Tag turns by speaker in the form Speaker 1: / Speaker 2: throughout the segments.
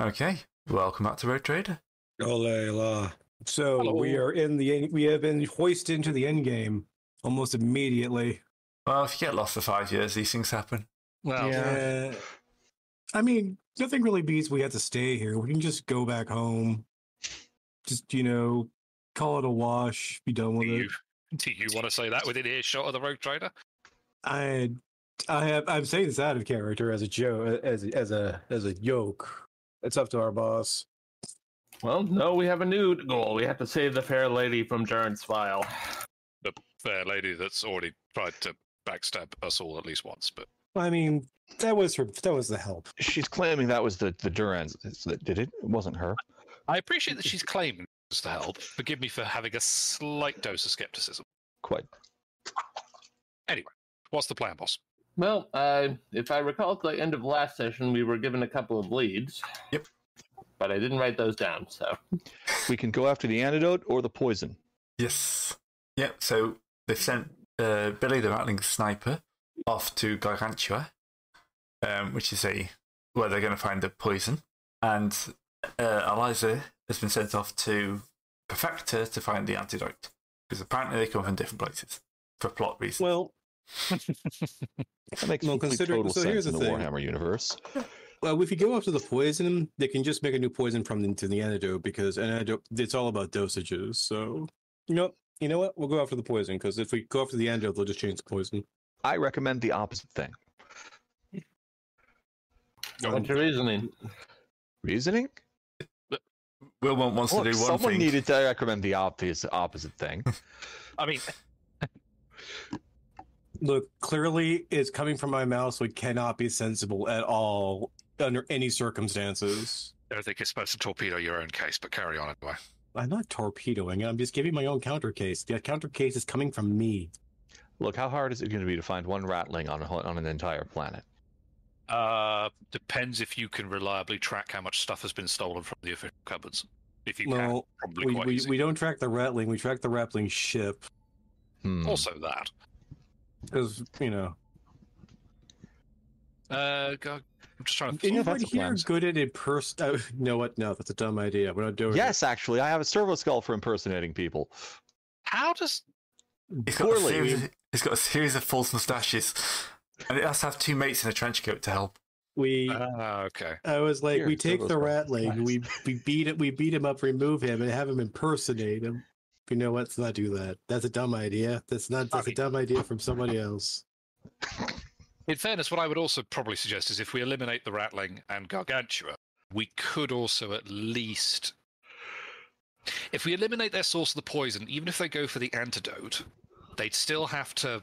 Speaker 1: Okay, welcome back to Road Trader.
Speaker 2: Ole la.
Speaker 3: So
Speaker 4: Hello.
Speaker 3: we are in the end- we have been hoisted into the end game almost immediately.
Speaker 1: Well, if you get lost for five years, these things happen.
Speaker 4: Well,
Speaker 3: Uh, I mean, nothing really beats we have to stay here. We can just go back home. Just you know, call it a wash. Be done
Speaker 4: do
Speaker 3: with
Speaker 4: you,
Speaker 3: it.
Speaker 4: do you want to say that within earshot of the road trader?
Speaker 3: I, I have. I'm saying this out of character as a joke, as a- as a as a yoke. It's up to our boss.
Speaker 5: Well, no, we have a new goal. We have to save the fair lady from Durin's file.
Speaker 4: The fair lady that's already tried to backstab us all at least once, but
Speaker 3: I mean, that was her. That was the help.
Speaker 6: She's claiming that was the the Durans that did it. It wasn't her.
Speaker 4: I appreciate that she's claiming us to help. Forgive me for having a slight dose of skepticism.
Speaker 6: Quite.
Speaker 4: What's the plan, boss?
Speaker 5: Well, uh, if I recall at the end of last session, we were given a couple of leads.
Speaker 1: Yep.
Speaker 5: But I didn't write those down, so.
Speaker 6: We can go after the antidote or the poison.
Speaker 1: Yes. Yep, so they've sent uh, Billy the Rattling Sniper off to Gargantua, um, which is a where they're going to find the poison. And uh, Eliza has been sent off to Perfecta to find the antidote, because apparently they come from different places for plot reasons.
Speaker 3: Well,
Speaker 6: That makes
Speaker 3: Well,
Speaker 6: complete
Speaker 3: consider-
Speaker 6: total
Speaker 3: so
Speaker 6: sense
Speaker 3: here's
Speaker 6: in
Speaker 3: the
Speaker 6: the
Speaker 3: thing.
Speaker 6: Warhammer universe.
Speaker 3: Well, if you go up to the poison, they can just make a new poison from the, to the antidote because antidote it's all about dosages. So you know, you know what? We'll go after the poison because if we go after the antidote, they'll just change the poison.
Speaker 6: I recommend the opposite thing.
Speaker 5: What's your reasoning?
Speaker 6: Reasoning?
Speaker 1: Wilmot wants
Speaker 6: Look,
Speaker 1: to do one
Speaker 6: someone
Speaker 1: thing.
Speaker 6: needed to recommend the obvious opposite thing.
Speaker 4: I mean,
Speaker 3: Look, clearly it's coming from my mouth, so it cannot be sensible at all under any circumstances.
Speaker 4: I don't think you're supposed to torpedo your own case, but carry on anyway.
Speaker 3: I'm not torpedoing. I'm just giving my own counter case. The counter case is coming from me.
Speaker 6: Look, how hard is it going to be to find one rattling on a, ho- on an entire planet?
Speaker 4: Uh, depends if you can reliably track how much stuff has been stolen from the official cupboards. If you can,
Speaker 3: Well,
Speaker 4: probably
Speaker 3: we,
Speaker 4: quite
Speaker 3: we,
Speaker 4: easy.
Speaker 3: we don't track the rattling. We track the rattling ship
Speaker 6: Hmm.
Speaker 4: Also that.
Speaker 3: because you know
Speaker 4: Uh, go- I'm just trying to.
Speaker 6: Yeah,
Speaker 3: Anybody
Speaker 6: that's a
Speaker 3: here
Speaker 6: plan.
Speaker 3: good at imperson? Oh, you know what? No, that's a dumb idea. We're not doing
Speaker 6: Yes, actually, I have a servo skull for impersonating people.
Speaker 4: How does?
Speaker 1: He's got, a
Speaker 6: Poorly.
Speaker 1: series, he's got a series of false moustaches, and it has to have two mates in a trench coat to help.
Speaker 3: it. We.
Speaker 4: Ah, okay.
Speaker 3: I was like,
Speaker 6: Uh, here,
Speaker 3: we take the
Speaker 6: Turbo's gone.
Speaker 3: rattling, we we beat it, we beat him up, remove him, and have him impersonate him. You know what? Let's not do that. That's a dumb idea. That's not. That's a
Speaker 4: Alright.
Speaker 3: dumb idea from somebody else.
Speaker 4: In fairness, what I would also probably suggest is if we eliminate the rattling and gargantua, we could also at least, if we eliminate their source of the poison, even if they go for the antidote, they'd still have to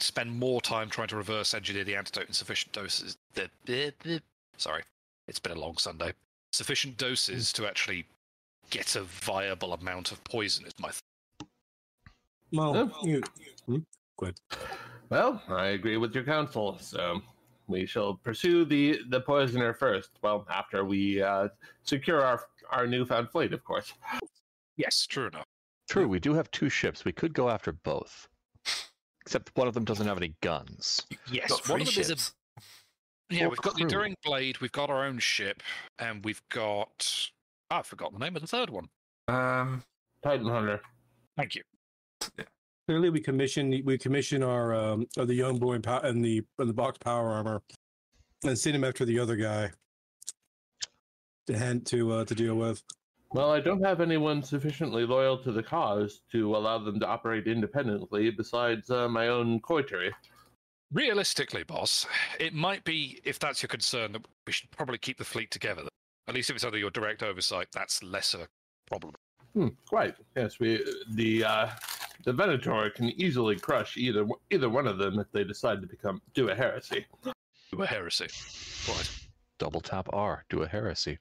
Speaker 4: spend more time trying to reverse engineer the antidote in sufficient doses. The- the- the- Sorry, it's been a long Sunday. Sufficient doses to actually get a viable amount of poison is my. Th-
Speaker 3: Well,
Speaker 5: Oh.
Speaker 3: you, hmm?
Speaker 5: Well, I agree with your counsel. So we shall pursue the the poisoner first. Well, after we uh, secure our our newfound fleet, of course.
Speaker 4: yes, true enough.
Speaker 6: True, we do have two ships. We could go after both. Except one of them doesn't have any guns.
Speaker 4: Yes,
Speaker 1: Got
Speaker 4: one
Speaker 1: three
Speaker 4: of them is a
Speaker 1: ships.
Speaker 4: Yeah,
Speaker 6: Or
Speaker 4: we've got the
Speaker 6: crew.
Speaker 4: Enduring Blade, we've got our own ship, and we've got. I forgot the name of the third one.
Speaker 1: Um,
Speaker 5: Titan Hunter.
Speaker 4: Thank you.
Speaker 3: clearly we commission we commission our um of the young boy in, pow- in the in the box power armor, and send him after the other guy to hand to uh, to deal with.
Speaker 5: Well, I don't have anyone sufficiently loyal to the cause to allow them to operate independently. Besides uh, my own coitery.
Speaker 4: Realistically, boss, it might be, if that's your concern, that we should probably keep the fleet together. At least if it's under your direct oversight, that's less of a problem.
Speaker 5: Hmm, quite. Yes, we the uh, the Venator can easily crush either either one of them if they decide to become do a heresy.
Speaker 4: You were heresy. Right.
Speaker 6: Double tap R, do a heresy.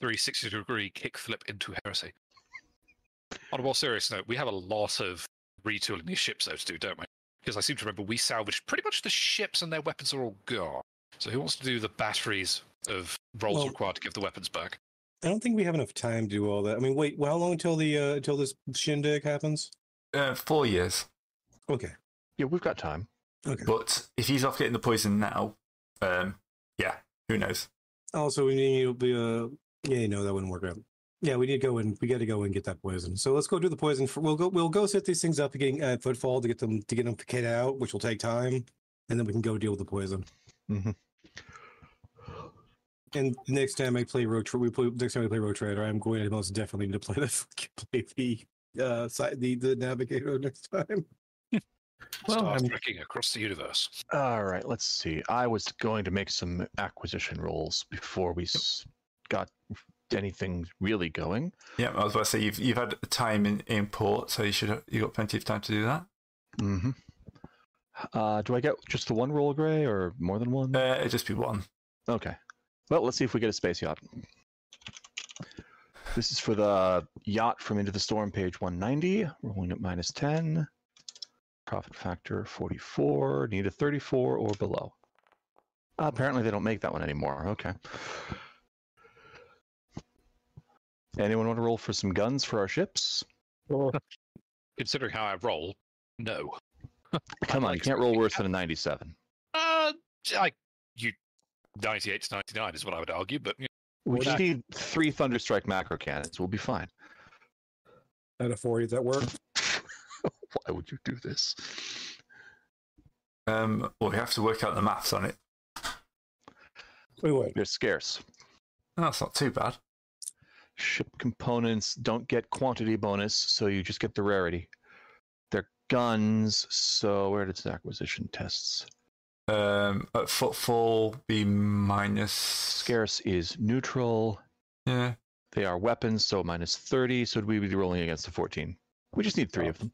Speaker 4: 360 degree kickflip into heresy. On a more serious note, we have a lot of retooling these ships, though, to do, don't we? Because I seem to remember we salvaged pretty much the ships and their weapons are all gone. So who wants to do the batteries of rolls
Speaker 3: Well-
Speaker 4: required to give the weapons back?
Speaker 3: I don't think we have enough time to do all that. I mean, wait, well, how long until the uh, until this shindig happens?
Speaker 1: uh, four years.
Speaker 3: Okay.
Speaker 6: Yeah, we've got time.
Speaker 3: Okay.
Speaker 1: But if he's off getting the poison now, um, yeah, who knows?
Speaker 3: Also, we need to be uh yeah, no, that wouldn't work out. Yeah, we need to go and we got to go and get that poison. So let's go do the poison. For, we'll go. We'll go set these things up and getting uh, footfall to get them to get them kid out, which will take time, and then we can go deal with the poison.
Speaker 6: Mhm.
Speaker 3: And next time I play road trip, we play next time we play road trader. I'm going to most definitely need to play the play the uh side the the navigator next time.
Speaker 6: Well,
Speaker 4: Start
Speaker 6: I'm-
Speaker 4: trekking across the universe.
Speaker 6: All right, let's see. I was going to make some acquisition rolls before we s- got anything really going.
Speaker 1: Yeah, I was about to say you've you've had time in, in port, so you should have, you got plenty of time to do that.
Speaker 6: Mm-hmm. Uh, do I get just the one roll, Gray, or more than one?
Speaker 1: Uh, it'd just be one.
Speaker 6: Okay. Well, let's see if we get a space yacht. This is for the yacht from Into the Storm, page 190, rolling at minus 10. Profit factor 44, need a 34 or below. Uh, apparently, they don't make that one anymore. Okay. Anyone want to roll for some guns for our ships?
Speaker 4: Considering how I roll, no.
Speaker 6: Come on, you
Speaker 4: like
Speaker 6: can't roll worse than a 97.
Speaker 4: Uh, I you ninety-eight to ninety-nine is what I would argue, but you
Speaker 6: We
Speaker 4: We're
Speaker 6: just
Speaker 4: not-
Speaker 6: need three Thunderstrike macro cannons. We'll be fine.
Speaker 3: Out of forty, does that work?
Speaker 6: Why would you do this?
Speaker 1: Um, well, we have to work out the maths on it.
Speaker 3: Wait, wait.
Speaker 6: They're scarce.
Speaker 1: That's not too bad.
Speaker 6: ship components don't get quantity bonus, so you just get the rarity. They're guns, so where does acquisition tests?
Speaker 1: Um, at footfall be minus
Speaker 6: Scarce is neutral.
Speaker 1: Yeah,
Speaker 6: They are weapons, so minus 30, so we would be rolling against a 14. We just need three of them.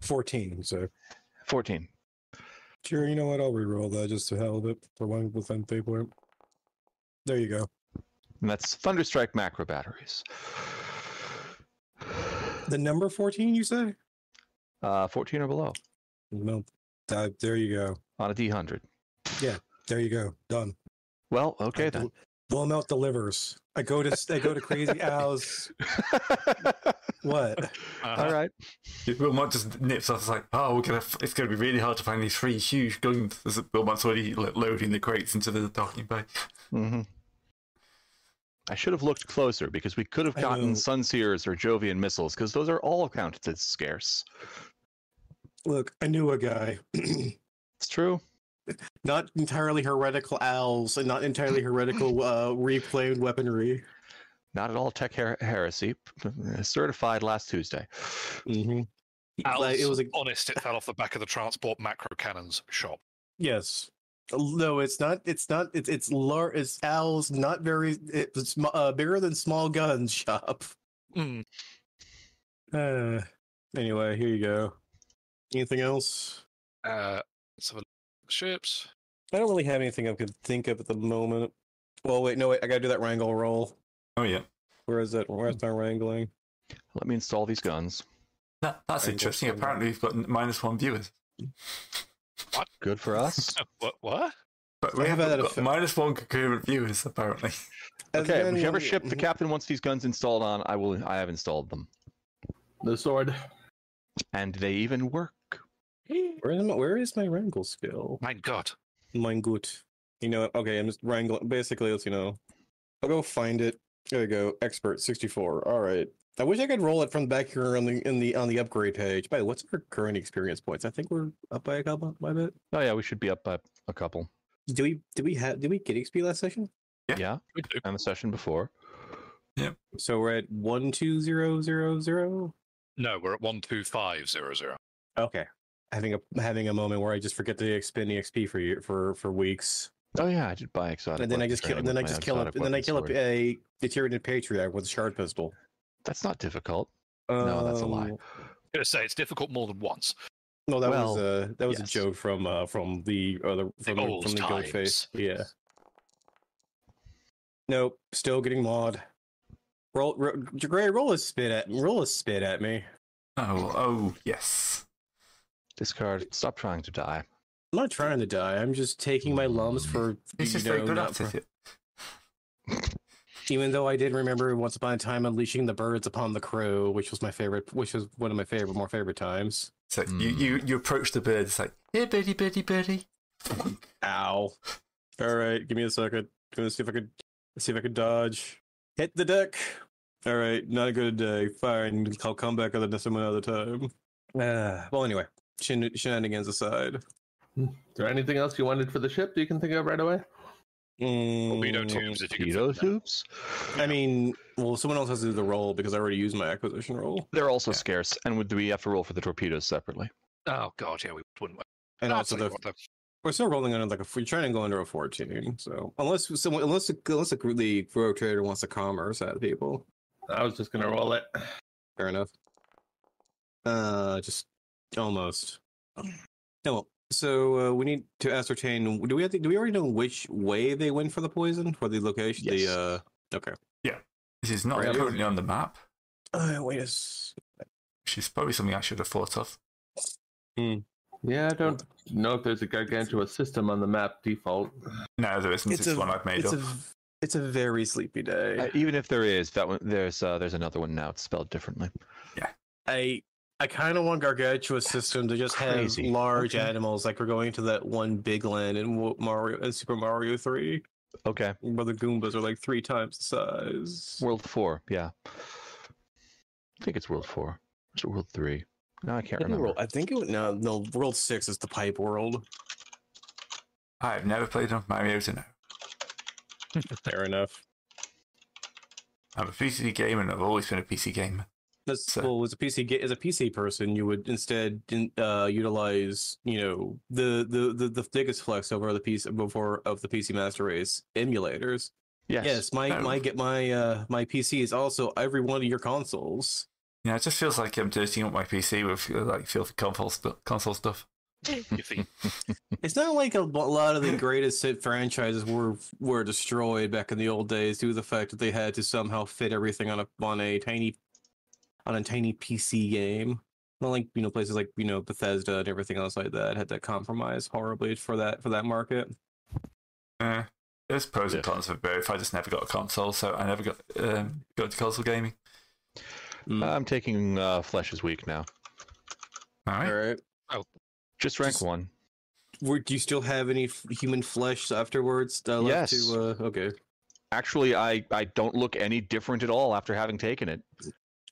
Speaker 3: Fourteen. So
Speaker 6: 14.
Speaker 3: Sure, you know what? I'll reroll that just to hell of it for one within three point. There you go.
Speaker 6: And that's Thunderstrike macro batteries.
Speaker 3: The number fourteen, you say?
Speaker 6: Uh, 14 or below
Speaker 3: No. That- there you go.
Speaker 6: on a D100.
Speaker 3: There you go. Done.
Speaker 6: Well, okay
Speaker 3: I
Speaker 6: then.
Speaker 3: bl- Blow 'em out the livers. I go to I go to Crazy Al's. What?
Speaker 4: know,
Speaker 6: All right.
Speaker 1: Wilmot just nips off. It's like, oh, we're gonna. F- it's gonna be really hard to find these three huge guns. As Wilmot's already like, loading the crates into the docking bay.
Speaker 6: hmm
Speaker 3: Mm-hmm.
Speaker 6: I should have looked closer because we could have
Speaker 3: I
Speaker 6: gotten
Speaker 3: know.
Speaker 6: Sunseers or Jovian missiles because those are all counted as scarce.
Speaker 3: Look, I knew a guy.
Speaker 6: It's true.
Speaker 3: not entirely heretical owls and not entirely heretical uh, reclaimed weaponry.
Speaker 6: Not at all tech her- heresy. p- p- Certified last Tuesday.
Speaker 3: Mm-hmm.
Speaker 4: Al's
Speaker 3: it was a
Speaker 4: honest. It fell off the back of the transport macro cannons shop.
Speaker 3: Yes. No, it's not. It's not. It's it's lar- It's owls. Not very. It's sm- uh, bigger than small guns shop.
Speaker 4: Mm.
Speaker 3: Uh, anyway, here you go. Anything else?
Speaker 4: Uh, some of the ships.
Speaker 3: I don't really have anything I could think of at the moment. Well, wait, no, wait. I gotta do that wrangle roll.
Speaker 1: Oh yeah,
Speaker 3: Where is it? Where's my wrangling?
Speaker 6: Let me install these guns.
Speaker 1: that, that's
Speaker 3: Very
Speaker 1: interesting.
Speaker 3: interesting.
Speaker 1: Apparently, we've got n- minus one viewers,
Speaker 6: Good for us.
Speaker 4: What? What?
Speaker 1: but we
Speaker 3: I have
Speaker 1: haven't
Speaker 3: that
Speaker 1: got
Speaker 3: effect.
Speaker 1: minus one concurrent viewers. Apparently,
Speaker 3: And
Speaker 6: okay,
Speaker 3: then
Speaker 6: whichever
Speaker 3: when-
Speaker 6: ship the captain wants these guns installed on, I will. I have installed them,
Speaker 5: The sword.
Speaker 6: and they even work.
Speaker 3: Where is my, where is my wrangle skill?
Speaker 4: My God.
Speaker 3: Mine gut. You know what? Okay, I'm just wrangling. Basically, let's, you know, I'll go find it. There we go. Expert 64. All right. I wish I could roll it from back here on the in the on the upgrade page. By the way, what's our current experience points? I think we're up by a couple by a bit.
Speaker 6: Oh yeah, we should be up by a couple.
Speaker 3: Do we do we have did we get XP last session?
Speaker 1: Yeah.
Speaker 6: Yeah,
Speaker 4: We do.
Speaker 6: and the session before.
Speaker 3: So we're at one two zero zero zero.
Speaker 4: No, we're at one two five zero zero.
Speaker 3: Okay. Having a having a moment where I just forget to expend the XP for you for for weeks.
Speaker 6: Oh yeah, I did buy exotic.
Speaker 3: and then I
Speaker 6: weapon
Speaker 3: just kill
Speaker 6: training
Speaker 3: and then
Speaker 6: with
Speaker 3: I
Speaker 6: my
Speaker 3: just kill up
Speaker 6: exotic
Speaker 3: and then I
Speaker 6: weapon
Speaker 3: kill up
Speaker 6: sword.
Speaker 3: a deteriorated patriarch with a shard pistol.
Speaker 6: That's not difficult. No, that's a lie.
Speaker 3: Um,
Speaker 4: Gonna say it's difficult more than once.
Speaker 3: No, that
Speaker 6: Well,
Speaker 3: was uh, that was
Speaker 6: yes.
Speaker 3: a joke from uh, from the other from the,
Speaker 4: old
Speaker 3: from the gold face.
Speaker 4: times.
Speaker 3: Yeah. Nope, still getting mod. Roll, ro- Gray, roll a spit at roll a spit at me.
Speaker 1: oh oh yes,
Speaker 6: Discard. Stop trying to die.
Speaker 3: I'm not trying to die. I'm just taking my lumps for
Speaker 1: he's
Speaker 3: you
Speaker 1: just
Speaker 3: know,
Speaker 1: very good
Speaker 3: not
Speaker 1: at
Speaker 3: for-
Speaker 1: it.
Speaker 3: Even though I did remember once upon a time unleashing the birds upon the crew, which was my favorite, which was one of my favorite, more favorite times.
Speaker 1: So you, you you approach the bird. It's like, here, birdie, birdie, birdie.
Speaker 3: Ow! All right, give me a second. Gonna see if I could see if I could dodge. Hit the deck. All right, not a good day. Fine, I'll come back at some another time. Uh, well, anyway, shen- shenanigans aside.
Speaker 5: Is there anything else you wanted for the ship you can think of right away?
Speaker 4: Torpedo
Speaker 3: Mm,
Speaker 4: tubes, if you can.
Speaker 6: Keto
Speaker 4: fit them.
Speaker 6: tubes.
Speaker 3: I mean, well, someone else has to do the roll because I already used my acquisition roll.
Speaker 6: They're also scarce, and would we have to roll for the torpedoes separately?
Speaker 4: Oh god, yeah, we wouldn't.
Speaker 3: And
Speaker 4: I'll
Speaker 3: also
Speaker 4: tell you
Speaker 3: the
Speaker 4: what, though.
Speaker 3: we're still rolling under like a you're trying to go under a fourteen. So unless someone unless unless the, the rogue trader wants to commerce at people,
Speaker 5: I was just gonna roll it.
Speaker 3: fair enough. Uh, just almost. No, well, so uh, we need to ascertain. Do we have to, do we already know which way they went for the poison for the location?
Speaker 6: Yes.
Speaker 3: The uh, okay.
Speaker 1: This is not
Speaker 3: Really?
Speaker 1: currently on the map,
Speaker 3: Uh, wait a s-
Speaker 1: which is probably something I should have thought of.
Speaker 5: Yeah, I don't know if there's a gargantua system on the map default.
Speaker 1: No, there isn't. It's,
Speaker 3: It's a-
Speaker 1: one I've made
Speaker 3: It's
Speaker 1: up.
Speaker 3: a v- it's a very sleepy day.
Speaker 6: Uh, even if there is that one, there's uh, there's another one now. It's spelled differently.
Speaker 3: I I kind of want gargantuous system to just
Speaker 6: crazy.
Speaker 3: have large
Speaker 6: Okay.
Speaker 3: animals, like we're going to that one big land in Wo- Mario and Super Mario Three,
Speaker 6: Okay,
Speaker 3: where the Goombas are like three times the size.
Speaker 6: World Four. Yeah, I think it's World Four. Is it World Three? No, I can't
Speaker 3: Maybe
Speaker 6: remember.
Speaker 3: World- I think it would, no, no. World Six is the Pipe World.
Speaker 1: I've never played enough Mario to know.
Speaker 3: Fair enough.
Speaker 1: I'm a PC gamer and I've always been a PC gamer.
Speaker 3: That's
Speaker 1: So-
Speaker 3: well, as a PC ga- as a PC person, you would instead in- uh, utilize you know the, the the the biggest flex over the PC before of the PC Master Race emulators.
Speaker 6: Yes.
Speaker 3: Yes, my
Speaker 1: Oh.
Speaker 3: my get my uh my PC is also every one of your consoles.
Speaker 1: Yeah, it just feels like I'm dirtying up my PC with uh, like filthy console, stu- console stuff.
Speaker 4: Your feet.
Speaker 3: It's not like a lo- lot of the greatest hit franchises were were destroyed back in the old days due to the fact that they had to somehow fit everything on a on a tiny on a tiny PC game. Not like you know places like you know Bethesda and everything else like that had to compromise horribly for that for that market.
Speaker 1: Uh, there's pros and
Speaker 6: Yeah.
Speaker 1: cons of both. I just never got a console, so I never got um, got into console gaming.
Speaker 3: Mm.
Speaker 6: I'm taking uh, Flesh is Weak now.
Speaker 1: All right.
Speaker 3: right.
Speaker 6: Just rank
Speaker 3: Just-
Speaker 6: one.
Speaker 3: Were, do you still have any f- human flesh afterwards? Uh, left
Speaker 6: Yes.
Speaker 3: To, uh, okay.
Speaker 6: Actually, I I don't look any different at all after having taken it.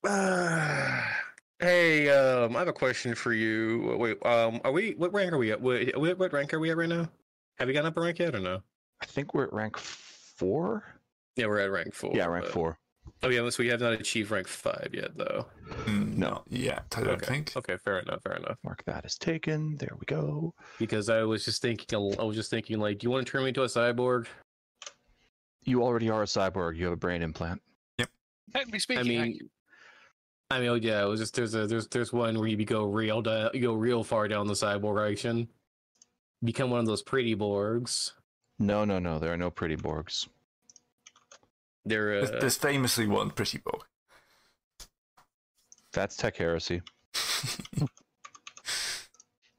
Speaker 3: Uh, hey, um, I have a question for you. Wait, um, are we? What rank are we at? What, what what rank are we at right now? Have you gotten up a rank yet or no?
Speaker 6: I think we're at rank four.
Speaker 3: Yeah, we're at rank four.
Speaker 6: yeah, rank
Speaker 4: uh,
Speaker 3: but-
Speaker 6: four.
Speaker 3: Oh yeah, unless we have not achieved rank five yet, though.
Speaker 1: Mm,
Speaker 6: No.
Speaker 1: Yeah, I don't think.
Speaker 3: Okay, Uh, fair enough, fair enough.
Speaker 6: Mark that as taken. There we go.
Speaker 3: Because I was just thinking, I was just thinking, like, do you want to turn me into a cyborg?
Speaker 6: You already are a cyborg. You have a brain implant.
Speaker 4: Technically speaking,
Speaker 3: I mean, I mean, oh, yeah, it was just there's a there's there's one where you go real da- you go real far down the cyborg action, become one of those pretty Borgs.
Speaker 6: No, no, no. There are no pretty Borgs.
Speaker 3: They're
Speaker 1: There's,
Speaker 3: uh,
Speaker 1: there's famously one pretty bug.
Speaker 6: That's tech heresy.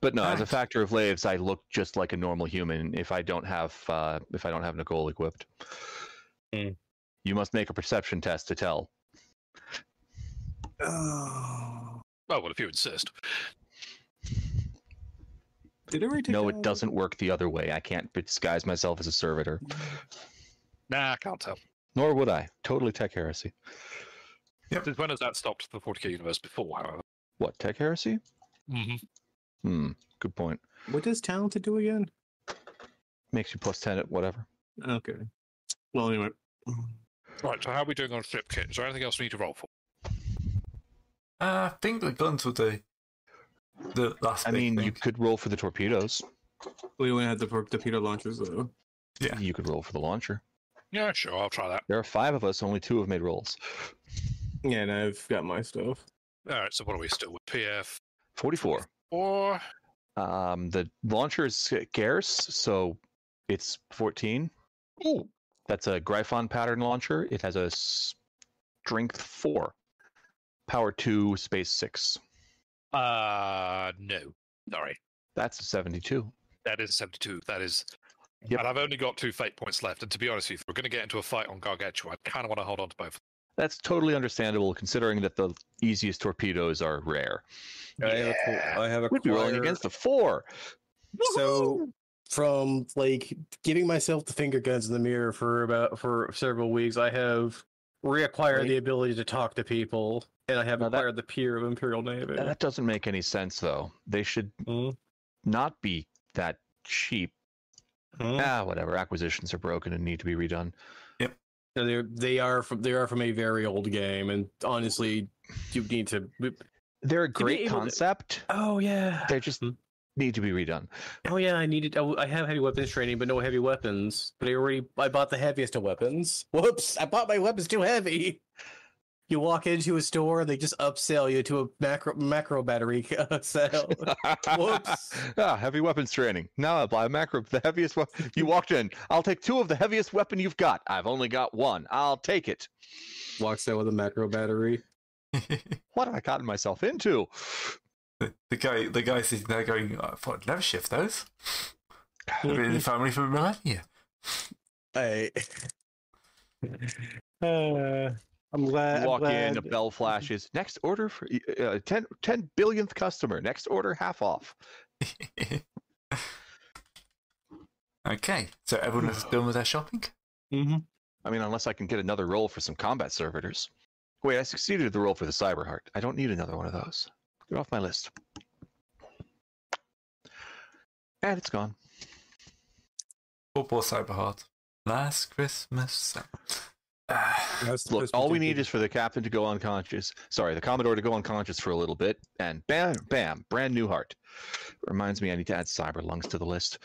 Speaker 6: But no, as a factor of laves, I look just like a normal human if I don't have uh, if I don't have Nicole equipped.
Speaker 1: Hmm.
Speaker 3: Mm.
Speaker 6: You must make a perception test to tell.
Speaker 4: oh well, if you insist.
Speaker 3: Did it
Speaker 6: No, it doesn't work the other way. I can't disguise myself as a servitor.
Speaker 4: Nah, I can't tell.
Speaker 6: Nor would I. Totally tech heresy.
Speaker 4: Since when has that stopped the 40k universe before? However,
Speaker 6: What tech heresy?
Speaker 4: mm-hmm.
Speaker 6: Hmm. Good point.
Speaker 3: What does talented do again?
Speaker 6: Makes you plus ten at whatever.
Speaker 3: Okay. Well, anyway.
Speaker 4: right. So how are we doing on ship kit? Is there anything else we need to roll for?
Speaker 1: Uh, I think the guns were the the last.
Speaker 6: I
Speaker 1: big
Speaker 6: mean, you
Speaker 1: thing.
Speaker 6: could roll for the torpedoes.
Speaker 3: We don't have the per- the Peter launchers though.
Speaker 1: Yeah.
Speaker 6: You could roll for the launcher.
Speaker 4: Yeah, sure. I'll try that.
Speaker 6: There are five of us. Only two have made rolls.
Speaker 3: Yeah, and I've got my stuff.
Speaker 4: All right. So what are we still with? PF
Speaker 6: Forty-four.
Speaker 4: or
Speaker 6: Um, the launcher is scarce, so it's 14.
Speaker 4: oh,
Speaker 6: That's a Gryphon pattern launcher. It has a s- strength 4, power 2, space 6.
Speaker 4: uh, no. Sorry,
Speaker 6: That's a 72.
Speaker 4: that is 72. That is.
Speaker 6: Yep.
Speaker 4: And I've only got two fate points left. And to be honest with you, if we're going to get into a fight on Gargantua, I kind of want to hold on to both.
Speaker 6: That's totally understandable considering that the easiest torpedoes are rare.
Speaker 3: I have a, I have a
Speaker 6: We'd be rolling against a 4.
Speaker 3: So from like giving myself the finger guns in the mirror for about for several weeks, I have reacquired
Speaker 6: Wait.
Speaker 3: the ability to talk to people, and I have
Speaker 6: Now that-
Speaker 3: acquired the peer of Imperial Navy.
Speaker 6: That doesn't make any sense, though. They should
Speaker 3: Mhm.
Speaker 6: not be that cheap.
Speaker 3: Mhm.
Speaker 6: Ah, whatever. Acquisitions are broken and need to be redone.
Speaker 3: No, they're they are from they are from a very old game, and honestly, you need to.
Speaker 6: They're a
Speaker 3: be
Speaker 6: great
Speaker 3: able to-
Speaker 6: concept.
Speaker 3: Oh yeah.
Speaker 6: They just
Speaker 3: Hmm.
Speaker 6: need to be redone.
Speaker 3: Oh yeah. I needed. I, I have heavy weapons training, but no heavy weapons. But I already I bought the heaviest of weapons. Whoops! I bought my weapons too heavy. You walk into a store, they just upsell you to a macro macro battery sale. Whoops.
Speaker 6: ah, heavy weapons training. Now I buy a macro, the heaviest one. You walked in. I'll take two of the heaviest weapon you've got. I've only got one. I'll take it.
Speaker 3: Walks out with a macro battery.
Speaker 6: What have I gotten myself into?
Speaker 1: the, the guy, the guy sitting there going, "I thought I'd never shift those." They've
Speaker 3: Hmm.
Speaker 1: been in the family for millennia.
Speaker 3: I. Uh, I'm glad.
Speaker 6: You
Speaker 3: I'm
Speaker 6: walk in,
Speaker 3: glad-
Speaker 6: a bell flashes. Next order for uh, 10, 10 billionth customer. Next order, half off.
Speaker 1: okay, so everyone is done with their shopping.
Speaker 3: Mhm.
Speaker 6: I mean, unless I can get another roll for some combat servitors. Wait, I succeeded at the roll for the cyber heart. I don't need another one of those. Get off my list. And it's gone.
Speaker 1: Football Cyberheart. Last Christmas. Ah,
Speaker 3: That's the
Speaker 6: Look,
Speaker 3: best
Speaker 6: all we
Speaker 3: can
Speaker 6: need
Speaker 3: do.
Speaker 6: is for the captain to go unconscious. Sorry, the Commodore to go unconscious for a little bit, and bam, bam, brand new heart. Reminds me, I need to add cyber lungs to the list.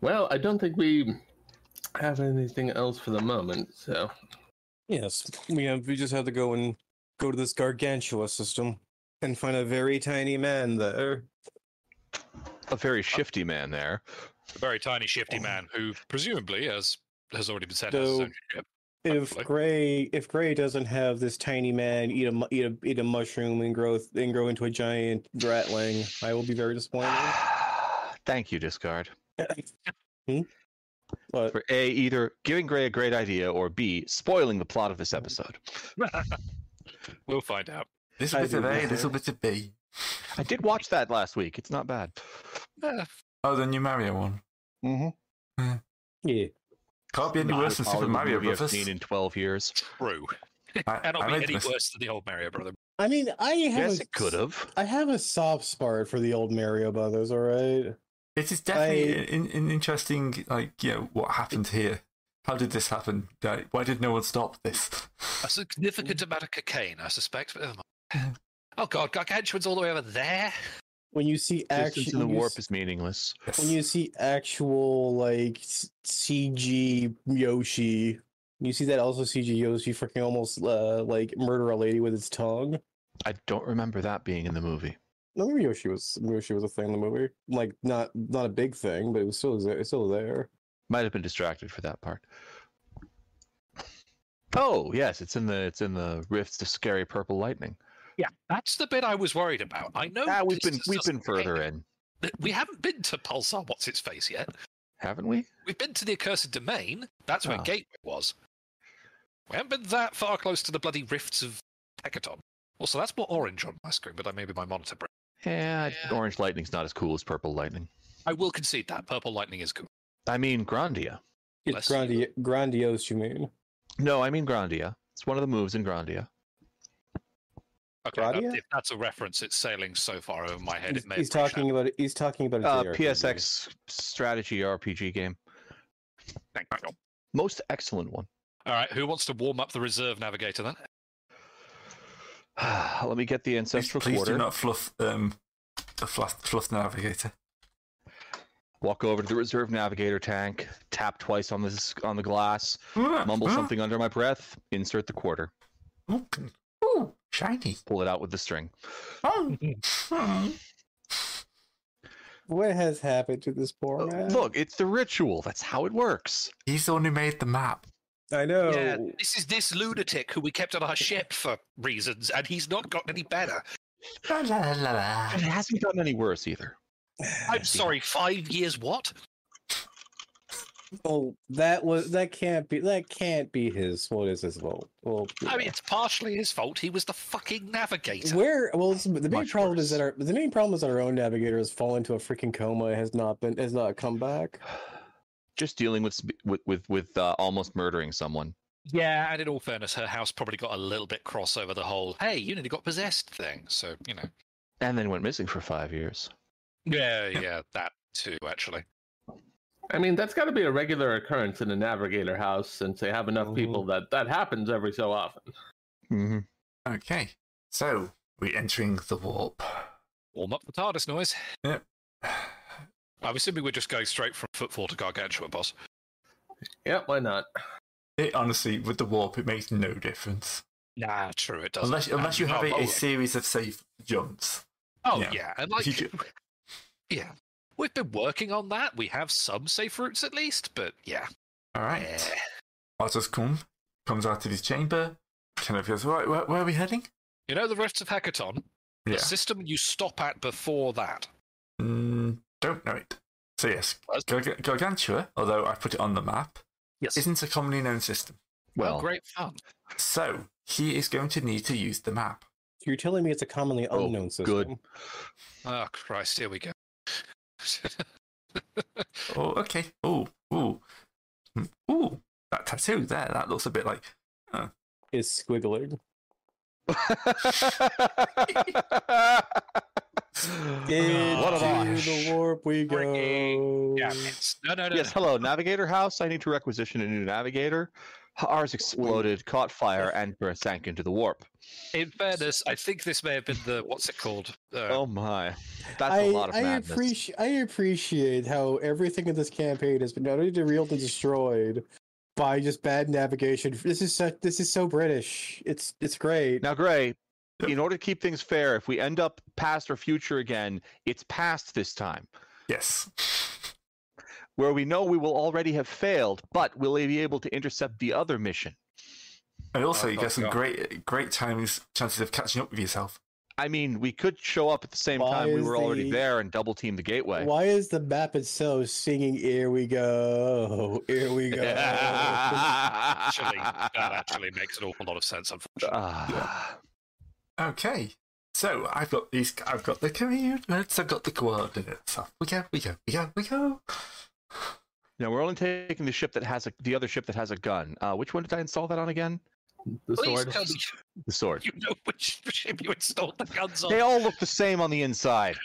Speaker 5: Well, I don't think we have anything else for the moment. So,
Speaker 3: Yes, we have, we just have to go and go to this gargantua system and find a very tiny man there.
Speaker 6: A
Speaker 3: Uh,
Speaker 6: very shifty man there.
Speaker 4: A very tiny, shifty man who presumably, as has already been said, has his
Speaker 3: So-
Speaker 4: own ship.
Speaker 3: If
Speaker 4: Hopefully.
Speaker 3: Gray, if Gray doesn't have this tiny man eat a mu- eat a eat a mushroom and grow and grow into a giant ratling, I will be very disappointed.
Speaker 6: Thank you, discard.
Speaker 3: But
Speaker 6: For A, either giving Gray a great idea, or B, spoiling the plot of this episode.
Speaker 4: We'll find out.
Speaker 1: little
Speaker 3: I
Speaker 1: bit of
Speaker 3: do
Speaker 1: A,
Speaker 3: wonder.
Speaker 1: little bit of B.
Speaker 6: I did watch that last week. It's not bad.
Speaker 4: Eh,
Speaker 1: Oh, the new Mario one.
Speaker 6: Mm-hmm.
Speaker 3: yeah,
Speaker 1: Can't be any worse than Super Mario Brothers.
Speaker 6: I've seen in 12 years.
Speaker 4: true.
Speaker 1: I,
Speaker 4: Cannot
Speaker 1: I
Speaker 4: be
Speaker 1: made the
Speaker 4: any
Speaker 1: mis-
Speaker 4: worse than the old Mario brother.
Speaker 3: I mean, I have
Speaker 6: Yes,
Speaker 3: a
Speaker 6: it could have.
Speaker 3: I have a soft spot for the old Mario Brothers. All right,
Speaker 1: It is definitely an, an interesting, like, you know, what happened here? How did this happen? Like, Why did no one stop this?
Speaker 4: A significant amount of cocaine, I suspect. Oh, my. oh God, Gargantuan's all the way over there.
Speaker 3: when you see
Speaker 6: Distance in
Speaker 3: action,
Speaker 6: the
Speaker 3: when you
Speaker 6: warp
Speaker 3: s-
Speaker 6: is meaningless.
Speaker 1: Yes.
Speaker 3: when you see actual like s- CG Yoshi, you see that also CG Yoshi freaking almost uh, like murder a lady with its tongue.
Speaker 6: I don't remember that being in the movie.
Speaker 3: Remember Yoshi was Yoshi was a thing in the movie, like not not a big thing, but it was still there. It's still there.
Speaker 6: Might have been distracted for that part. Oh yes, it's in the it's in the rifts to scary purple lightning.
Speaker 4: Yeah, that's the bit I was worried about. I know
Speaker 6: Ah, we've been
Speaker 4: distance
Speaker 6: we've
Speaker 4: doesn't
Speaker 6: been
Speaker 4: make-
Speaker 6: further in,
Speaker 4: We haven't been to Pulsar. What's its face yet?
Speaker 6: haven't we?
Speaker 4: We've been to the accursed domain. That's where
Speaker 6: Oh.
Speaker 4: Gateway was. We haven't been that far close to the bloody rifts of Hecaton. Also, that's more orange on my screen, but that may be my monitor. broke.
Speaker 6: Yeah,
Speaker 4: Yeah.
Speaker 6: orange lightning's not as cool as purple lightning.
Speaker 4: I will concede that purple lightning is good.
Speaker 6: I mean Grandia.
Speaker 3: It's
Speaker 4: Bless you.
Speaker 3: grandi- grandiose, you mean?
Speaker 6: No, I mean Grandia. It's one of the moves in Grandia.
Speaker 4: Okay, that-
Speaker 3: Gradia?
Speaker 4: if that's a reference, it's sailing so far over my head.
Speaker 3: He's,
Speaker 4: it may
Speaker 3: he's
Speaker 4: have reached out.
Speaker 3: talking about he's talking about a
Speaker 6: Uh,
Speaker 3: JRPG.
Speaker 6: PSX strategy RPG game.
Speaker 4: Thank you.
Speaker 6: Most excellent one.
Speaker 4: All right, who wants to warm up the reserve navigator then?
Speaker 6: Let me get the
Speaker 1: please,
Speaker 6: ancestral
Speaker 1: please
Speaker 6: quarter.
Speaker 1: do not fluff um, the fluff, fluff navigator.
Speaker 6: Walk over to the reserve navigator tank. Tap twice on this on the glass. Mumble
Speaker 1: Ah. Mm-hmm.
Speaker 6: something under my breath. Insert the quarter.
Speaker 1: something. Mm-hmm. Ooh, shiny.
Speaker 6: Pull it out with the string.
Speaker 1: Oh. Hmm.
Speaker 3: What has happened to this poor
Speaker 6: Uh,
Speaker 3: man?
Speaker 6: Look, it's the ritual. That's how it works.
Speaker 1: He's the one who made the map.
Speaker 3: I know.
Speaker 4: Yeah, this is this lunatic who we kept on our ship for reasons, and he's not gotten any better.
Speaker 1: La, la, la, la, la.
Speaker 6: And it hasn't gotten any worse either.
Speaker 4: I'm sorry, five years what?
Speaker 3: Oh, that was that can't be that can't be his. What is his vote? Well,
Speaker 4: I mean,
Speaker 3: yeah.
Speaker 4: it's partially his fault. He was the fucking navigator.
Speaker 3: Where well, it's- the main
Speaker 6: Much
Speaker 3: problem is
Speaker 6: worse.
Speaker 3: that our the main problem is that our own navigator has fallen into a freaking coma. and Has not been has not come back.
Speaker 6: Just dealing with sp- with with, with uh, almost murdering someone.
Speaker 4: Yeah, and in all fairness, her house probably got a little bit cross over the whole "Hey, you nearly got possessed" thing. So you know,
Speaker 6: And then went missing for five years.
Speaker 4: yeah, yeah, that too. Actually,
Speaker 5: I mean, that's got to be a regular occurrence in a navigator house since they have enough
Speaker 3: Oh.
Speaker 5: people that that happens every so often.
Speaker 6: Mm-hmm.
Speaker 1: Okay, so we entering the warp.
Speaker 4: warm up the TARDIS noise.
Speaker 1: Yep.
Speaker 4: I'm assuming we're just going straight from footfall to gargantua, boss.
Speaker 5: Yep, why not?
Speaker 1: It honestly, with the warp, it makes no difference
Speaker 4: Nah, true, it doesn't.
Speaker 1: unless
Speaker 4: Um,
Speaker 1: unless you have
Speaker 4: oh,
Speaker 1: a,
Speaker 4: oh,
Speaker 1: a series of safe jumps.
Speaker 4: Oh yeah,
Speaker 1: Yeah.
Speaker 4: and like,
Speaker 1: you ju-
Speaker 4: yeah, we've been working on that. We have some safe routes at least, but yeah,
Speaker 1: All right.
Speaker 4: eh.
Speaker 1: Otto's come, comes out of his chamber. Kind of goes, right, where, where are we heading?
Speaker 4: you know the rest of Hackathon,
Speaker 1: Yeah.
Speaker 4: the system you stop at before that. Oh,
Speaker 1: Mm, don't know it. So, yes,
Speaker 4: That's-
Speaker 1: Garg- Gargantua, although I put it on the map,
Speaker 4: Yes.
Speaker 1: isn't a commonly known system.
Speaker 6: Well,
Speaker 4: oh, great fun.
Speaker 1: So, he is going to need to use the map.
Speaker 3: You're telling me it's a commonly
Speaker 6: Oh,
Speaker 3: unknown system.
Speaker 6: good.
Speaker 4: Oh Christ, here we go.
Speaker 1: Oh, okay. Oh, ooh. Mm, Ooh, that tattoo there, that looks a bit like.
Speaker 3: Is squiggling.
Speaker 6: what a
Speaker 3: Into
Speaker 6: bosh.
Speaker 3: the warp we go.
Speaker 4: Frigging- Yeah, it's, no, no, no.
Speaker 6: Yes,
Speaker 4: no.
Speaker 6: hello, Navigator House. I need to requisition a new navigator. H- Ours exploded, caught fire, and uh, sank into the warp.
Speaker 4: In fairness, I think this may have been the what's it called? Uh,
Speaker 6: Oh my, that's
Speaker 3: I,
Speaker 6: a lot of
Speaker 3: I
Speaker 6: madness.
Speaker 3: appreciate I appreciate how everything in this campaign has been not only derailed and destroyed by just bad navigation. This is such this is so British. It's it's great.
Speaker 6: Now, Gray,
Speaker 1: Yep.
Speaker 6: in order to keep things fair, if we end up past or future again, it's past this time,
Speaker 1: Yes.
Speaker 6: where we know we will already have failed, but we'll be able to intercept the other mission.
Speaker 1: And also,
Speaker 4: Oh,
Speaker 1: you
Speaker 4: God,
Speaker 1: get some
Speaker 4: God.
Speaker 1: great, great times, chances of catching up with yourself.
Speaker 6: I mean, we could show up at the same time
Speaker 3: Why
Speaker 6: we
Speaker 3: is
Speaker 6: were already
Speaker 3: the-
Speaker 6: there and double team the gateway.
Speaker 3: Why is the map itself singing here we go? Here we go.
Speaker 4: Actually, that actually makes an awful lot of sense. Unfortunately,
Speaker 6: Ah.
Speaker 1: Okay. So I've got these. I've got the coordinates. I've got the coordinates. Off we go. We go. We go. We go.
Speaker 6: Now we're only taking the ship that has a, the other ship that has a gun. Uh, which one did I install that on again?
Speaker 5: The
Speaker 4: please
Speaker 5: sword.
Speaker 4: tell me
Speaker 6: The sword.
Speaker 4: you know which ship you installed the guns on.
Speaker 6: They all look the same on the inside.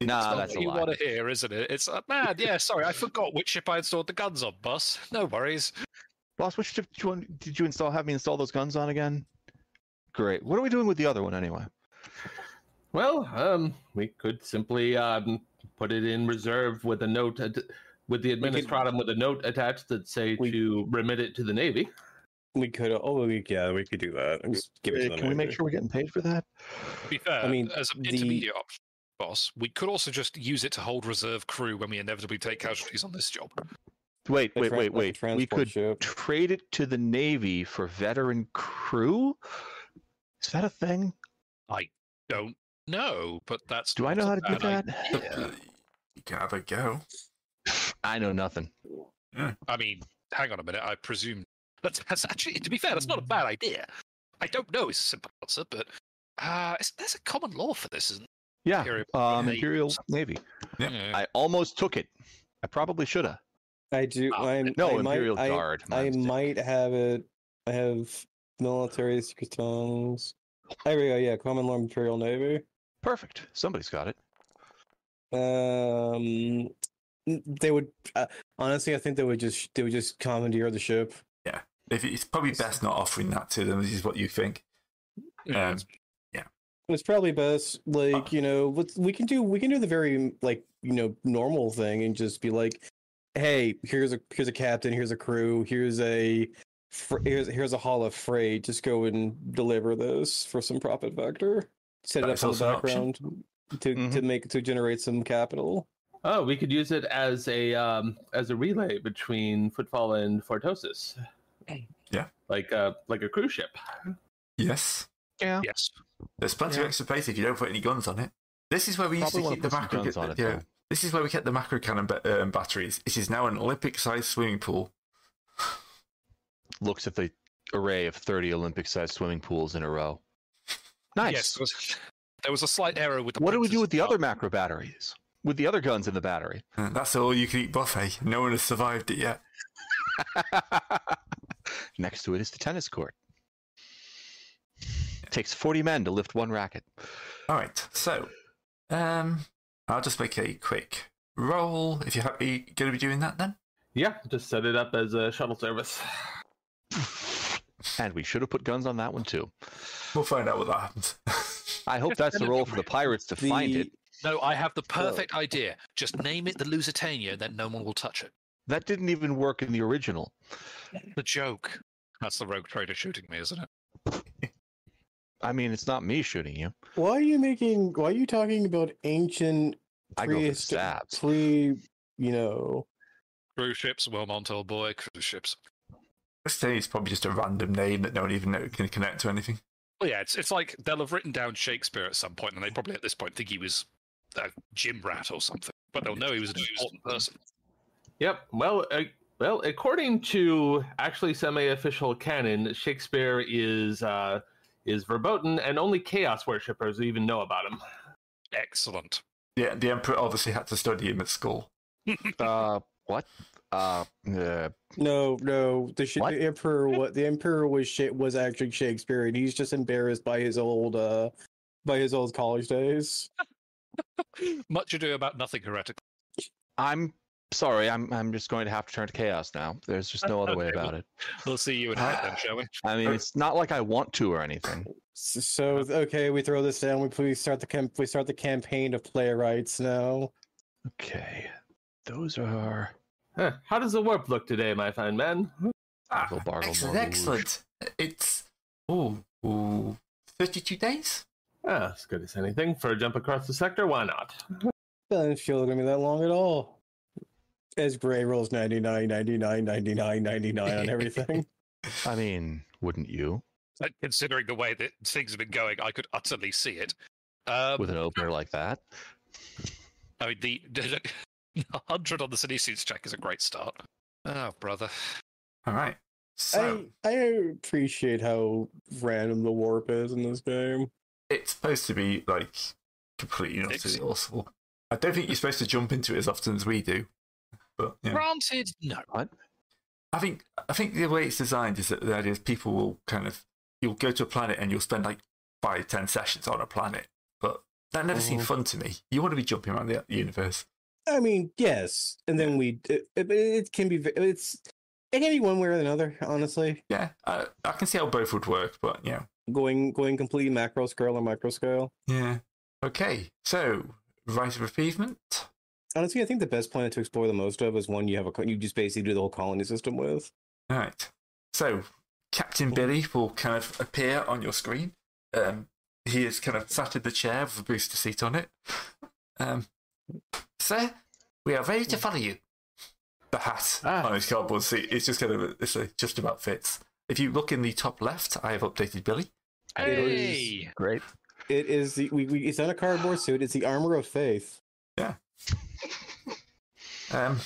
Speaker 4: It's
Speaker 6: Nah,
Speaker 4: not
Speaker 6: Oh, that's a
Speaker 4: what you
Speaker 6: lie.
Speaker 4: want to hear, isn't it? It's like, man, yeah, sorry, I forgot which ship I installed the guns on, boss. No worries.
Speaker 6: Boss, which ship did you, un- did you install? Have me install those guns on again? Great. What are we doing with the other one anyway?
Speaker 5: Well, um, we could simply um, put it in reserve with a note at, with the
Speaker 3: could-
Speaker 5: administratum with a note attached that say
Speaker 3: We-
Speaker 5: to remit it to the navy.
Speaker 3: We could oh we, yeah, we could do that. I'm just give it
Speaker 6: Uh,
Speaker 3: to them
Speaker 6: Can we make
Speaker 3: later.
Speaker 6: sure we're getting paid for that?
Speaker 4: To be fair,
Speaker 3: I mean,
Speaker 4: as an
Speaker 3: the-
Speaker 4: intermediate option, boss, we could also just use it to hold reserve crew when we inevitably take casualties on this job.
Speaker 6: Wait,
Speaker 3: Like
Speaker 6: wait,
Speaker 3: tra-
Speaker 6: wait,
Speaker 3: like a
Speaker 6: wait. We
Speaker 3: transport
Speaker 6: could
Speaker 3: ship.
Speaker 6: trade it to the Navy for veteran crew. Is that a thing?
Speaker 4: Don't know, but that's
Speaker 6: Do I
Speaker 4: not
Speaker 6: know
Speaker 4: a
Speaker 6: how to do
Speaker 4: bad idea.
Speaker 6: that?
Speaker 1: The- You can have a go.
Speaker 6: I know nothing.
Speaker 4: I mean, hang on a minute. I presume that's, that's actually, to be fair, that's not a bad idea. I don't know is a simple answer, but uh, it's, there's a common law for this, isn't
Speaker 6: Yeah.
Speaker 4: Imperial
Speaker 6: um,
Speaker 4: Navy.
Speaker 6: Imperial Navy.
Speaker 4: there?
Speaker 1: Yeah.
Speaker 4: Yeah.
Speaker 6: I almost took it. I probably should have.
Speaker 3: I do
Speaker 4: Ah,
Speaker 3: I'm
Speaker 6: No,
Speaker 3: I might,
Speaker 6: Imperial
Speaker 3: I-
Speaker 6: Guard. my
Speaker 3: I
Speaker 6: mistake.
Speaker 3: might have it. I have military secret tongues. There we go. Yeah, common law imperial navy.
Speaker 6: Perfect. Somebody's got it.
Speaker 3: Um, n- they would uh, honestly. I think they would just they would just commandeer the ship.
Speaker 1: If it's probably best not offering that to them. This is what you think.
Speaker 4: Yeah,
Speaker 1: Um,
Speaker 3: It's probably best, like you know, let's, we can do we can do the very like you know normal thing and just be like, hey, here's a here's a captain, here's a crew, here's a fr- here's here's a haul of freight. Just go and deliver this for some profit factor. Set
Speaker 1: That
Speaker 3: it
Speaker 1: is
Speaker 3: up on the
Speaker 1: also an option.
Speaker 3: background to to
Speaker 6: Mhm.
Speaker 3: make to generate some capital.
Speaker 5: Oh, we could use it as a um, as a relay between Footfall and Fortosis.
Speaker 1: Yeah.
Speaker 5: like a like a cruise ship.
Speaker 1: yes.
Speaker 6: Yeah.
Speaker 4: yes.
Speaker 1: There's plenty of
Speaker 6: Yeah.
Speaker 1: extra space if you don't put any guns on it. This is where we used
Speaker 6: Probably
Speaker 1: to
Speaker 6: wanna
Speaker 1: keep the
Speaker 6: put some
Speaker 1: macro.
Speaker 6: guns on it,
Speaker 1: yeah,
Speaker 6: though.
Speaker 1: This is where we kept the macro cannon ba- um, batteries. It is now an Olympic-sized swimming pool.
Speaker 6: Looks at the array of 30 Olympic sized swimming pools in a row. Nice.
Speaker 4: Yes, there was, there was a slight error with the.
Speaker 6: what do we
Speaker 4: pointers
Speaker 6: do with the
Speaker 4: as well.
Speaker 6: other macro batteries? With the other guns in the battery?
Speaker 1: Uh, That's all you can eat buffet. No one has survived it yet.
Speaker 6: Next to it is the tennis court. Takes 40 men to lift one racket.
Speaker 1: All right, so um, I'll just make a quick roll. If you're happy, going to be doing that then.
Speaker 5: Yeah, just set it up as a shuttle service.
Speaker 6: And we should have put guns on that one too.
Speaker 1: We'll find out what that happens.
Speaker 6: I hope that's the role for the pirates to find it.
Speaker 3: The-
Speaker 4: No, I have the perfect idea. Just name it the Lusitania, then no one will touch it.
Speaker 6: That didn't even work in the original.
Speaker 4: The joke. That's the rogue trader shooting me, isn't it?
Speaker 6: I mean, it's not me shooting you.
Speaker 3: Why are you making? Why are you talking about ancient
Speaker 6: I go for the
Speaker 3: prehisto-
Speaker 6: stabs.
Speaker 3: pre? You know,
Speaker 4: Cruise ships, Wilmont, old boy, cruise ships.
Speaker 1: This thing is probably just a random name that no one even know- can connect to anything.
Speaker 4: Well, yeah, it's, it's like they'll have written down Shakespeare at some point, and they probably at this point think he was a gym rat or something. But they'll know he was an important person.
Speaker 5: Yep. Well, uh, well, according to actually semi-official canon, Shakespeare is uh, is verboten, and only chaos worshippers even know about him.
Speaker 4: Excellent.
Speaker 1: Yeah, the emperor obviously had to study him at school.
Speaker 6: Uh, what? Uh, uh,
Speaker 3: no, no. The, sh-
Speaker 6: What?
Speaker 3: the emperor, what the emperor was sh- was actually Shakespeare, and he's just embarrassed by his old, uh, by his old college days.
Speaker 4: Much ado about nothing heretical.
Speaker 6: I'm sorry. I'm I'm just going to have to turn to chaos now. There's just no other way
Speaker 4: Okay, well-
Speaker 6: about it.
Speaker 4: We'll see you in a bit then, shall we?
Speaker 6: I mean, it's not like I want to or anything.
Speaker 3: S- So okay, we throw this down. We please start the camp. We start the campaign of playwrights now.
Speaker 6: Okay, those are
Speaker 5: Huh. How does the warp look today, my fine man?
Speaker 6: Bargle,
Speaker 1: Ah,
Speaker 6: bargle,
Speaker 1: excellent,
Speaker 6: bargle,
Speaker 1: excellent. It's ooh, ooh, thirty-two days.
Speaker 5: Ah, as good as anything for a jump across the sector. Why not?
Speaker 3: Doesn't feel gonna be that long at all. As Gray rolls 99, 99, 99, 99 on everything.
Speaker 6: I mean, wouldn't you
Speaker 4: Uh, Considering the way that things have been going, I could utterly see it. Um,
Speaker 6: with an opener like that?
Speaker 4: I mean, the, the, 100 on the city suits check is a great start. Oh, brother.
Speaker 1: All right. So
Speaker 3: I I appreciate how random the warp is in this game.
Speaker 1: it's supposed to be like completely not
Speaker 4: Fix it.
Speaker 1: resourceful. I don't think you're supposed to jump into it as often as we do. But yeah.
Speaker 4: Granted, no.
Speaker 1: I think I think the way it's designed is that the idea is people will kind of you'll go to a planet and you'll spend like five ten sessions on a planet, but that never seemed
Speaker 3: Mhm.
Speaker 1: fun to me. You want to be jumping around the universe.
Speaker 3: I mean, yes, and then we it, it- it can be v- it's it can be one way or another. Honestly,
Speaker 1: Yeah, I, I can see how both would work, but yeah,
Speaker 3: going going completely macro scale or micro scale.
Speaker 1: yeah. Okay, so right of appeasement.
Speaker 3: Honestly, I think the best planet to explore the most of is one you have a co- you just basically do the whole colony system with.
Speaker 1: All right. So Captain Billy will kind of appear on your screen. Um, he is kind of sat in the chair with a booster seat on it. Um, sir, we are ready to follow you. The hat
Speaker 5: Ah.
Speaker 1: on his cardboard seat is just kind of it's uh, just about fits. If you look in the top left, I have updated Billy.
Speaker 4: Hey!
Speaker 6: Great.
Speaker 3: It is the we, we it's not a cardboard suit. It's the armor of faith.
Speaker 1: Um,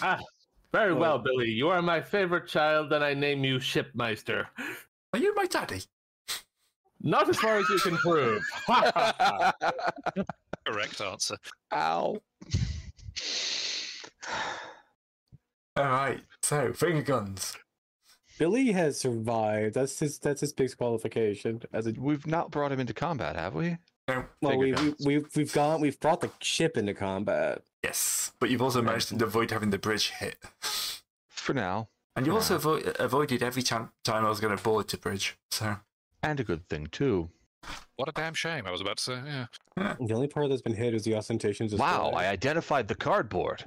Speaker 5: Very
Speaker 3: Well-
Speaker 5: well, Billy. You are my favorite child, and I name you Shipmeister.
Speaker 1: are you my daddy?
Speaker 5: Not as far as you can prove.
Speaker 4: Correct answer.
Speaker 6: Ow.
Speaker 1: All right. So finger guns.
Speaker 3: Billy has survived. That's his. That's his biggest qualification. As a
Speaker 6: We've not brought him into combat, have we?
Speaker 1: No.
Speaker 3: well,
Speaker 6: Finger
Speaker 3: we, we
Speaker 6: guns.
Speaker 3: we've we've gone. We've brought the ship into combat.
Speaker 1: Yes, but you've also managed to avoid having the bridge hit,
Speaker 6: For now,
Speaker 1: and you also
Speaker 6: Yeah.
Speaker 1: avo- avoided every time time I was going to board the bridge. So.
Speaker 6: and a good thing too.
Speaker 4: What a damn shame. I was about to say, yeah.
Speaker 3: The only part that's been hit is the ostentations.
Speaker 6: Wow, I identified the cardboard.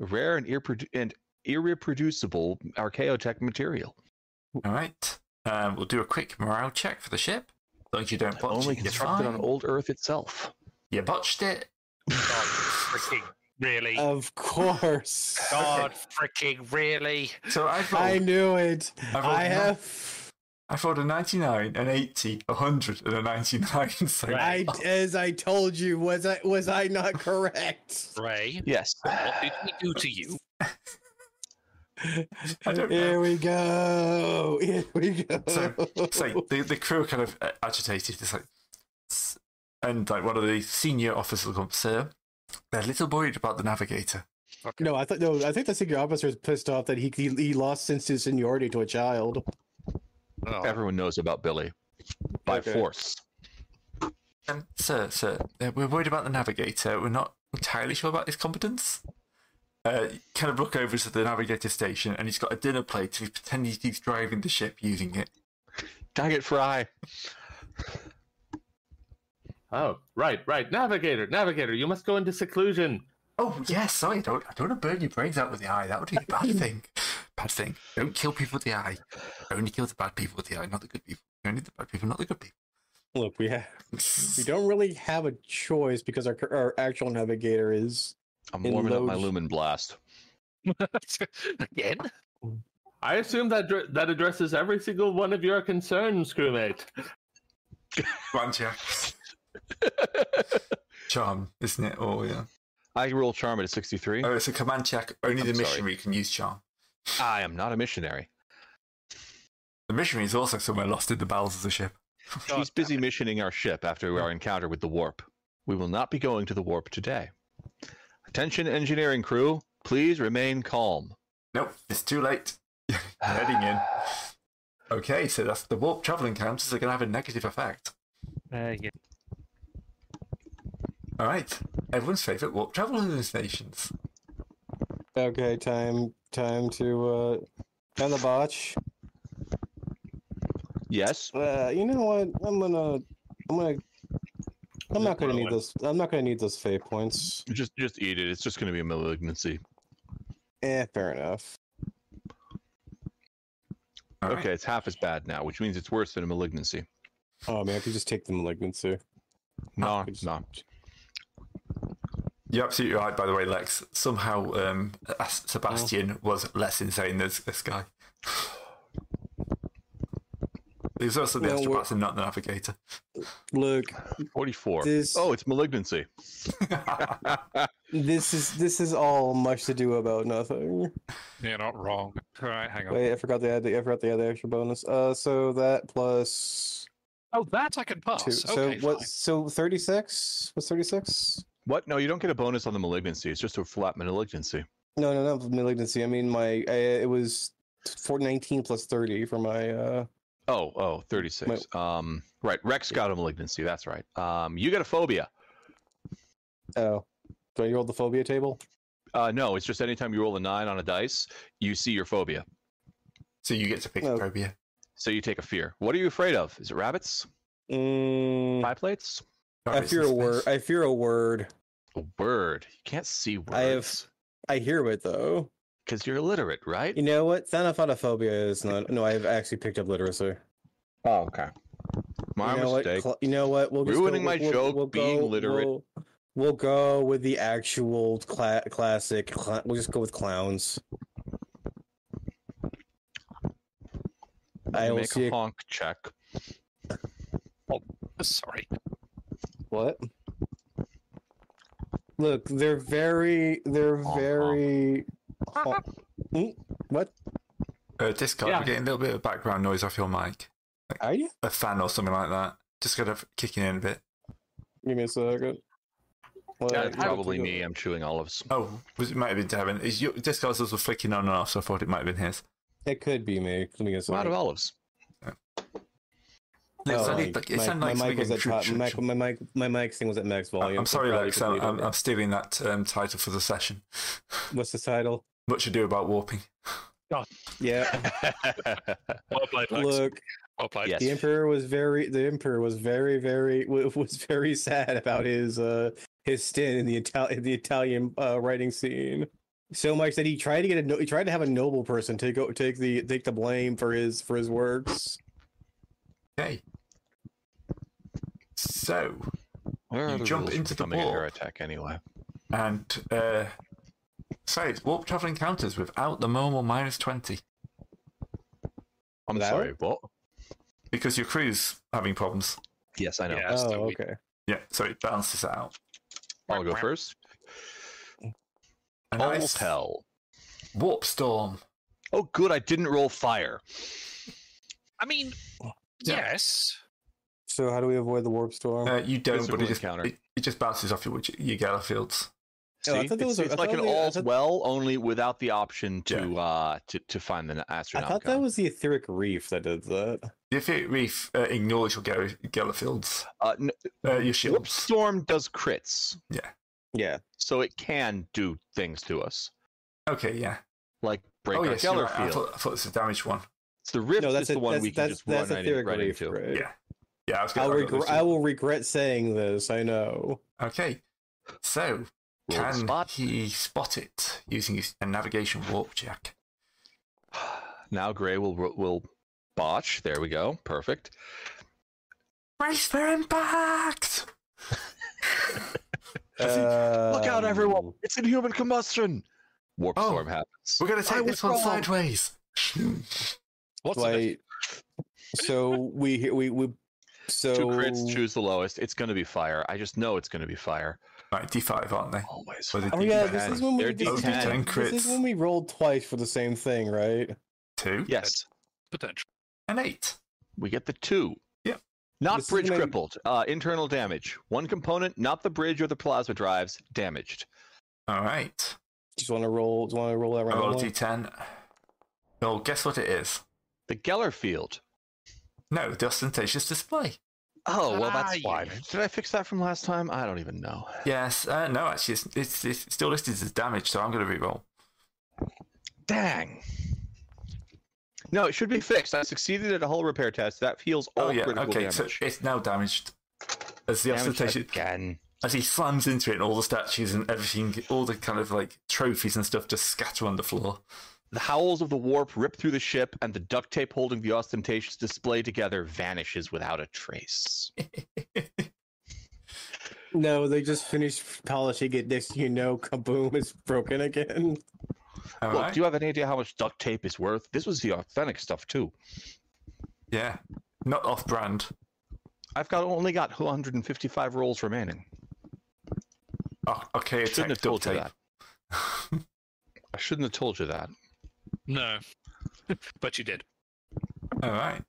Speaker 6: Rare and, irreprodu- and irreproducible archaeotech material.
Speaker 1: All right. Um, we'll do a quick morale check for the ship. As long as you don't botch
Speaker 6: Only
Speaker 1: it, you're
Speaker 6: constructed on
Speaker 1: fine.
Speaker 6: old Earth itself.
Speaker 1: You botched it.
Speaker 4: freaking really?
Speaker 1: Uh,
Speaker 3: Of course.
Speaker 4: God freaking really?
Speaker 6: Oh.
Speaker 1: So I've rolled,
Speaker 3: I
Speaker 1: I,
Speaker 3: knew it.
Speaker 1: rolled
Speaker 3: I
Speaker 1: nine.
Speaker 3: have.
Speaker 1: I rolled a 99, an 80, a 100, and a 99. So
Speaker 3: I, as I told you, was I was I not correct?
Speaker 4: Ray,
Speaker 6: Yes.
Speaker 4: what did we do to you?
Speaker 1: I don't know.
Speaker 3: Here we go. Here we go.
Speaker 1: So- it's like the, the crew are kind of uh, agitated. It's like, s- and like one of the senior officers comes, sir, they're a little worried about the navigator.
Speaker 3: no, I thought no. I think the secret officer is pissed off that he he, he lost sense of seniority to a child.
Speaker 4: Oh,
Speaker 6: Everyone knows about Billy by
Speaker 3: Okay.
Speaker 6: force.
Speaker 1: Um, sir, sir, uh, we're worried about the navigator. We're not entirely sure about his competence. Uh, you kind of look over to the navigator station, and he's got a dinner plate. and He's pretending he's driving the ship using it.
Speaker 6: Daggett Fry.
Speaker 5: Oh, right, right. Navigator, navigator, you must go into seclusion.
Speaker 1: Oh yes, sorry, don't I don't want to burn your brains out with the eye. That would be a bad thing. Bad thing. Don't kill people with the eye. Only kill the bad people with the eye, not the good people. Only the bad people, not the good people.
Speaker 3: Look, we have we don't really have a choice because our cur- our actual navigator is
Speaker 6: I'm
Speaker 3: In
Speaker 6: warming up my
Speaker 3: Lodge.
Speaker 6: lumen blast.
Speaker 4: Again?
Speaker 5: I assume that dr- that addresses every single one of your concerns, crewmate.
Speaker 1: Grandjack. charm, isn't it? Oh yeah.
Speaker 6: I roll charm at a 63.
Speaker 1: Oh, it's a command check. Only
Speaker 6: I'm
Speaker 1: the
Speaker 6: sorry.
Speaker 1: missionary can use charm.
Speaker 6: I am not a missionary.
Speaker 1: The missionary is also somewhere lost in the bowels of the ship.
Speaker 4: God
Speaker 6: She's busy
Speaker 4: damn it.
Speaker 6: missioning our ship after our encounter with the warp. We will not be going to the warp today. Attention, engineering crew. Please remain calm.
Speaker 1: Nope, it's too late. Heading in. Okay, so that's the warp traveling counters are going to have a negative effect.
Speaker 4: Uh, yeah.
Speaker 1: All right, everyone's favorite warp traveling stations.
Speaker 3: okay. Time time to uh and the botch.
Speaker 6: Yes.
Speaker 3: Uh, you know what? I'm gonna I'm gonna I'm not gonna need
Speaker 5: Rowan.
Speaker 3: this. I'm not gonna need those fate points.
Speaker 6: Just just eat it. It's just going to be a malignancy.
Speaker 3: Eh, fair enough.
Speaker 1: All right.
Speaker 6: Okay, it's half as bad now, which means it's worse than a malignancy.
Speaker 3: Oh man, I could just take the malignancy.
Speaker 6: No,
Speaker 3: it's-
Speaker 6: no.
Speaker 1: You're absolutely right, by the way, Lex. Somehow, um, As- Sebastian was less insane than this guy. There's also the
Speaker 3: Well, we're-
Speaker 1: astropath and not the navigator.
Speaker 3: Look,
Speaker 6: 44.
Speaker 3: This-
Speaker 6: Oh, it's malignancy.
Speaker 3: this is this is all much to do about nothing.
Speaker 4: You're not wrong. All right, hang on.
Speaker 3: Wait, I forgot the add the I forgot the other extra bonus. Uh, so that plus
Speaker 4: Oh, that I can pass.
Speaker 3: two.
Speaker 4: okay,
Speaker 3: so what? So thirty six. What's thirty six?
Speaker 6: What? No, you don't get a bonus on the malignancy. It's just a flat malignancy.
Speaker 3: No, no, no. Malignancy. I mean, my I, it was four nineteen plus thirty for my. uh
Speaker 6: Oh, oh, 36. Um, right. Rex got a malignancy. That's right. Um, you got a phobia.
Speaker 3: Oh, do I roll the phobia table?
Speaker 6: Uh, no, it's just anytime you roll a nine on a dice, you see your phobia.
Speaker 1: so you get to pick
Speaker 3: No.
Speaker 1: phobia.
Speaker 6: So you take a fear. What are you afraid of? Is it rabbits?
Speaker 3: Mm,
Speaker 6: Pie plates?
Speaker 3: I
Speaker 1: Rabbits
Speaker 3: fear
Speaker 1: in
Speaker 3: a
Speaker 1: space.
Speaker 3: word. I fear a word.
Speaker 6: A word. You can't see
Speaker 3: I have-
Speaker 6: words
Speaker 3: I hear it though.
Speaker 6: because you're illiterate, right?
Speaker 3: You know what? Thanophonophobia is not. No, I've actually picked up literacy.
Speaker 6: Oh, okay. My
Speaker 3: you know
Speaker 6: mistake.
Speaker 3: What? Cl- you know what? We'll just go
Speaker 6: Ruining
Speaker 3: with-
Speaker 6: my joke, being literate.
Speaker 3: We'll, we'll go with the actual cla- classic. Cl- we'll just go with clowns. I
Speaker 6: You
Speaker 3: will
Speaker 6: make
Speaker 3: see
Speaker 6: a
Speaker 3: a-
Speaker 6: honk check.
Speaker 4: Sorry.
Speaker 3: What? Look, they're very, they're
Speaker 6: Honk, honk.
Speaker 3: very. honk. Mm, What
Speaker 1: Uh, Discord,
Speaker 5: Yeah.
Speaker 1: we're getting a little bit of background noise off your mic.
Speaker 3: are you?
Speaker 1: A fan or something like that. Just kind of kicking in a bit.
Speaker 3: Give me a second. Well,
Speaker 6: Yeah,
Speaker 3: I-
Speaker 6: it's probably me. I'm chewing olives.
Speaker 1: Oh, was, it might have been Devin. Is your Discord's also flicking on and off, so I thought it might have been his.
Speaker 3: It could be me. Give me a
Speaker 6: I'm out of
Speaker 3: second.
Speaker 6: olives.
Speaker 1: It
Speaker 3: Oh,
Speaker 1: sounded like- it
Speaker 3: my,
Speaker 1: sounded like
Speaker 3: my mic
Speaker 1: something
Speaker 3: was
Speaker 1: in
Speaker 3: at
Speaker 1: Shoo-
Speaker 3: top,
Speaker 1: Shoo-
Speaker 3: my,
Speaker 1: Shoo.
Speaker 3: my mic, my mic thing was at max volume.
Speaker 1: I'm
Speaker 3: so
Speaker 1: sorry,
Speaker 3: probably
Speaker 1: Lex. I'm,
Speaker 3: completely-
Speaker 1: I'm, I'm stealing that um, title for the session.
Speaker 3: What's the title?
Speaker 1: Much ado about warping.
Speaker 3: Yeah.
Speaker 4: Well played, Lex.
Speaker 3: Look,
Speaker 4: Well played.
Speaker 6: Yes.
Speaker 3: the emperor was very the emperor was very very wa- was very sad about his uh his stint in the Italian the Italian uh, writing scene. So much that he tried to get a no- he tried to have a noble person take o- take the take the blame for his for his works.
Speaker 1: Okay. So,
Speaker 6: Where
Speaker 1: You
Speaker 6: are the
Speaker 1: jump
Speaker 6: rules for
Speaker 1: into the
Speaker 6: becoming a
Speaker 1: ball.
Speaker 6: heretic anyway?
Speaker 1: and uh, so it's warp travel encounters without the normal minus 20.
Speaker 6: I'm
Speaker 3: Without?
Speaker 6: sorry. What?
Speaker 1: because your crew's having problems.
Speaker 6: Yes, I know.
Speaker 4: Yeah, so
Speaker 3: Oh,
Speaker 4: we-
Speaker 3: okay.
Speaker 1: Yeah, so it balances it out.
Speaker 6: I'll go first.
Speaker 1: A
Speaker 6: All
Speaker 1: nice
Speaker 6: hell.
Speaker 1: warp storm.
Speaker 6: Oh, good. I didn't roll fire.
Speaker 4: I mean,
Speaker 1: Yeah.
Speaker 4: yes.
Speaker 3: So how do we avoid the warp storm?
Speaker 1: Uh, you don't,
Speaker 6: Physical
Speaker 1: but it just,
Speaker 6: encounter.
Speaker 1: it, it just bounces off your, widget- your gala fields.
Speaker 3: Oh, I
Speaker 6: See?
Speaker 3: thought that
Speaker 6: it's
Speaker 3: was a-
Speaker 6: it's
Speaker 3: I
Speaker 6: like
Speaker 3: thought
Speaker 6: an
Speaker 3: we- I
Speaker 6: all's
Speaker 3: thought-
Speaker 6: well, only without the option to uh to, to find the
Speaker 3: I
Speaker 6: astronaut.
Speaker 3: thought that was the etheric reef that did that.
Speaker 1: The Etheric Reef uh, ignores your gala, gala fields,
Speaker 6: uh, n-
Speaker 1: uh, your
Speaker 6: Warp
Speaker 1: shields.
Speaker 6: Storm does crits,
Speaker 3: Yeah.
Speaker 6: so it can do things to us,
Speaker 1: Okay, yeah.
Speaker 6: like break
Speaker 1: oh,
Speaker 6: our
Speaker 1: yes, you're
Speaker 6: Geller
Speaker 1: right. I
Speaker 6: field.
Speaker 1: thought, I thought it was a damaged one.
Speaker 6: It's the rift
Speaker 3: no,
Speaker 6: is
Speaker 3: that's
Speaker 6: the
Speaker 3: a,
Speaker 6: one
Speaker 3: that's,
Speaker 6: we can
Speaker 3: that's,
Speaker 6: just
Speaker 3: that's
Speaker 6: run
Speaker 3: etheric
Speaker 6: right, right
Speaker 3: reef.
Speaker 6: into.
Speaker 3: Right?
Speaker 1: Yeah. Yeah, I was
Speaker 3: I'll
Speaker 1: going
Speaker 3: regret. I will regret saying this. I know.
Speaker 1: Okay, so
Speaker 6: Roll the
Speaker 1: can
Speaker 6: spot.
Speaker 1: he spot it using his a navigation warp jack?
Speaker 6: Now Gray will ro- will botch. There we go. Perfect.
Speaker 1: Race for impact! As in,
Speaker 6: Look out, everyone!
Speaker 3: Um,
Speaker 6: It's inhuman combustion. Warp
Speaker 1: Oh.
Speaker 6: storm happens.
Speaker 1: We're going to
Speaker 6: I
Speaker 1: take
Speaker 6: was
Speaker 1: this one
Speaker 6: wrong.
Speaker 1: sideways.
Speaker 4: What's in it?
Speaker 3: Wait. so we we we so
Speaker 6: Two crits, choose the lowest. It's going to be fire. I just know it's going to be fire.
Speaker 1: right, D5, aren't they?
Speaker 6: Always.
Speaker 1: Or the
Speaker 3: Oh yeah, this
Speaker 1: D10.
Speaker 3: is when we
Speaker 6: They're
Speaker 3: did this,
Speaker 1: D10
Speaker 3: this
Speaker 1: crits.
Speaker 3: is when we rolled twice for the same thing, right?
Speaker 1: Two,
Speaker 6: Yes,
Speaker 4: Potential.
Speaker 1: and eight.
Speaker 6: we get the two.
Speaker 1: Yep.
Speaker 6: Not
Speaker 3: This is
Speaker 6: bridge
Speaker 3: when I-
Speaker 6: crippled. Uh, internal damage. One component, not the bridge or the plasma drives, damaged.
Speaker 1: All right.
Speaker 3: Just want to roll. Just want to roll that
Speaker 1: I
Speaker 3: round.
Speaker 1: rolled a
Speaker 3: one?
Speaker 1: D10. Oh, guess what it is?
Speaker 6: The Geller field.
Speaker 1: No, the ostentatious display.
Speaker 6: Oh well,
Speaker 4: Ah,
Speaker 6: that's
Speaker 4: you-
Speaker 6: fine. Did I fix that from last time? I don't even know.
Speaker 1: Yes, uh, no, actually, it's, it's, it's still listed as damage, so I'm going to reroll.
Speaker 6: Dang. No, it should be fixed. I succeeded at a hull repair test. That feels all
Speaker 1: Oh, yeah,
Speaker 6: critical
Speaker 1: okay,
Speaker 6: damage.
Speaker 1: so it's now damaged. As the
Speaker 6: Damage
Speaker 1: ostentatious,
Speaker 6: again.
Speaker 1: as he slams into it, and all the statues and everything, all the kind of like trophies and stuff just scatter on the floor.
Speaker 6: The howls of the warp rip through the ship, and the duct tape holding the ostentatious display together vanishes without a trace.
Speaker 3: No, they just finished polishing it. Next, thing you know, kaboom! It's broken again.
Speaker 1: All
Speaker 6: Look,
Speaker 1: right.
Speaker 6: do you have any idea how much duct tape is worth? This was the authentic stuff too.
Speaker 1: Yeah, not off brand.
Speaker 6: I've got only got 155 rolls remaining.
Speaker 1: Oh, okay,
Speaker 6: Shouldn't
Speaker 1: attack
Speaker 6: have
Speaker 1: duct
Speaker 6: told you
Speaker 1: tape.
Speaker 6: that. I shouldn't have told you that.
Speaker 4: No. but you did.
Speaker 1: All right,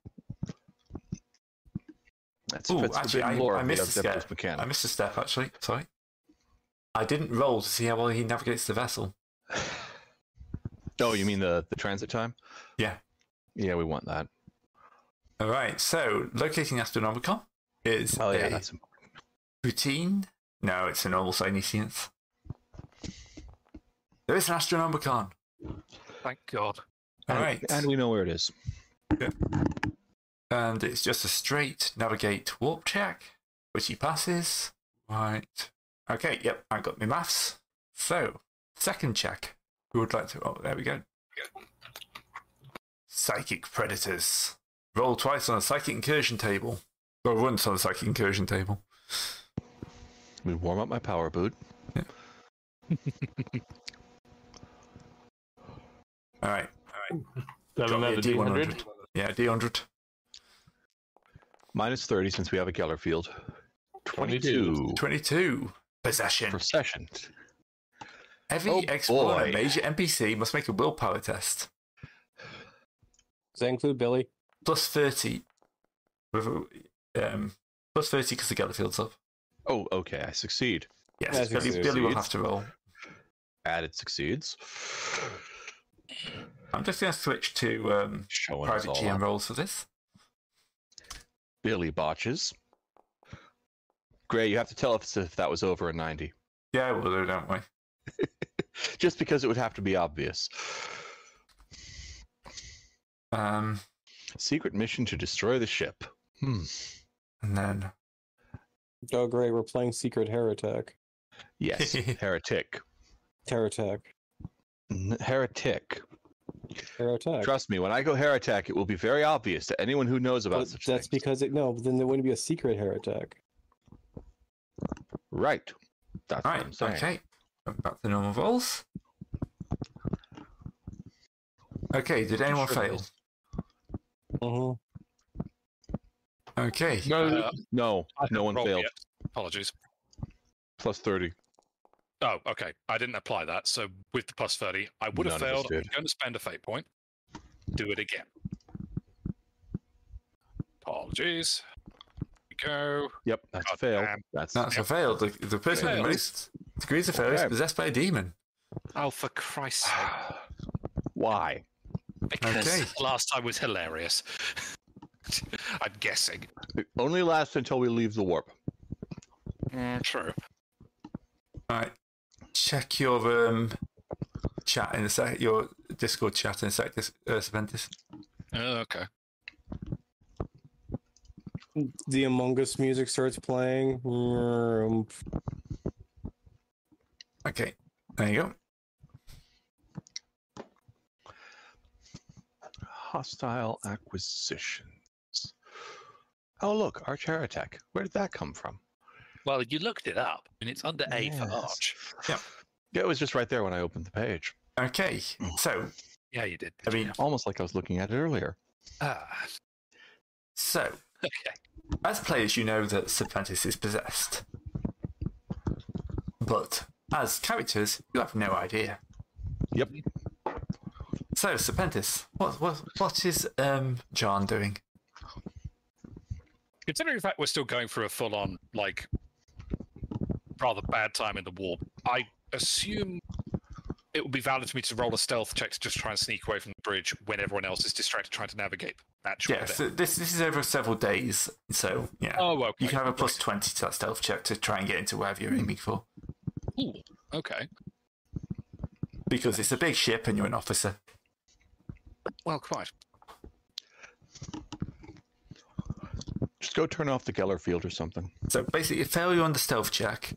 Speaker 6: That's
Speaker 1: Ooh,
Speaker 6: that's
Speaker 1: actually, I-
Speaker 6: forbidden lore
Speaker 1: I
Speaker 6: of the
Speaker 1: missed this
Speaker 6: Adeptus
Speaker 1: guy.
Speaker 6: Mechanicus.
Speaker 1: I missed a step actually. Sorry, I didn't roll to see how well he navigates the vessel.
Speaker 6: Oh, you mean the the transit time?
Speaker 1: Yeah.
Speaker 6: Yeah, we want that.
Speaker 1: All right, so locating Astronomicon is
Speaker 6: Oh yeah,
Speaker 1: a
Speaker 6: that's important.
Speaker 1: routine. No, it's a normal omniscience. There is an Astronomicon.
Speaker 4: Thank God.
Speaker 1: All
Speaker 6: and,
Speaker 1: right,
Speaker 6: and we know where it is.
Speaker 1: and it's just a straight navigate warp check, which he passes. Right. Okay, yep, I got my maths. So, second check. Who would like to? Oh, there we go. Psychic predators. Roll twice on a psychic incursion table. Or once on a psychic incursion table.
Speaker 6: We warm up my power boot.
Speaker 1: All right. Drop
Speaker 5: Got
Speaker 1: me a
Speaker 5: another
Speaker 1: D100.
Speaker 5: D100.
Speaker 1: Yeah, D100.
Speaker 6: Minus 30 since we have a Geller field.
Speaker 5: 22.
Speaker 6: 22.
Speaker 1: 22. Possession.
Speaker 6: Procession.
Speaker 1: Every
Speaker 6: Oh,
Speaker 1: explorer
Speaker 6: boy.
Speaker 1: major NPC must make a willpower test.
Speaker 3: Does that include Billy?
Speaker 1: Plus 30. With, a- um, plus 30 because the Geller field's up.
Speaker 6: Oh, okay. I succeed.
Speaker 1: Yes,
Speaker 3: That's
Speaker 1: Billy,
Speaker 3: exactly
Speaker 1: Billy will
Speaker 6: it.
Speaker 1: have to roll.
Speaker 6: Added succeeds.
Speaker 1: I'm just going to switch to um,
Speaker 6: Showing us
Speaker 1: private
Speaker 6: all
Speaker 1: GM
Speaker 6: up.
Speaker 1: roles for this.
Speaker 6: Billy botches. Gray, you have to tell us if that was over a 90.
Speaker 1: Yeah, we'll do, don't we?
Speaker 6: Just because it would have to be obvious.
Speaker 1: Um,
Speaker 6: Secret mission to destroy the ship. Hmm.
Speaker 1: and then,
Speaker 3: Oh, great! We're playing Secret Heretic.
Speaker 6: Yes. Heretic.
Speaker 3: Heretic.
Speaker 6: N- Heretic.
Speaker 3: Heretic.
Speaker 6: Trust me, when I go heretic, it will be very obvious to anyone who knows about
Speaker 3: But
Speaker 6: such
Speaker 3: that's
Speaker 6: things.
Speaker 3: because it no. But then there wouldn't be a secret heretic.
Speaker 6: Right. That's
Speaker 1: right,
Speaker 6: what I'm saying.
Speaker 1: okay. Back to normal roles. Okay, did anyone
Speaker 6: sure
Speaker 1: fail?
Speaker 6: there's-
Speaker 3: hmm
Speaker 1: Okay.
Speaker 5: No,
Speaker 4: Uh,
Speaker 6: No,
Speaker 4: I
Speaker 6: no
Speaker 4: haven't
Speaker 6: one
Speaker 4: rolled
Speaker 6: failed.
Speaker 4: yet. Apologies.
Speaker 6: Plus 30.
Speaker 4: Oh, okay. I didn't apply that. So with the plus 30, I would have
Speaker 6: None of us
Speaker 4: failed. I'm
Speaker 6: did.
Speaker 4: going to spend a fate point. Do it again. Apologies. Here we go.
Speaker 6: Yep, that's a
Speaker 4: God
Speaker 6: fail.
Speaker 4: damn.
Speaker 6: That's
Speaker 1: That's a fail. The, the person with the
Speaker 4: Failed.
Speaker 1: most degrees of failure is
Speaker 6: Okay.
Speaker 1: possessed by a demon.
Speaker 4: Oh, for Christ's sake.
Speaker 6: why.
Speaker 4: Because
Speaker 1: Okay.
Speaker 4: last time was hilarious. I'm guessing.
Speaker 6: It only lasts until we leave the warp.
Speaker 4: Mm, true.
Speaker 1: Alright. Check your um chat in a sec your Discord chat in a sec, Dis- uh, Serpentis.
Speaker 4: Oh, okay.
Speaker 3: The Among Us music starts playing. Vroom.
Speaker 1: Okay. There you go.
Speaker 6: Hostile acquisitions. Oh, look, Arch Air Attack. Where did that come from?
Speaker 4: Well, you looked it up, and it's under A for
Speaker 6: Yes.
Speaker 4: Arch.
Speaker 6: Yeah, it was just right there when I opened the page.
Speaker 1: Okay. So
Speaker 4: Yeah, you did.
Speaker 1: I mean
Speaker 6: Almost like I was looking at it earlier.
Speaker 4: Ah,
Speaker 1: so
Speaker 4: okay.
Speaker 1: As players, you know that Serpentis is possessed. But as characters, you have no idea.
Speaker 6: Yep.
Speaker 1: So, Serpentis, what, what, what is um, John doing?
Speaker 4: Considering the fact we're still going through a full on, like, rather bad time in the warp, I assume it would be valid for me to roll a stealth check to just try and sneak away from the bridge when everyone else is distracted trying to navigate the actual
Speaker 1: Yeah,
Speaker 4: event.
Speaker 1: so this, this is over several days, so yeah.
Speaker 4: Oh, okay.
Speaker 1: you can have a plus 20 to that stealth check to try and get into wherever you're aiming for.
Speaker 4: Ooh, okay.
Speaker 1: Because it's a big ship and you're an officer.
Speaker 4: Well, quite.
Speaker 6: Just go turn off the Geller field or something.
Speaker 1: So basically, a failure on the stealth check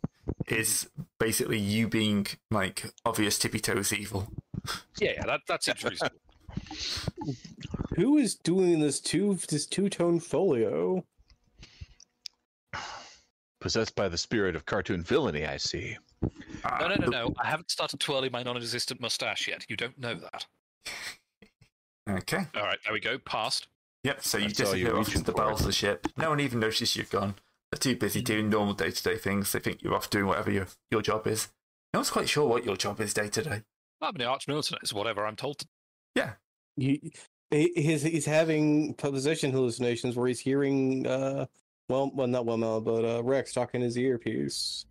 Speaker 1: is basically you being like obvious tippy toes evil.
Speaker 4: Yeah, yeah, that, that seems reasonable.
Speaker 3: Who is doing this two this two tone folio?
Speaker 6: Possessed by the spirit of cartoon villainy, I see.
Speaker 1: Ah,
Speaker 4: No, no, no, no. I haven't started twirling my non existent mustache yet. You don't know that.
Speaker 1: Okay.
Speaker 4: All right, there we go. Passed.
Speaker 1: Yep, so you
Speaker 6: That's all you're
Speaker 1: disappear off
Speaker 6: reaching
Speaker 1: the
Speaker 6: for.
Speaker 1: bowels of the ship. No one even notices you're gone. They're too busy doing normal day to day things. They think you're off doing whatever your, your job is. No one's quite sure what your job is day to day.
Speaker 4: I'm an arch militant. It's whatever I'm told to
Speaker 3: He, he- he's he's having possession hallucinations where he's hearing uh well well not well but uh Rex talking in his earpiece.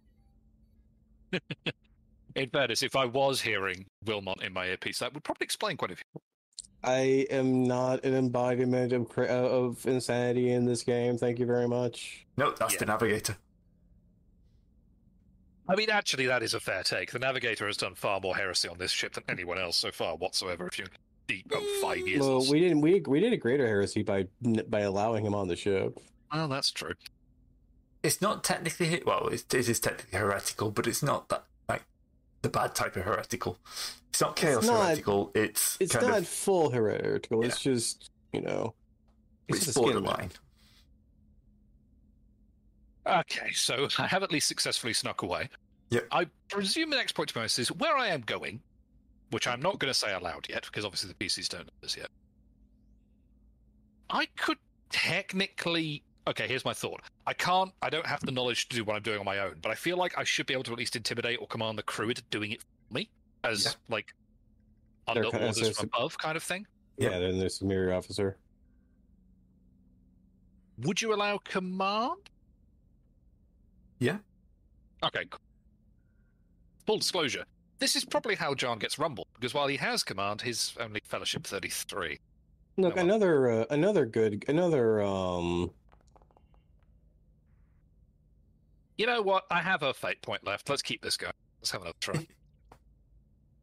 Speaker 4: In fairness, if I was hearing Wilmot in my earpiece, that would probably explain quite a few.
Speaker 3: I am not an embodiment of cra- of insanity in this game. Thank you very much.
Speaker 1: No, that's the navigator.
Speaker 4: I mean, actually, that is a fair take. The Navigator has done far more heresy on this ship than anyone else so far whatsoever. If you deep oh, five years.
Speaker 3: Well,
Speaker 4: or so.
Speaker 3: we didn't we we did a greater heresy by by allowing him on the ship.
Speaker 4: Well, that's true.
Speaker 1: It's not technically, well, it, it is technically heretical, but it's not that, like, the bad type of heretical. It's not chaos
Speaker 3: not-
Speaker 1: heretical, it's,
Speaker 3: It's
Speaker 1: kind
Speaker 3: not
Speaker 1: of
Speaker 3: full heretical. It's just you know, it's
Speaker 1: it's
Speaker 3: just a skin
Speaker 1: borderline.
Speaker 4: Okay, so I have at least successfully snuck away.
Speaker 1: Yep.
Speaker 4: I presume the next point to most is where I am going, which I'm not going to say aloud yet because obviously the PCs don't know this yet. I could technically. Okay, here's my thought. I can't. I don't have the knowledge to do what I'm doing on my own, but I feel like I should be able to at least intimidate or command the crew into doing it for me, as
Speaker 1: Yeah.
Speaker 4: like
Speaker 3: They're
Speaker 4: under
Speaker 3: kind of
Speaker 4: orders from
Speaker 3: assistant-
Speaker 4: above kind of thing.
Speaker 1: Yep.
Speaker 3: yeah. Then there's the mirror officer.
Speaker 4: Would you allow command?
Speaker 1: Yeah.
Speaker 4: Okay. cool. Full disclosure. This is probably how John gets rumbled, because while he has command, he's only Fellowship 33.
Speaker 3: Look,
Speaker 4: Come on.
Speaker 3: another uh, another good another um
Speaker 4: You know what? I have a fate point left. Let's keep this going. Let's have another try.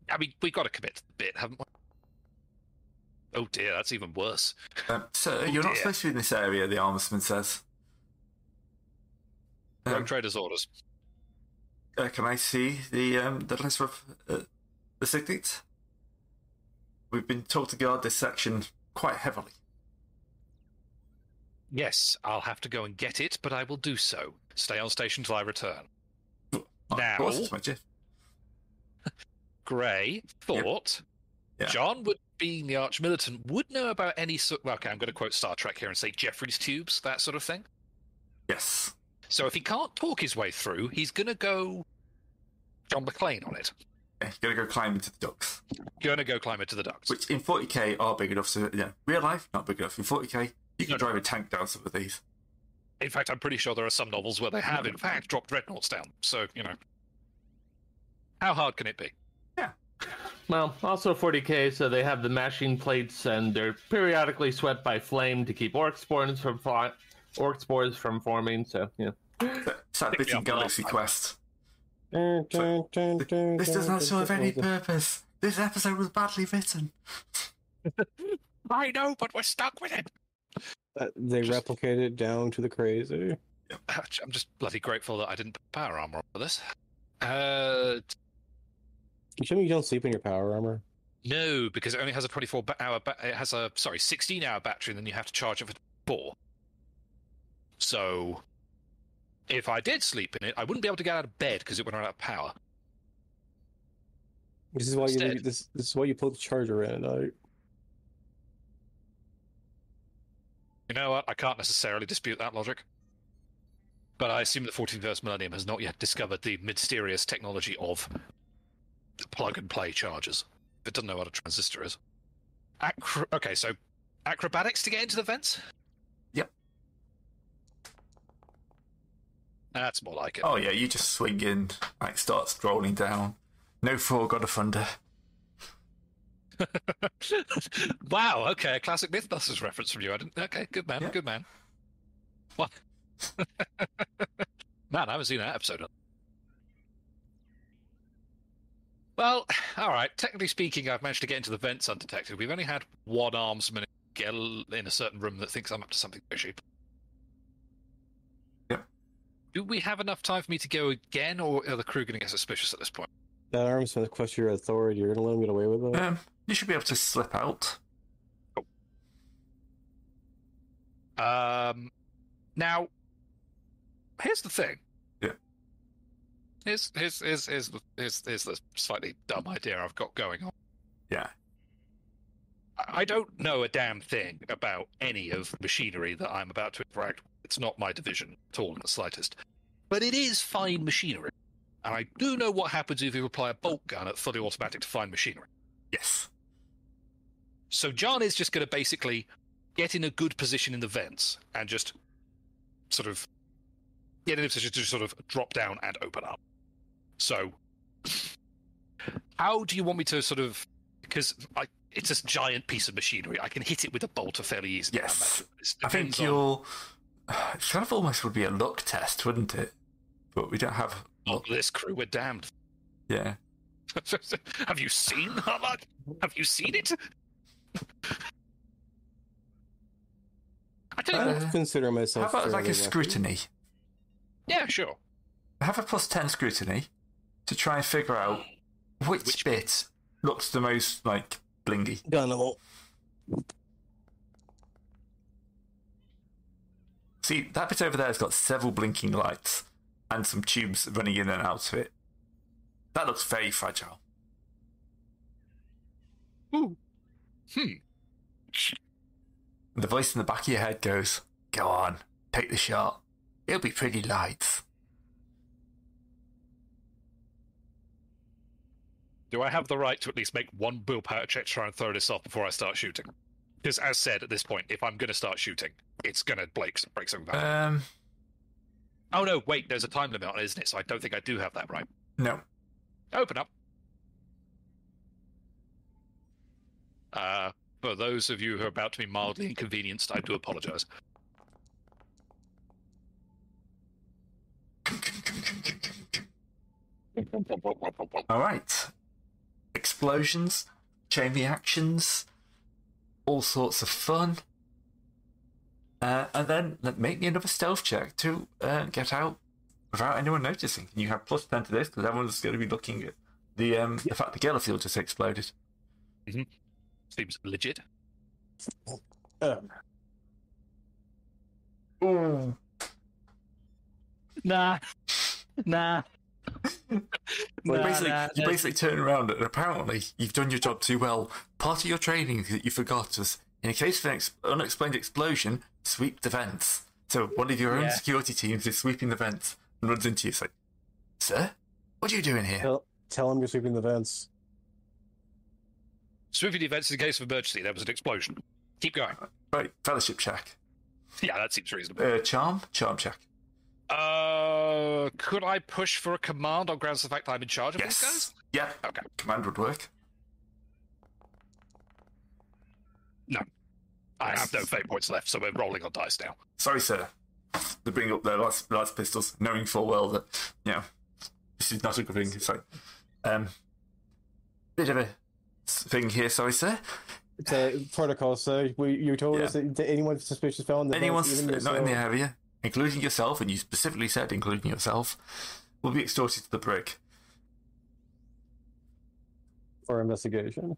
Speaker 4: I mean, we've got to commit to the bit, haven't we? Oh dear, that's even worse.
Speaker 1: Um, so, you're not
Speaker 4: dear.
Speaker 1: supposed to be in this area, the armsman says.
Speaker 4: Rogue
Speaker 1: Um,
Speaker 4: Trader's orders.
Speaker 1: Uh, can I see the um, the list of uh, the signet? We've been told to guard this section quite heavily.
Speaker 4: Yes, I'll have to go and get it, but I will do so. Stay on station till I return.
Speaker 1: Of
Speaker 4: Now-
Speaker 1: course, it's my chief.
Speaker 4: Gray thought
Speaker 1: Yeah.
Speaker 4: John would being the arch militant, would know about any sort. Well, okay, I'm going to quote Star Trek here and say Jeffrey's tubes, that sort of thing.
Speaker 1: Yes.
Speaker 4: So if he can't talk his way through, he's going to go John McClane on it.
Speaker 1: Yeah, you gotta go climb into the ducks,
Speaker 4: Going to go climb into the ducts.
Speaker 1: which in 40k are big enough. So, yeah, real life, not big enough. In 40k, you can
Speaker 4: No.
Speaker 1: drive a tank down some of these.
Speaker 4: In fact, I'm pretty sure there are some novels where they have, in fact, dropped dreadnoughts down. So you know, how hard can it be?
Speaker 5: Well, also 40k, so they have the mashing plates, and they're periodically swept by flame to keep orc spores from fo- orc spores from forming. So yeah,
Speaker 1: It's that
Speaker 4: Pick
Speaker 1: bit
Speaker 4: me
Speaker 1: in
Speaker 4: up the last
Speaker 1: Galaxy
Speaker 4: time.
Speaker 1: Quest.
Speaker 3: Dun, dun, dun,
Speaker 1: This does
Speaker 3: dun,
Speaker 1: not serve
Speaker 3: dun,
Speaker 1: any
Speaker 3: dun, dun.
Speaker 1: purpose. This episode was badly written.
Speaker 4: I know, but we're stuck with it.
Speaker 3: Uh, They
Speaker 4: Just-
Speaker 3: replicate it down to the crazy.
Speaker 4: I'm just bloody grateful that I didn't put power armor on for this. Uh,
Speaker 3: You show me you don't sleep in your power armor.
Speaker 4: no, because it only has a 24 ba- hour. Ba- it has a sorry, 16 hour battery, and then you have to charge it for four. So, if I did sleep in it, I wouldn't be able to get out of bed because it would run out of power.
Speaker 3: This is why you
Speaker 4: Instead-
Speaker 3: this this is why you plug the charger in at night.
Speaker 4: You know what? I can't necessarily dispute that logic. But I assume the 14th millennium has not yet discovered the mysterious technology of plug and play chargers. If It doesn't know what a transistor is. Acro- okay, so acrobatics to get into the vents?
Speaker 1: Yep.
Speaker 4: That's more like it.
Speaker 1: Oh yeah, you just swing in, like starts rolling down. No four god of thunder.
Speaker 4: wow, okay, a classic Mythbusters reference from you. I didn't, okay, good man,
Speaker 1: Yeah.
Speaker 4: good man. What? man, I haven't seen that episode. Well, all right. Technically speaking, I've managed to get into the vents undetected. We've only had one armsman get l- in a certain room that thinks I'm up to something fishy.
Speaker 1: Yeah.
Speaker 4: Do we have enough time for me to go again, or are the crew going to get suspicious at this point?
Speaker 3: That arm's gonna question your authority. You're gonna let him get away with it.
Speaker 1: Um, you should be able to slip out.
Speaker 4: Um, now, here's the thing.
Speaker 1: Yeah.
Speaker 4: Here's here's here's here's the, here's, here's the slightly dumb idea I've got going on.
Speaker 1: Yeah.
Speaker 4: I I don't know a damn thing about any of the machinery that I'm about to interact with. It's not my division at all in the slightest. But it is fine machinery. And I do know what happens if you apply a bolt gun at fully automatic to fine machinery.
Speaker 1: Yes.
Speaker 4: So John is just going to basically get in a good position in the vents and just sort of get in a position to just sort of drop down and open up. So how do you want me to sort of because I it's a giant piece of machinery. I can hit it with a bolter fairly easily.
Speaker 1: Yes.
Speaker 4: imagine. It's-
Speaker 1: I think
Speaker 4: depends on-
Speaker 1: you'll. It kind of almost would be a luck test, wouldn't it? But we don't have.
Speaker 4: Not this crew, we're damned.
Speaker 1: Yeah.
Speaker 4: Have you seen Harlock? Have you seen it? I tell you what,
Speaker 1: Uh,
Speaker 3: Consider myself.
Speaker 1: How about like a
Speaker 3: fairly lucky.
Speaker 1: scrutiny?
Speaker 4: yeah, sure.
Speaker 1: Have a plus ten scrutiny to try and figure out which,
Speaker 4: Which
Speaker 1: bit looks the most like blingy.
Speaker 3: Gunnable.
Speaker 1: See, that bit over there has got several blinking lights and some tubes running in and out of it. That looks very fragile.
Speaker 4: Hmm.
Speaker 1: And the voice in the back of your head goes, Go on, take the shot. It'll be pretty lights.
Speaker 4: Do I have the right to at least make one willpower check to try and throw this off before I start shooting? Because as said at this point, if I'm going to start shooting, it's going to break break something back.
Speaker 1: Um,
Speaker 4: oh no, wait, there's a time limit on it, isn't it? So I don't think I do have that right.
Speaker 1: no.
Speaker 4: Open up. Uh, for those of you who are about to be mildly inconvenienced, I do apologise.
Speaker 1: All right. Explosions, chain reactions, all sorts of fun. Uh, and then let- make me another stealth check to uh, get out without anyone noticing. You have plus 10 to this because everyone's going to be looking at the, um, the fact the gala field just exploded.
Speaker 4: Seems legit.
Speaker 3: Um,
Speaker 4: Nah. Nah.
Speaker 1: You
Speaker 3: Nah,
Speaker 1: basically,
Speaker 5: nah,
Speaker 1: you
Speaker 5: that's-
Speaker 1: basically turn around and apparently you've done your job too well. Part of your training that you forgot was in case of an ex- unexplained explosion, sweep the vents. So one of your own
Speaker 5: Yeah.
Speaker 1: security teams is sweeping the vents and runs into you. It's like, sir, what are you doing here?
Speaker 3: Tell, tell him you're sweeping the vents.
Speaker 4: Swift events in case of emergency. There was an explosion. Keep going.
Speaker 1: Right, fellowship check.
Speaker 4: Yeah, that seems reasonable.
Speaker 1: Uh, charm, charm check.
Speaker 4: Uh, could I push for a command on grounds of the fact that I'm in charge of
Speaker 1: Yes.
Speaker 4: these guys?
Speaker 1: Yep.
Speaker 4: Okay.
Speaker 1: Command would work.
Speaker 4: I
Speaker 1: Yes.
Speaker 4: have no fate points left, so we're rolling on dice now.
Speaker 1: Sorry, sir. They bring up their last, last pistols, knowing full well that, you know, this is not a good thing. It's like, um, bit of a s- thing here, sorry, sir.
Speaker 3: To protocol, sir. We, you told
Speaker 1: Yeah.
Speaker 3: us that to anyone suspicious fell in the
Speaker 1: Anyone
Speaker 3: vents,
Speaker 1: s-
Speaker 3: even
Speaker 1: not in
Speaker 3: yourself.
Speaker 1: the area, including yourself, and you specifically said including yourself, will be extorted to the brick.
Speaker 3: for investigation.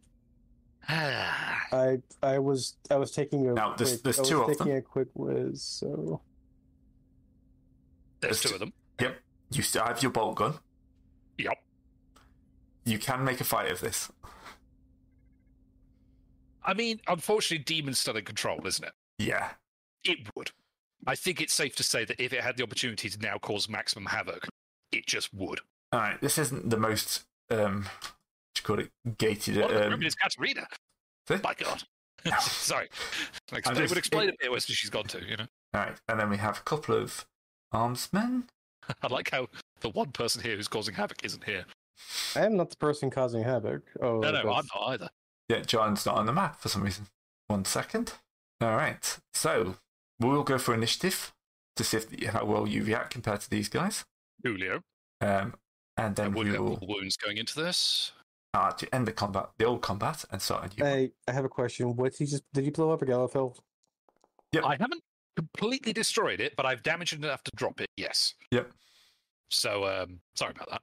Speaker 3: I I was I was taking a
Speaker 1: Now,
Speaker 3: quick,
Speaker 1: there's- there's
Speaker 3: I was
Speaker 1: two of
Speaker 3: taking
Speaker 1: them.
Speaker 3: a quick whiz. So
Speaker 1: There's
Speaker 4: There's two
Speaker 1: two-
Speaker 4: of them.
Speaker 1: You still have your bolt gun.
Speaker 4: Yep.
Speaker 1: You can make a fight of this.
Speaker 4: I mean, unfortunately, demon's still in control, isn't it?
Speaker 1: Yeah.
Speaker 4: It would. I think it's safe to say that if it had the opportunity to now cause maximum havoc, it just would.
Speaker 1: All right. This isn't the most, um, what do you call it, gated.
Speaker 4: What
Speaker 1: Um,
Speaker 4: is Katarina?
Speaker 1: See?
Speaker 4: My God. Sorry. Like,
Speaker 1: I'm
Speaker 4: they
Speaker 1: just-
Speaker 4: would explain
Speaker 1: it-
Speaker 4: it, a bit worse than she's gone to, you know?
Speaker 1: all right. And then we have a couple of armsmen.
Speaker 4: I like how the one person here who's causing havoc isn't here.
Speaker 3: I am not the person causing havoc. Oh
Speaker 4: No, no, I'm
Speaker 3: that's-
Speaker 4: not either.
Speaker 1: Yeah, John's not on the map for some reason. One second. All right. So we'll go for initiative to see if, how well you react compared to these guys.
Speaker 4: Julio.
Speaker 1: Um, and
Speaker 4: I
Speaker 1: then we
Speaker 4: wouldn't have
Speaker 1: will
Speaker 4: all wounds going into this.
Speaker 1: uh, to end the combat, the old combat, and start a new. one.
Speaker 3: I, I have a question. What did he just did you blow up a Gallifel?
Speaker 1: Yep.
Speaker 4: I haven't completely destroyed it, but I've damaged it enough to drop it, yes.
Speaker 1: Yep.
Speaker 4: So, um, sorry about that.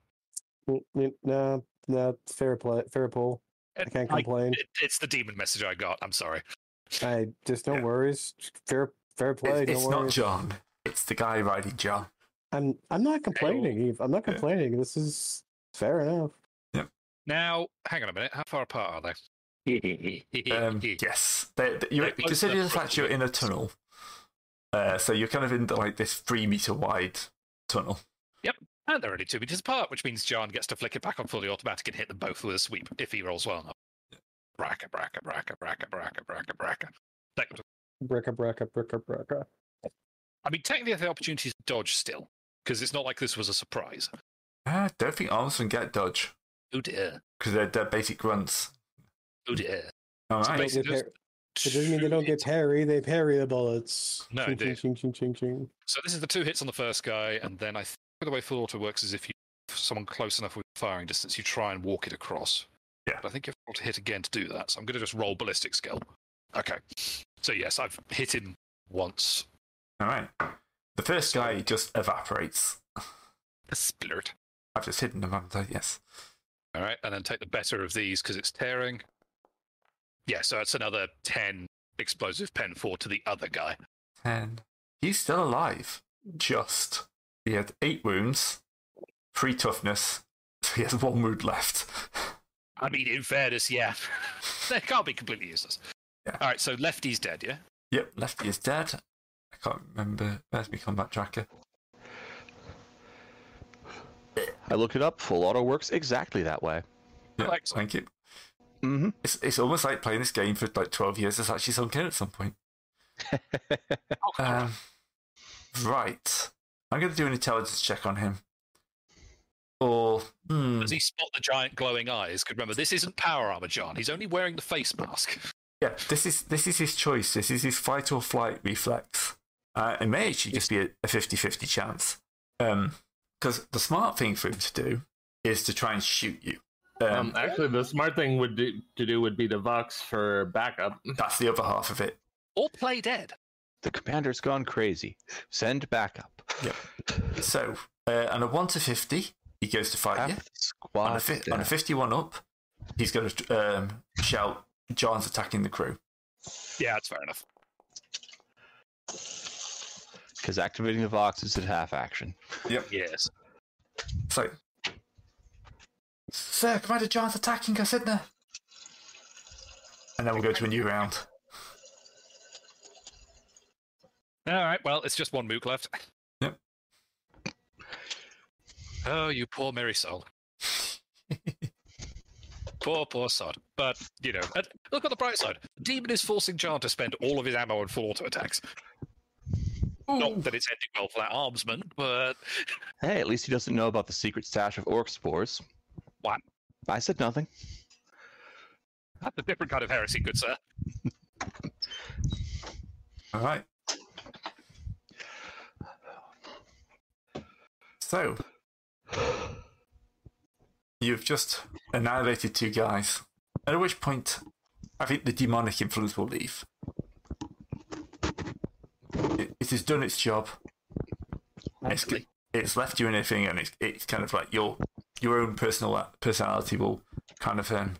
Speaker 3: Mm, mm, No, no, fair play, fair pull. I can't
Speaker 4: I-
Speaker 3: complain.
Speaker 4: it- it's the demon message I got. I'm sorry.
Speaker 3: I just no
Speaker 1: Yeah.
Speaker 3: worries. Fair fair
Speaker 1: It's-
Speaker 3: play.
Speaker 1: it's
Speaker 3: no
Speaker 1: not
Speaker 3: worries.
Speaker 1: John. It's the guy riding John.
Speaker 3: I'm I'm not complaining. Eve. I'm not
Speaker 1: Yeah.
Speaker 3: complaining. This is fair enough.
Speaker 4: Now, hang on a minute. How far apart are they?
Speaker 1: Um, yes. They, they- you
Speaker 4: They're close
Speaker 1: consider the
Speaker 4: enough for us
Speaker 1: fact
Speaker 4: to
Speaker 1: you're
Speaker 4: get
Speaker 1: in a
Speaker 4: this.
Speaker 1: tunnel. Uh, so you're kind of in the, like this three meter wide tunnel.
Speaker 4: And they're only two meters apart, which means John gets to flick it back on fully automatic and hit them both with a sweep if he rolls well enough. Bracka, bracka, bracka, bracka, bracka, bracka, bracka. That-
Speaker 3: Bricka bricka bricka bricka.
Speaker 4: I mean, technically, the opportunity to dodge still, because it's not like this was a surprise.
Speaker 1: I Uh, don't think Armstrong get dodge
Speaker 4: Oh dear.
Speaker 1: because they're, they're basic grunts.
Speaker 4: Oh dear.
Speaker 1: All
Speaker 4: So
Speaker 1: right.
Speaker 3: Don't get
Speaker 4: basically,
Speaker 3: par- It doesn't mean they
Speaker 4: two
Speaker 3: don't get
Speaker 4: hits.
Speaker 3: parry. They parry the bullets.
Speaker 4: No,
Speaker 3: ching, ching,
Speaker 4: indeed.
Speaker 3: ching, ching, ching, ching.
Speaker 4: So this is the two hits on the first guy, and then I think the way full auto works is if you if someone close enough with firing distance, you try and walk it across.
Speaker 1: Yeah.
Speaker 4: But I think you have to hit again to do that. So I'm going to just roll ballistic skill. Okay. So yes, I've hit him once.
Speaker 1: All right. The first guy just evaporates.
Speaker 4: Splurt.
Speaker 1: I've just hidden him, haven't I? Yes.
Speaker 4: All right, and then take the better of these because it's tearing. Yeah, so that's another 10 explosive pen four to the other guy.
Speaker 1: Ten. He's still alive. Just. He had eight wounds, three toughness. So he has one wound left.
Speaker 4: I mean, in fairness, yeah, they can't be completely useless.
Speaker 1: Yeah.
Speaker 4: All right, so lefty's dead, yeah?
Speaker 1: Yep, Lefty is dead. I can't remember. Where's my combat tracker?
Speaker 6: I looked it up. Full auto works exactly that way.
Speaker 1: Yeah,
Speaker 4: Like-
Speaker 1: thank you.
Speaker 6: Mm-hmm.
Speaker 1: It's, it's almost like playing this game for like 12 years. It's actually sunk in at some point. Um, right. I'm going to do an intelligence check on him. Or. Hmm,
Speaker 4: Does he spot the giant glowing eyes? 'Cause remember, this isn't power armor, John. He's only wearing the face mask.
Speaker 1: Yeah, this is this is his choice. This is his fight or flight reflex. Uh, it may actually just be a, a 50-50 chance. Because the smart thing for him to do is to try and shoot you. Um,
Speaker 5: Um, actually, the smart thing would do, to do would be to Vox for backup.
Speaker 1: that's the other half of it.
Speaker 4: Or play dead.
Speaker 6: The commander's gone crazy. Send backup.
Speaker 1: Yep. So, uh, on a 1 to 50, he goes to fight
Speaker 6: Half
Speaker 1: you.
Speaker 6: the
Speaker 1: On
Speaker 6: squad
Speaker 1: a, fi- Uh, on
Speaker 6: down.
Speaker 1: a 51 up, he's going to um, shout, John's attacking the crew.
Speaker 4: Yeah, that's fair enough.
Speaker 6: Because activating the Vox is at half action.
Speaker 4: Yes.
Speaker 1: So, there, Commander John's attacking us, isn't there? And then we'll go to a new round.
Speaker 4: All right. Well, it's just one mook left.
Speaker 1: Yep.
Speaker 4: Oh, you poor Mary Soul. poor, poor sod. But you know, and look on the bright side. Demon is forcing Jan to spend all of his ammo on full auto attacks. Not that it's ending well for that armsman, but
Speaker 6: Hey, at least he doesn't know about the secret stash of orc spores.
Speaker 4: What?
Speaker 6: I said nothing.
Speaker 4: that's a different kind of heresy, good sir.
Speaker 1: All right. So, you've just annihilated two guys, at which point I think the demonic influence will leave. It, it has done its job. It's,
Speaker 4: Hopefully.
Speaker 1: it's left you in a thing, and it's, it's kind of like your your own personal personality will kind of um,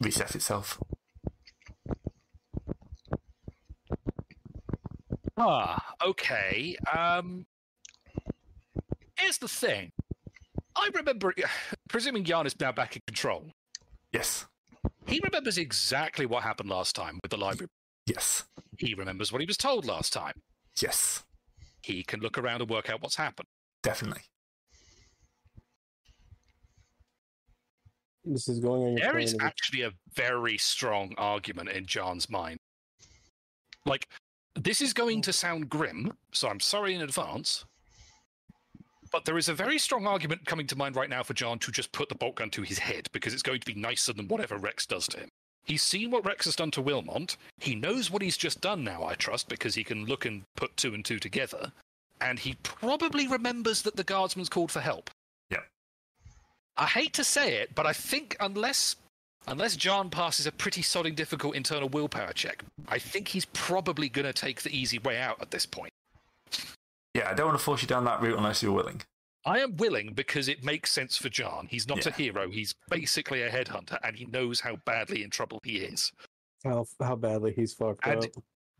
Speaker 1: reset itself.
Speaker 4: Ah, okay. Um, here's the thing. I remember, presuming Jan is now back in control,
Speaker 1: Yes,
Speaker 4: he remembers exactly what happened last time with the library.
Speaker 1: yes,
Speaker 4: He remembers what he was told last time.
Speaker 1: yes,
Speaker 4: He can look around and work out what's happened.
Speaker 1: definitely.
Speaker 3: This is going on your
Speaker 4: There
Speaker 3: plan
Speaker 4: is
Speaker 3: of-
Speaker 4: actually a very strong argument in Jan's mind. Like, this is going to sound grim, so I'm sorry in advance. But there is a very strong argument coming to mind right now for Jan to just put the bolt gun to his head because it's going to be nicer than whatever Rex does to him. He's seen what Rex has done to Wilmont. He knows what he's just done now, I trust, because he can look and put two and two together. And he probably remembers that the guardsman's called for help. I hate to say it, but I think unless unless John passes a pretty sodding difficult internal willpower check, I think he's probably going to take the easy way out at this point.
Speaker 1: Yeah, I don't want to force you down that route unless you're willing.
Speaker 4: I am willing because it makes sense for John. He's not a
Speaker 1: Yeah.
Speaker 4: hero. He's basically a headhunter, and he knows how badly in trouble he is.
Speaker 3: how how badly he's fucked
Speaker 4: And-
Speaker 3: up.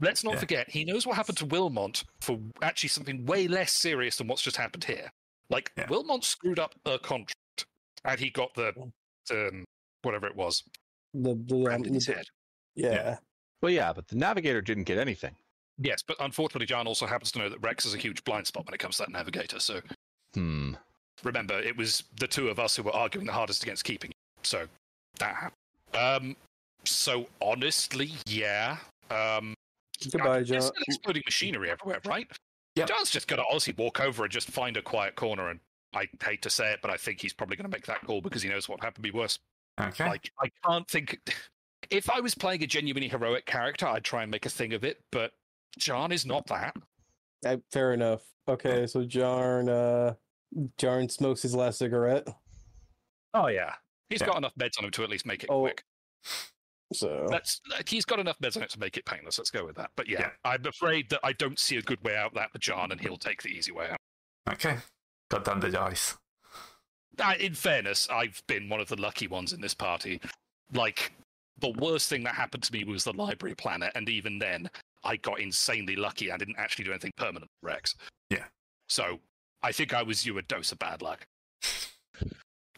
Speaker 4: Let's not
Speaker 1: Yeah.
Speaker 4: forget, he knows what happened to Wilmont for actually something way less serious than what's just happened here. Like
Speaker 1: Yeah.
Speaker 4: Wilmont screwed up a contract, and he got the um, whatever it was
Speaker 3: The, the, um,
Speaker 4: rammed in his
Speaker 3: the-
Speaker 4: head.
Speaker 3: yeah.
Speaker 6: Well, yeah, but the navigator didn't get anything.
Speaker 4: Yes, but unfortunately, John also happens to know that Rex is a huge blind spot when it comes to that navigator. So
Speaker 6: Hmm.
Speaker 4: remember, it was the two of us who were arguing the hardest against keeping it. So that happened. Um, so honestly, yeah. Um,
Speaker 3: Goodbye,
Speaker 4: There's
Speaker 3: John.
Speaker 4: still exploding machinery everywhere, right?
Speaker 1: Yep.
Speaker 4: John's just going to honestly walk over and just find a quiet corner. And I hate to say it, but I think he's probably going to make that call because he knows what happened be worse.
Speaker 1: Okay.
Speaker 4: Like, I can't think. If I was playing a genuinely heroic character, I'd try and make a thing of it, but John is not that.
Speaker 3: Uh, fair enough. Okay, so Jarn uh Jarn smokes his last cigarette.
Speaker 4: Oh yeah, he's
Speaker 1: Yeah.
Speaker 4: got enough meds on him to at least make it
Speaker 3: Oh,
Speaker 4: quick.
Speaker 3: So
Speaker 4: That's that- he's got enough meds on it to make it painless. Let's go with that. But yeah,
Speaker 1: Yeah.
Speaker 4: I'm afraid that I don't see a good way out of that for John, and he'll take the easy way out.
Speaker 1: Okay. God damn the dice.
Speaker 4: Uh, in fairness, I've been one of the lucky ones in this party. Like the worst thing that happened to me was the library planet, and even then, I got insanely lucky. I didn't actually do anything permanent, Rex.
Speaker 1: Yeah.
Speaker 4: So I think I was you a dose of bad luck.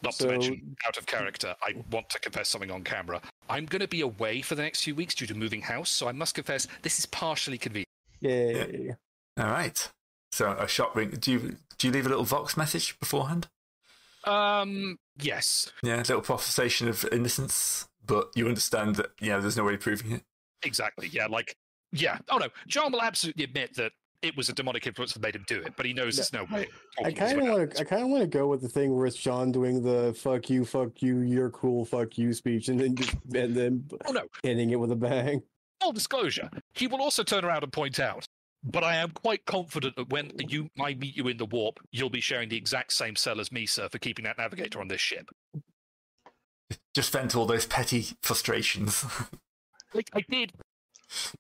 Speaker 4: Not
Speaker 3: So-
Speaker 4: to mention, out of character, I want to confess something on camera. I'm going to be away for the next few weeks due to moving house, so I must confess this is partially convenient.
Speaker 3: yay.
Speaker 1: All right. So a shot ring. Do you do you leave a little vox message beforehand?
Speaker 4: Um, yes,
Speaker 1: Yeah, a little professation of innocence, but you understand that yeah, there's no way of proving it.
Speaker 4: Exactly. Yeah. Like, yeah. Oh no, John will absolutely admit that it was a demonic influence that made him do it, but he knows
Speaker 3: Yeah.
Speaker 4: there's no way.
Speaker 3: I
Speaker 4: talking his
Speaker 3: kind of
Speaker 4: way out
Speaker 3: want
Speaker 4: this.
Speaker 3: to. I kind of want to go with the thing where it's John doing the "fuck you, fuck you, you're cool, fuck you" speech, and then just and then
Speaker 4: Oh no.
Speaker 3: hitting it with a bang.
Speaker 4: Full disclosure, he will also turn around and point out. But I am quite confident that when you I meet you in the warp, you'll be sharing the exact same cell as me, sir, for keeping that navigator on this ship.
Speaker 1: Just vent all those petty frustrations.
Speaker 4: Like I did.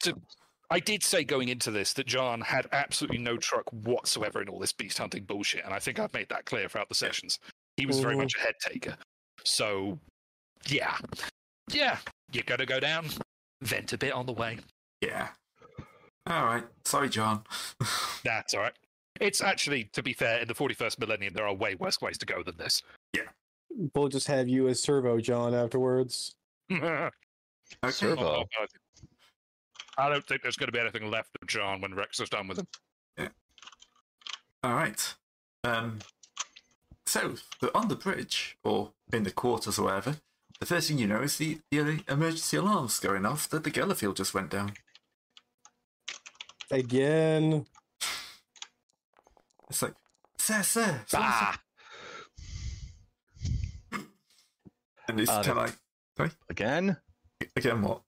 Speaker 4: To, I did say going into this that John had absolutely no truck whatsoever in all this beast hunting bullshit, and I think I've made that clear throughout the sessions. He was very
Speaker 3: Mhm.
Speaker 4: much a head taker. So, yeah, yeah, you're gonna go down. Vent a bit on the way.
Speaker 1: yeah. All right. Sorry, John.
Speaker 4: That's all right. It's actually, to be fair, in the 41st millennium, there are way worse ways to go than this.
Speaker 3: we'll just have you as Servo John afterwards.
Speaker 1: Okay.
Speaker 6: Servo.
Speaker 4: Oh, God. I don't think there's going to be anything left of John when Rex is done with him.
Speaker 1: All right. Um, so the, on the bridge or in the quarters or wherever, the first thing you know is the, the emergency alarms going off that the Gellerfield just went down.
Speaker 3: Again.
Speaker 1: It's like, sir, sir, sir,
Speaker 6: Ah,
Speaker 1: and it's
Speaker 6: Uh,
Speaker 1: kind of
Speaker 6: again.
Speaker 1: like again what?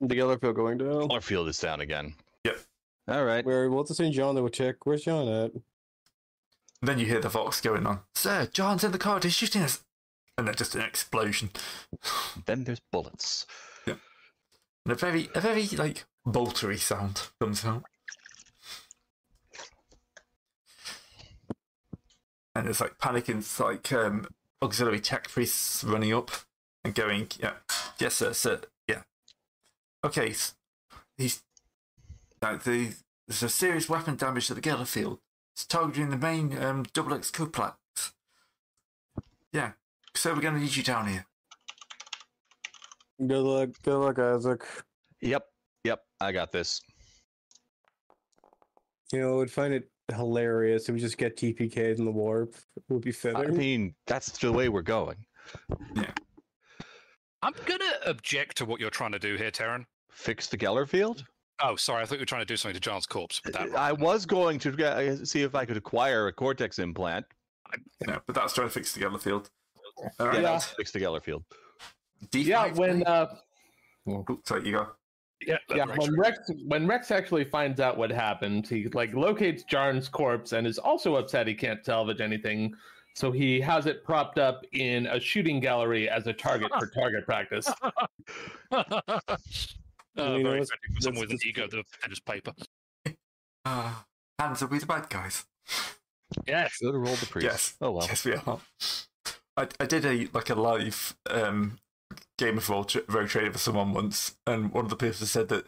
Speaker 3: The Gellerfield going down.
Speaker 6: Our field is down again.
Speaker 1: Yep.
Speaker 6: All right.
Speaker 3: Where we'll just send John though a check. Where's John at?
Speaker 1: And then you hear the vox going on. Sir, John's in the car. He's shooting us, and then just an explosion
Speaker 6: Then there's bullets.
Speaker 1: and a very a very like boltery sound comes out. And it's like panic and it's like um, auxiliary tech priests running up and going, yeah, yes, sir, sir, yeah. Okay, s- he's. Uh, the, there's a serious weapon damage to the Geller field. It's targeting the main um, double X coplex. Yeah, so we're going to need you down here.
Speaker 3: Good luck. Good luck, Isaac.
Speaker 6: Yep. Yep. I got this.
Speaker 3: You know, I would find it hilarious if we just get TPK'd in the warp. It would be
Speaker 6: I
Speaker 3: fitting.
Speaker 6: mean, that's the way we're going.
Speaker 4: I'm going to object to what you're trying to do here, Terran.
Speaker 6: Fix the Geller field.
Speaker 4: Oh, sorry. I thought you were trying to do something to John's corpse.
Speaker 3: Uh,
Speaker 4: But that,
Speaker 6: I was going to get- uh, see if I could acquire a cortex implant.
Speaker 1: No, but that's trying to fix the Geller field. All right,
Speaker 5: Yeah.
Speaker 6: Fix the Geller field.
Speaker 1: D5,
Speaker 5: Yeah, when
Speaker 1: please.
Speaker 5: uh,
Speaker 1: Ooh, sorry, you go.
Speaker 4: yeah, that
Speaker 5: yeah,
Speaker 4: Rex-
Speaker 5: when Rex when Rex actually finds out what happened, he like locates Jarn's corpse and is also upset he can't salvage anything. So he has it propped up in a shooting gallery as a target for target practice.
Speaker 4: Uh,
Speaker 3: You know,
Speaker 4: very
Speaker 3: that's-
Speaker 4: effective for someone
Speaker 3: that's
Speaker 4: with an
Speaker 3: just-
Speaker 4: ego that and his paper.
Speaker 1: Ah, hands are we the bad guys?
Speaker 4: Yes.
Speaker 6: Should have rolled the priest.
Speaker 1: Yes.
Speaker 6: Oh well.
Speaker 1: Yes, we are. I, I did a like a live um, game of road, tra- road trading for someone once, and one of the people said that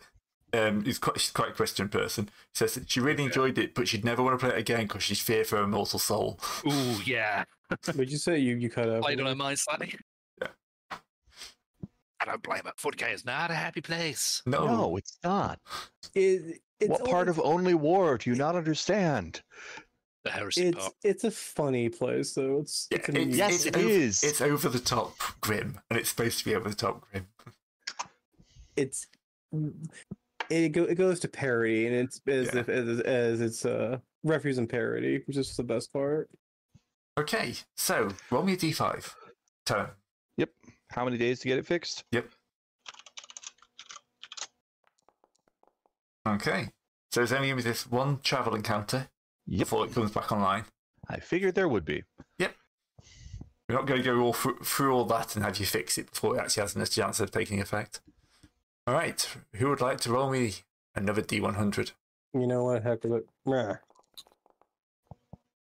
Speaker 1: um, he's quite she's quite a Christian person. Says that she really enjoyed it, but she'd never want to play it again because she's fear for her mortal soul.
Speaker 4: Ooh, yeah.
Speaker 3: Would you say you you cut out?
Speaker 4: Played on her mind slightly.
Speaker 1: Yeah.
Speaker 4: I don't blame it. 40k is not a happy place.
Speaker 1: No,
Speaker 6: No, it's not.
Speaker 3: It, it's
Speaker 6: what part
Speaker 3: always-
Speaker 6: of only war do you not understand?
Speaker 4: The heresy
Speaker 3: it's
Speaker 4: part.
Speaker 3: it's a funny place though. It's
Speaker 1: Yeah,
Speaker 3: it's an
Speaker 1: it's-
Speaker 3: amusement
Speaker 1: it
Speaker 6: Yes, it
Speaker 3: park.
Speaker 6: is.
Speaker 1: it's over the top grim, and it's supposed to be over the top grim.
Speaker 3: it's it, go, it goes to parody and it's as
Speaker 1: Yeah.
Speaker 3: if as, as it's uh refuse and parody which is the best part
Speaker 1: Okay, so roll me a d5. Turn.
Speaker 6: How many days to get it fixed?
Speaker 1: Okay, so it's only going to be this one travel encounter
Speaker 6: Yep.
Speaker 1: before it comes back online.
Speaker 6: I figured there would be.
Speaker 1: We're not going to go all through, through all that and have you fix it before it actually has a chance of taking effect. All right, who would like to roll me another D100?
Speaker 3: you know what heck of it Meh.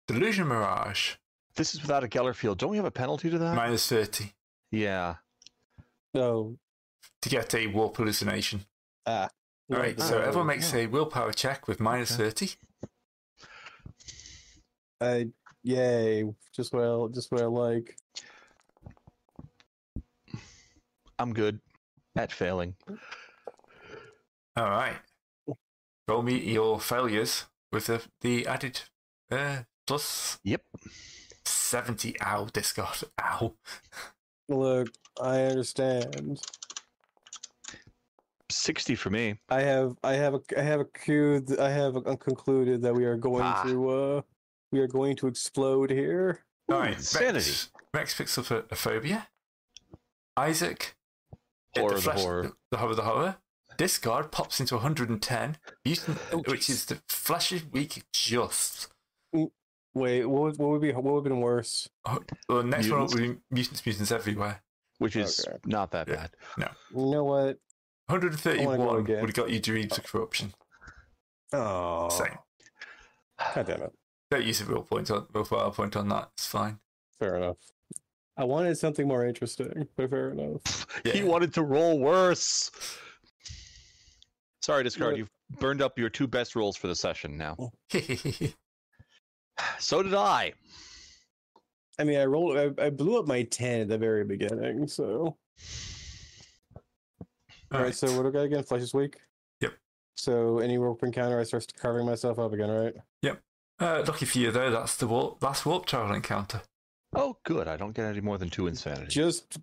Speaker 1: Delusion Mirage,
Speaker 6: This is without a Geller field. Don't we have a penalty to that?
Speaker 1: minus 30,
Speaker 6: Yeah.
Speaker 3: no
Speaker 1: to get a warp hallucination. All right, so
Speaker 6: Oh,
Speaker 1: everyone makes
Speaker 6: yeah.
Speaker 1: a willpower check with minus
Speaker 6: Okay.
Speaker 1: 30.
Speaker 3: i yay just what I, just what i like
Speaker 6: I'm good at failing.
Speaker 1: All right. Roll me your failures with the, the added uh, plus
Speaker 6: Yep.
Speaker 1: 70. Ow, discard. Ow.
Speaker 3: look i understand
Speaker 6: 60 for me.
Speaker 3: i have i have a i have a clue th- i have a, concluded that we are going
Speaker 6: Ah.
Speaker 3: to uh we are going to explode here
Speaker 1: All
Speaker 6: Ooh,
Speaker 1: right,
Speaker 6: insanity.
Speaker 1: Rex, Rex picks up a, a phobia. Isaac hit
Speaker 6: Horror
Speaker 1: the,
Speaker 6: of
Speaker 1: flesh-
Speaker 6: horror.
Speaker 1: the horror, the horror. Discard pops into 110, mutant,
Speaker 4: Oh,
Speaker 1: which
Speaker 4: jeez.
Speaker 1: is the flash's weak just.
Speaker 3: wait what would, what would be what would have been worse
Speaker 1: Well, the next
Speaker 6: Mutants?
Speaker 1: one will be mutants, mutants everywhere.
Speaker 6: Which is
Speaker 3: Okay.
Speaker 6: not that
Speaker 1: Yeah.
Speaker 6: bad.
Speaker 3: you know what
Speaker 1: 131 would
Speaker 3: again.
Speaker 1: have got you dreams of corruption.
Speaker 3: oh
Speaker 1: Same.
Speaker 3: god ah, damn it
Speaker 1: Don't use a real point on willpower point on that. It's fine.
Speaker 3: Fair enough. I wanted something more interesting, but fair enough.
Speaker 6: He
Speaker 1: Yeah.
Speaker 6: wanted to roll worse. Sorry, discard.
Speaker 3: Yeah.
Speaker 6: You've burned up your two best rolls for the session now.
Speaker 1: All
Speaker 6: So did I.
Speaker 3: I mean, I rolled. I, I blew up my ten at the very beginning. So all right. So what do I got again? Flesh is weak.
Speaker 1: Yep.
Speaker 3: So any rope encounter, I start carving myself up again. Right.
Speaker 1: Uh, lucky for you though, that's the warp, last warp travel encounter.
Speaker 6: Oh, good. I don't get any more than two insanity.
Speaker 3: Just,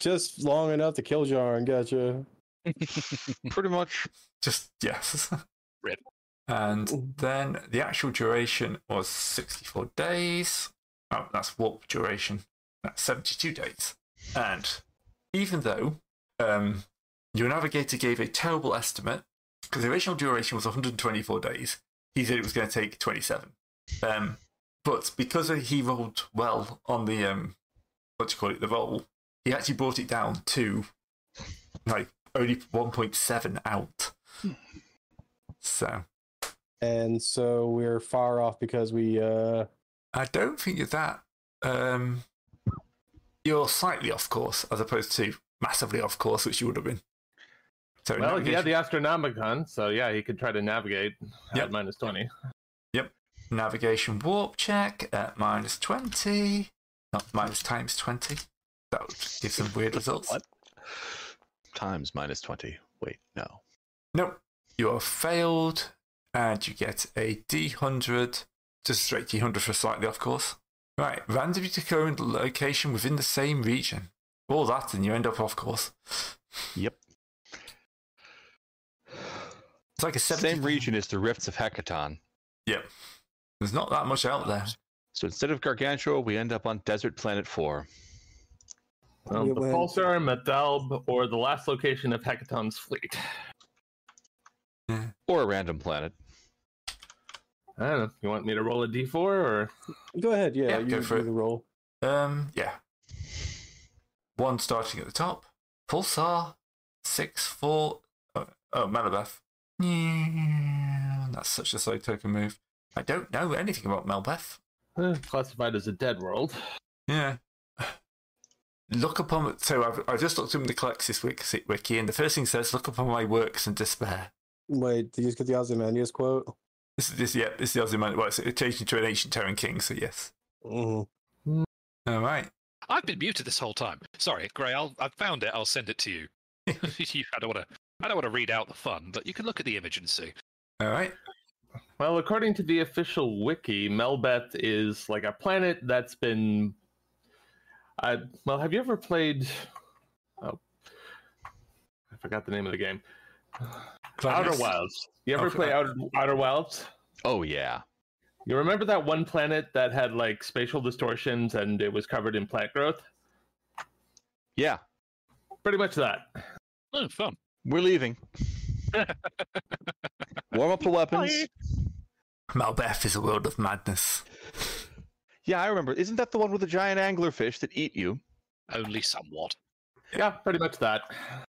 Speaker 3: just long enough to kill Jarn. Gotcha.
Speaker 6: Pretty much.
Speaker 1: Just yes.
Speaker 4: Rip.
Speaker 1: And then the actual duration was 64 days. Oh, that's warp duration. That's 72 days. And even though um, your navigator gave a terrible estimate, because the original duration was 124 days, he said it was going to take 27. Um, but because he rolled well on the, um, what do you call it, the roll, he actually brought it down to like only 1.7 out. So.
Speaker 3: And so we're far off because we. uh
Speaker 1: I don't think you're that. Um, you're slightly off course as opposed to massively off course, which you would have been. So
Speaker 5: Well, he had
Speaker 1: navigation,
Speaker 5: the Astronomicon, so yeah, he could try to navigate
Speaker 1: Yep.
Speaker 5: at minus 20.
Speaker 1: navigation warp check at minus 20, not minus times 20. That would give some weird results.
Speaker 6: What? Times minus 20. Wait, no.
Speaker 1: Nope. You are failed, and you get a D100, just straight D100 for slightly off course. Right, randomly determined location within the same region. All that, and you end up off course.
Speaker 6: Yep.
Speaker 1: It's like a 70
Speaker 6: Same region as the rifts of Hecaton.
Speaker 1: Yep. There's not Oh, that much out there.
Speaker 6: So instead of Gargantua, we end up on Desert Planet 4.
Speaker 5: Um,
Speaker 3: We
Speaker 5: the
Speaker 3: went-
Speaker 5: Pulsar, Methelb, or the last location of Hecaton's fleet.
Speaker 6: Or a random planet.
Speaker 5: I don't know. You want me to roll a d4 or
Speaker 3: Go ahead. Yeah.
Speaker 1: Yeah,
Speaker 3: you
Speaker 1: go
Speaker 3: do
Speaker 1: for it.
Speaker 3: the roll.
Speaker 1: Um, yeah. One starting at the top. Pulsar. Six, four. Oh, oh Melbeth. Yeah, That's such a slow token move. I don't know anything about Melbeth.
Speaker 5: eh, classified as a dead world?
Speaker 1: Yeah. Look upon. So I've, I just looked up the Colexis wiki, wiki, and the first thing says, "Look upon my works and despair."
Speaker 3: Wait. Did you just get the Ozymandias quote?
Speaker 1: This is this. Yeah, this is the Ozymandias. Well, it's it changed into an ancient Terran king. So yes.
Speaker 3: Mhm.
Speaker 1: All right.
Speaker 4: I've been muted this whole time. Sorry, Gray. I'll, I found it. I'll send it to you. you I don't want to. I don't want to read out the fun, but you can look at the image and see.
Speaker 1: All right.
Speaker 5: Well, according to the official wiki, Melbeth is like a planet that's been. Uh, well, have you ever played? Oh, I forgot the name of the game. Outer Wilds. You ever
Speaker 1: Okay.
Speaker 5: play Outer, Outer Wilds?
Speaker 6: Oh, yeah.
Speaker 5: You remember that one planet that had like spatial distortions and it was covered in plant growth?
Speaker 6: Yeah.
Speaker 5: Pretty much that.
Speaker 4: Oh, fun.
Speaker 6: We're leaving. Warm up the weapons.
Speaker 1: Malbeth is a world of madness.
Speaker 6: Yeah, I remember. Isn't that the one with the giant anglerfish that eat you?
Speaker 4: Only somewhat.
Speaker 5: Yeah, pretty much that.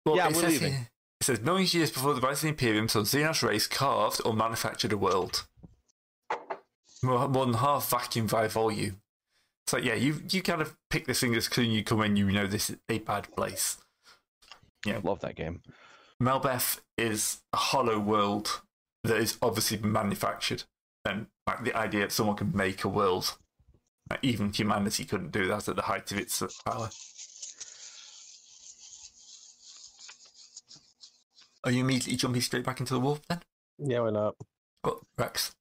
Speaker 1: Well,
Speaker 6: Yeah,
Speaker 1: it
Speaker 6: we're
Speaker 1: says
Speaker 6: leaving.
Speaker 1: here- it says nine years before the rise of the Imperium, some Xenos race carved or manufactured a world. More, more than half vacuum by volume. So yeah, you you kind of pick this thing as soon you come in, you know this is a bad place.
Speaker 6: Love that game.
Speaker 1: Melbeth is a hollow world that is obviously manufactured, and like the idea that someone could make a world, like, even humanity couldn't do that at the height of its power. Are you immediately jumping straight back into the wolf then?
Speaker 3: Yeah. Why not?
Speaker 1: Oh, Rex.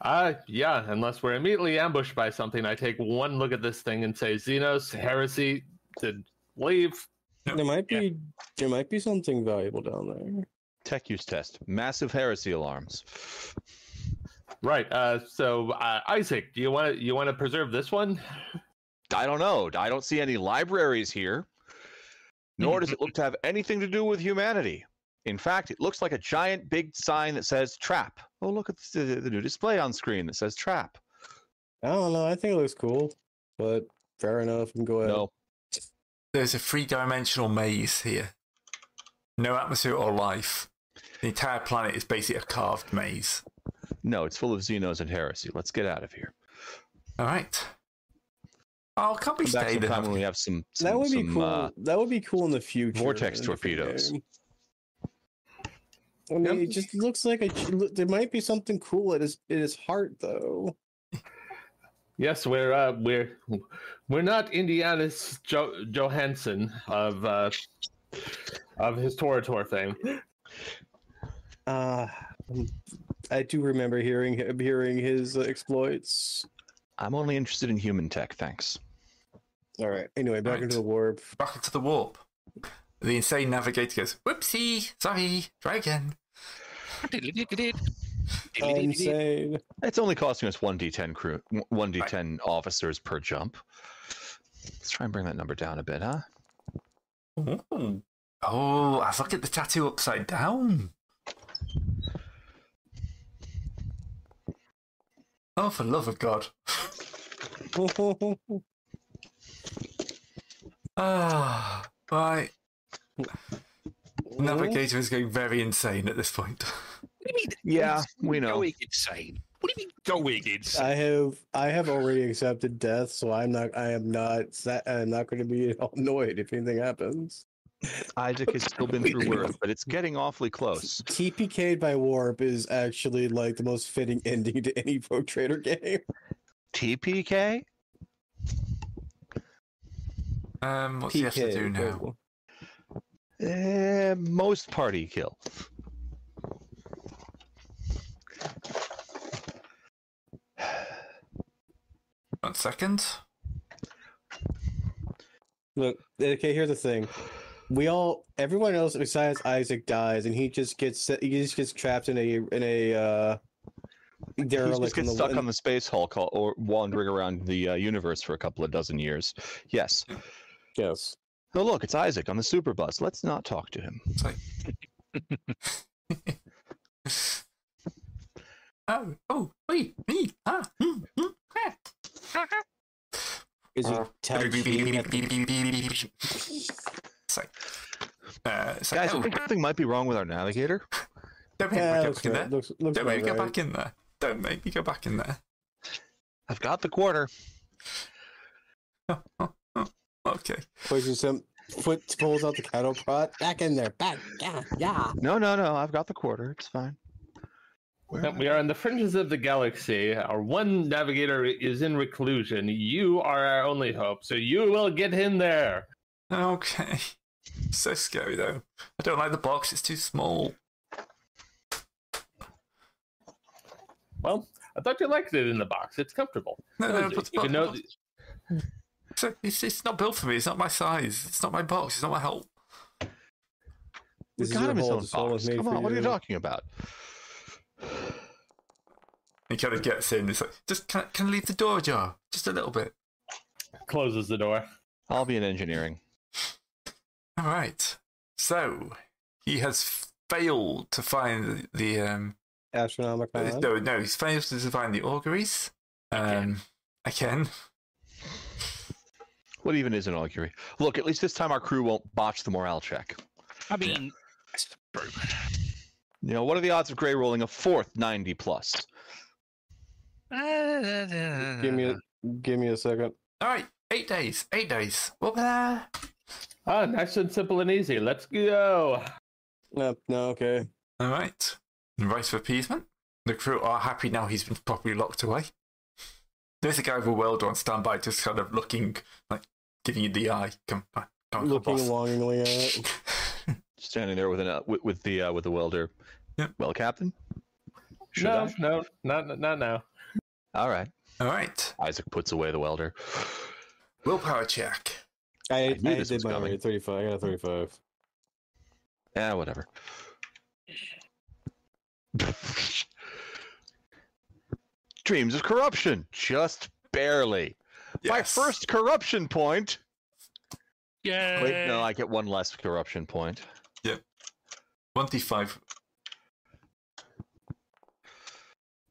Speaker 5: Uh, yeah, unless we're immediately ambushed by something, I take one look at this thing and say, Xenos, heresy, to leave.
Speaker 1: Yep.
Speaker 3: There might be.
Speaker 4: Yeah.
Speaker 3: There might be something valuable down there.
Speaker 6: Tech use test. Massive heresy alarms.
Speaker 5: Right. Uh, so uh, Isaac, do you want to you want to preserve this one?
Speaker 6: I don't know. I don't see any libraries here, nor does it look to have anything to do with humanity. In fact, it looks like a giant big sign that says trap. Oh, look at the, the new display on screen that says trap.
Speaker 3: I don't know. I think it looks cool, but fair enough. And go ahead.
Speaker 6: No.
Speaker 1: There's a three dimensional maze here. No atmosphere or life. The entire planet is basically a carved maze.
Speaker 6: No, it's full of Xenos and heresy. Let's get out of here.
Speaker 1: All right. Oh, can't we
Speaker 6: Come back
Speaker 1: stay
Speaker 6: sometime when
Speaker 1: there?
Speaker 6: we have some, some,
Speaker 3: that would be
Speaker 6: some,
Speaker 3: cool.
Speaker 6: uh,
Speaker 3: that would be cool in the future.
Speaker 6: vortex
Speaker 3: in a different
Speaker 6: torpedoes.
Speaker 3: game. I mean,
Speaker 5: Yep.
Speaker 3: it just looks like a, there might be something cool at his at his heart, though.
Speaker 5: Yes, we're uh, we're we're not Indiana's jo- Johansson of uh, of his Torator fame.
Speaker 3: Uh, I do remember hearing hearing his uh, exploits.
Speaker 6: I'm only interested in human tech, thanks.
Speaker 3: All right. Anyway, back
Speaker 1: Right.
Speaker 3: into the warp.
Speaker 1: Back into the warp. The insane navigator goes, whoopsie, sorry, try again.
Speaker 3: Insane.
Speaker 6: It's only costing us 1d10 crew, 1d10 officers per jump. Let's try and bring that number down a bit, huh?
Speaker 1: Ooh. Oh, I look at the tattoo upside down. Oh, for love of God. Ah, right. Navigator is going very insane at this point.
Speaker 4: do you mean
Speaker 6: Yeah, we know.
Speaker 4: going insane? What do you mean going insane?
Speaker 3: I have I have already accepted death, so I'm not I am not sa- I'm not going to be at all annoyed if anything happens.
Speaker 6: Isaac has still been through worse, but it's getting awfully close.
Speaker 3: TPK'd by warp is actually like the most fitting ending to any Vogue Trader game.
Speaker 6: TPK?
Speaker 1: Um, what's he have to do now?
Speaker 3: Vogue.
Speaker 6: Eh, most party kill.
Speaker 1: One second.
Speaker 3: Look, okay, here's the thing. We all, everyone else besides Isaac dies, and he just gets se- he just gets trapped in a in a uh,
Speaker 6: He
Speaker 3: derelict.
Speaker 6: just
Speaker 3: in
Speaker 6: gets
Speaker 3: the-
Speaker 6: stuck
Speaker 3: in-
Speaker 6: on the space hulk all- or wandering around the uh, universe for a couple of dozen years. Yes.
Speaker 3: yes.
Speaker 6: Oh, look, it's Isaac on the super bus. Let's not talk to him.
Speaker 1: Oh, oh, wait, me, ah, hmm, hmm, ah.
Speaker 3: Is it
Speaker 1: Uh,
Speaker 3: Tai Chi? at-
Speaker 1: It's like, uh, it's like,
Speaker 6: Guys,
Speaker 1: oh,
Speaker 6: I think something might be wrong with our navigator.
Speaker 1: don't make
Speaker 3: Yeah,
Speaker 1: me go
Speaker 3: Uh, looks
Speaker 1: back in
Speaker 3: right.
Speaker 1: there.
Speaker 3: Looks, looks
Speaker 1: Don't make me
Speaker 3: about
Speaker 1: go
Speaker 3: right.
Speaker 1: back in there. Don't make me go back in there.
Speaker 6: I've got the quarter.
Speaker 1: Okay.
Speaker 3: Pushes him. Foot pulls out the kettle pot. Back in there. Back. Yeah. Yeah.
Speaker 6: No, no, no. I've got the quarter. It's fine. Where
Speaker 5: Yep,
Speaker 6: am I?
Speaker 5: We are on the fringes of the galaxy. Our one navigator is in reclusion. You are our only hope, so you will get in there.
Speaker 1: Okay. So scary though. I don't like the box, it's too small.
Speaker 5: Well, I thought you liked it in the box. It's comfortable.
Speaker 1: No, no, put the
Speaker 5: you
Speaker 1: box.
Speaker 5: can know,
Speaker 1: So it's, it's not built for me, it's not my size, it's not my box, it's not my help.
Speaker 6: We
Speaker 3: This is
Speaker 6: got
Speaker 3: your
Speaker 6: him his
Speaker 3: whole
Speaker 6: own
Speaker 3: soul is
Speaker 6: box.
Speaker 3: made
Speaker 6: Come
Speaker 3: for
Speaker 6: on, what are you
Speaker 3: you.
Speaker 6: talking about?
Speaker 1: He kind of gets in, it's like, just can, can I leave the door ajar? Just a little bit.
Speaker 5: closes the door.
Speaker 6: I'll be in engineering.
Speaker 1: Alright. So, he has failed to find the, um, uh,
Speaker 3: Astronomical.
Speaker 1: No, no, he's failed to find the auguries. Um, again.
Speaker 6: What even is an augury? Look, at least this time our crew won't botch the morale check.
Speaker 4: I mean, that's true.
Speaker 6: You know, what are the odds of Gray rolling a fourth 90 plus?
Speaker 3: Give me a. Give me a second.
Speaker 1: Alright, eight days, eight days. Well, there.
Speaker 5: Ah, nice and simple and easy. Let's go.
Speaker 3: No. No. Okay.
Speaker 1: All right. Rice for appeasement. The crew are happy now he's been properly locked away. There's a guy with a welder on standby, just kind of looking, like, giving you the eye. Come on, come on,
Speaker 3: Looking
Speaker 1: boss.
Speaker 3: longingly at it.
Speaker 6: Standing there with an uh, with, with the uh, with the welder.
Speaker 1: Yep.
Speaker 6: Well, Captain. Should
Speaker 5: no,
Speaker 6: I?
Speaker 5: no, not not now.
Speaker 6: All right.
Speaker 1: All right.
Speaker 6: Isaac puts away the welder.
Speaker 1: Willpower check.
Speaker 3: I, I,
Speaker 6: knew this
Speaker 3: did
Speaker 6: was
Speaker 3: mine
Speaker 6: coming. Hmm.
Speaker 3: already. Thirty-five. I got a thirty-five.
Speaker 6: Yeah, Eh, whatever. Dreams of corruption, just barely. My
Speaker 1: Yes.
Speaker 6: first corruption point.
Speaker 4: Yeah.
Speaker 6: Wait, no, I get one less corruption point.
Speaker 1: 1d5.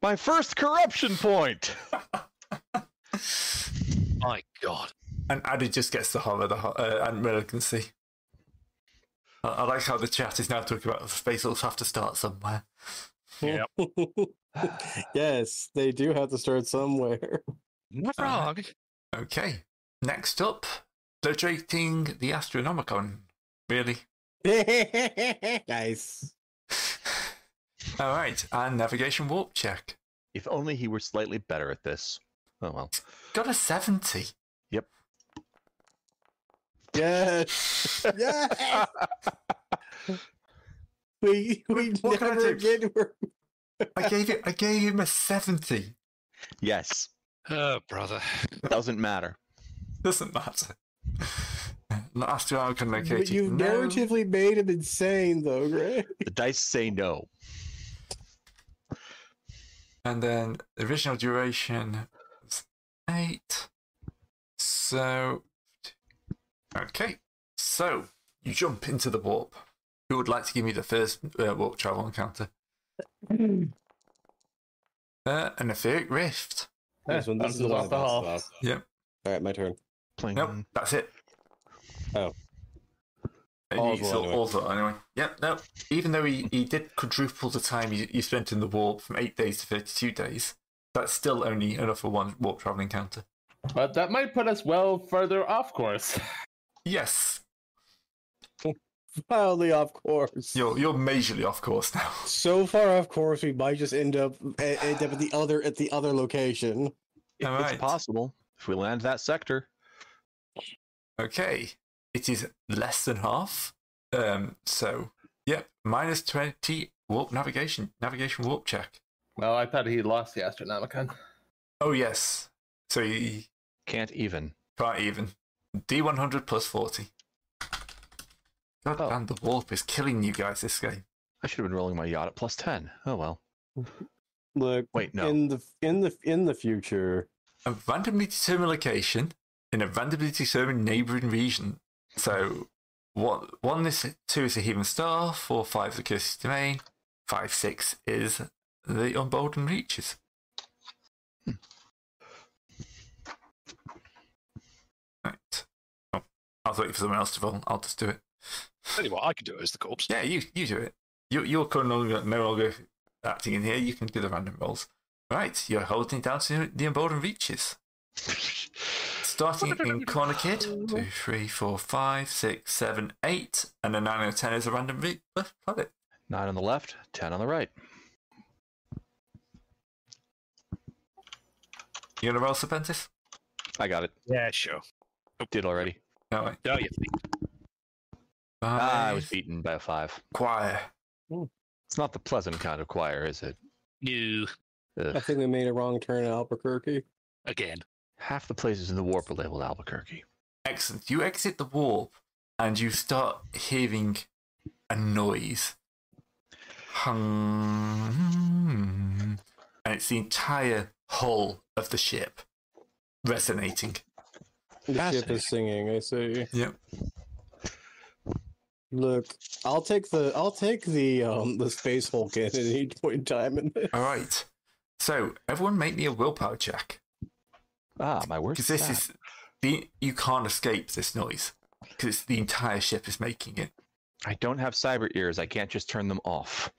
Speaker 6: My first corruption point.
Speaker 4: My God.
Speaker 1: And Addy just gets the horror the ho- uh, and relevancy. I-, I like how the chat is now talking about space will have to start somewhere.
Speaker 4: Yep.
Speaker 3: yes, they do have to start somewhere.
Speaker 4: Not
Speaker 1: Uh,
Speaker 4: wrong.
Speaker 1: Okay. Next up, locating the Astronomicon. Really?
Speaker 3: nice.
Speaker 1: All right, and navigation warp check.
Speaker 6: If only he were slightly better at this. Oh well.
Speaker 1: Got a 70.
Speaker 3: Yes. yes. we we
Speaker 1: What can I
Speaker 3: never
Speaker 1: do?
Speaker 3: again were
Speaker 1: I gave it. I gave him a 70.
Speaker 6: Yes.
Speaker 4: Oh, brother.
Speaker 6: Doesn't matter.
Speaker 1: Doesn't matter. Not asked you how I can
Speaker 3: But
Speaker 1: locate you.
Speaker 3: you've
Speaker 1: No.
Speaker 3: narratively made him insane, though, Greg.
Speaker 6: The dice say no.
Speaker 1: And then the original duration was eight. So, okay. So you jump into the warp. Who would like to give me the first uh, warp travel encounter? Uh, an etheric rift.
Speaker 5: Eh, bounces off the hall.
Speaker 1: Yep.
Speaker 3: All right, my turn.
Speaker 6: Playing
Speaker 1: Nope, that's it.
Speaker 3: Mm. Oh.
Speaker 1: And
Speaker 3: All's
Speaker 1: you
Speaker 3: well
Speaker 1: saw
Speaker 3: anyway.
Speaker 1: all's well anyway. Yep, no. Even though he, he did quadruple the time you, you spent in the warp from eight days to 32 days, that's still only enough for one warp travel encounter.
Speaker 5: But that might put us well further off course.
Speaker 1: Yes,
Speaker 3: Wildly off course.
Speaker 1: You're you're majorly off course now.
Speaker 3: So far off course, we might just end up e- end up at the other at the other location.
Speaker 6: If
Speaker 1: All
Speaker 6: it's
Speaker 1: right.
Speaker 6: possible. If we land that sector,
Speaker 1: Okay, it is less than half. Um, so yep, minus twenty warp navigation navigation warp check.
Speaker 5: Well, I thought he lost the Astronomicon.
Speaker 1: Oh yes, so you
Speaker 6: can't even.
Speaker 1: can't even D one hundred plus forty. God
Speaker 6: Oh.
Speaker 1: damn, the warp is killing you guys this game.
Speaker 6: I should have been rolling my yacht at plus ten. Oh well.
Speaker 3: Look,
Speaker 6: Wait, no.
Speaker 3: in the in the in the future,
Speaker 1: A randomly determined location in a randomly determined neighboring region. So what one is two is a human star, four five is a cursed domain, five six is the unbolden reaches. Right. Oh, I was waiting for someone else to roll. I'll just do it.
Speaker 4: Tell you what, I can do it as the corpse.
Speaker 1: Yeah, you you do it. You you're no longer, no longer acting in here. You can do the random rolls. Right, you're holding down to the emboldened reaches. Starting in corner kid, two, three, four, five, six, seven, eight, and a nine or ten is a random re- uh, planet.
Speaker 6: Nine on the left, ten on the right.
Speaker 1: You gonna roll Serpentis?
Speaker 6: I got it.
Speaker 4: Yeah, sure.
Speaker 6: Did already.
Speaker 1: No way.
Speaker 4: Oh, you think.
Speaker 6: Ah, I was beaten by a five.
Speaker 1: Choir.
Speaker 6: It's not the pleasant kind of choir, is it?
Speaker 4: New.
Speaker 3: I
Speaker 6: Ugh.
Speaker 3: think we made a wrong turn in Albuquerque.
Speaker 4: Again.
Speaker 6: Half the places in the warp are labeled Albuquerque.
Speaker 1: Excellent. You exit the warp and you start hearing a noise. Hmm. And it's the entire hull of the ship resonating.
Speaker 3: The ship
Speaker 6: Fascinating.
Speaker 3: is singing. I see.
Speaker 1: Yep.
Speaker 3: Look, I'll take the I'll take the um the space Hulk in at any point in time. In this.
Speaker 1: All right. So, everyone make me a willpower check.
Speaker 6: Ah, my word.
Speaker 1: Because this is. The, you can't escape this noise. Because the entire ship is making it.
Speaker 6: I don't have cyber ears. I can't just turn them off.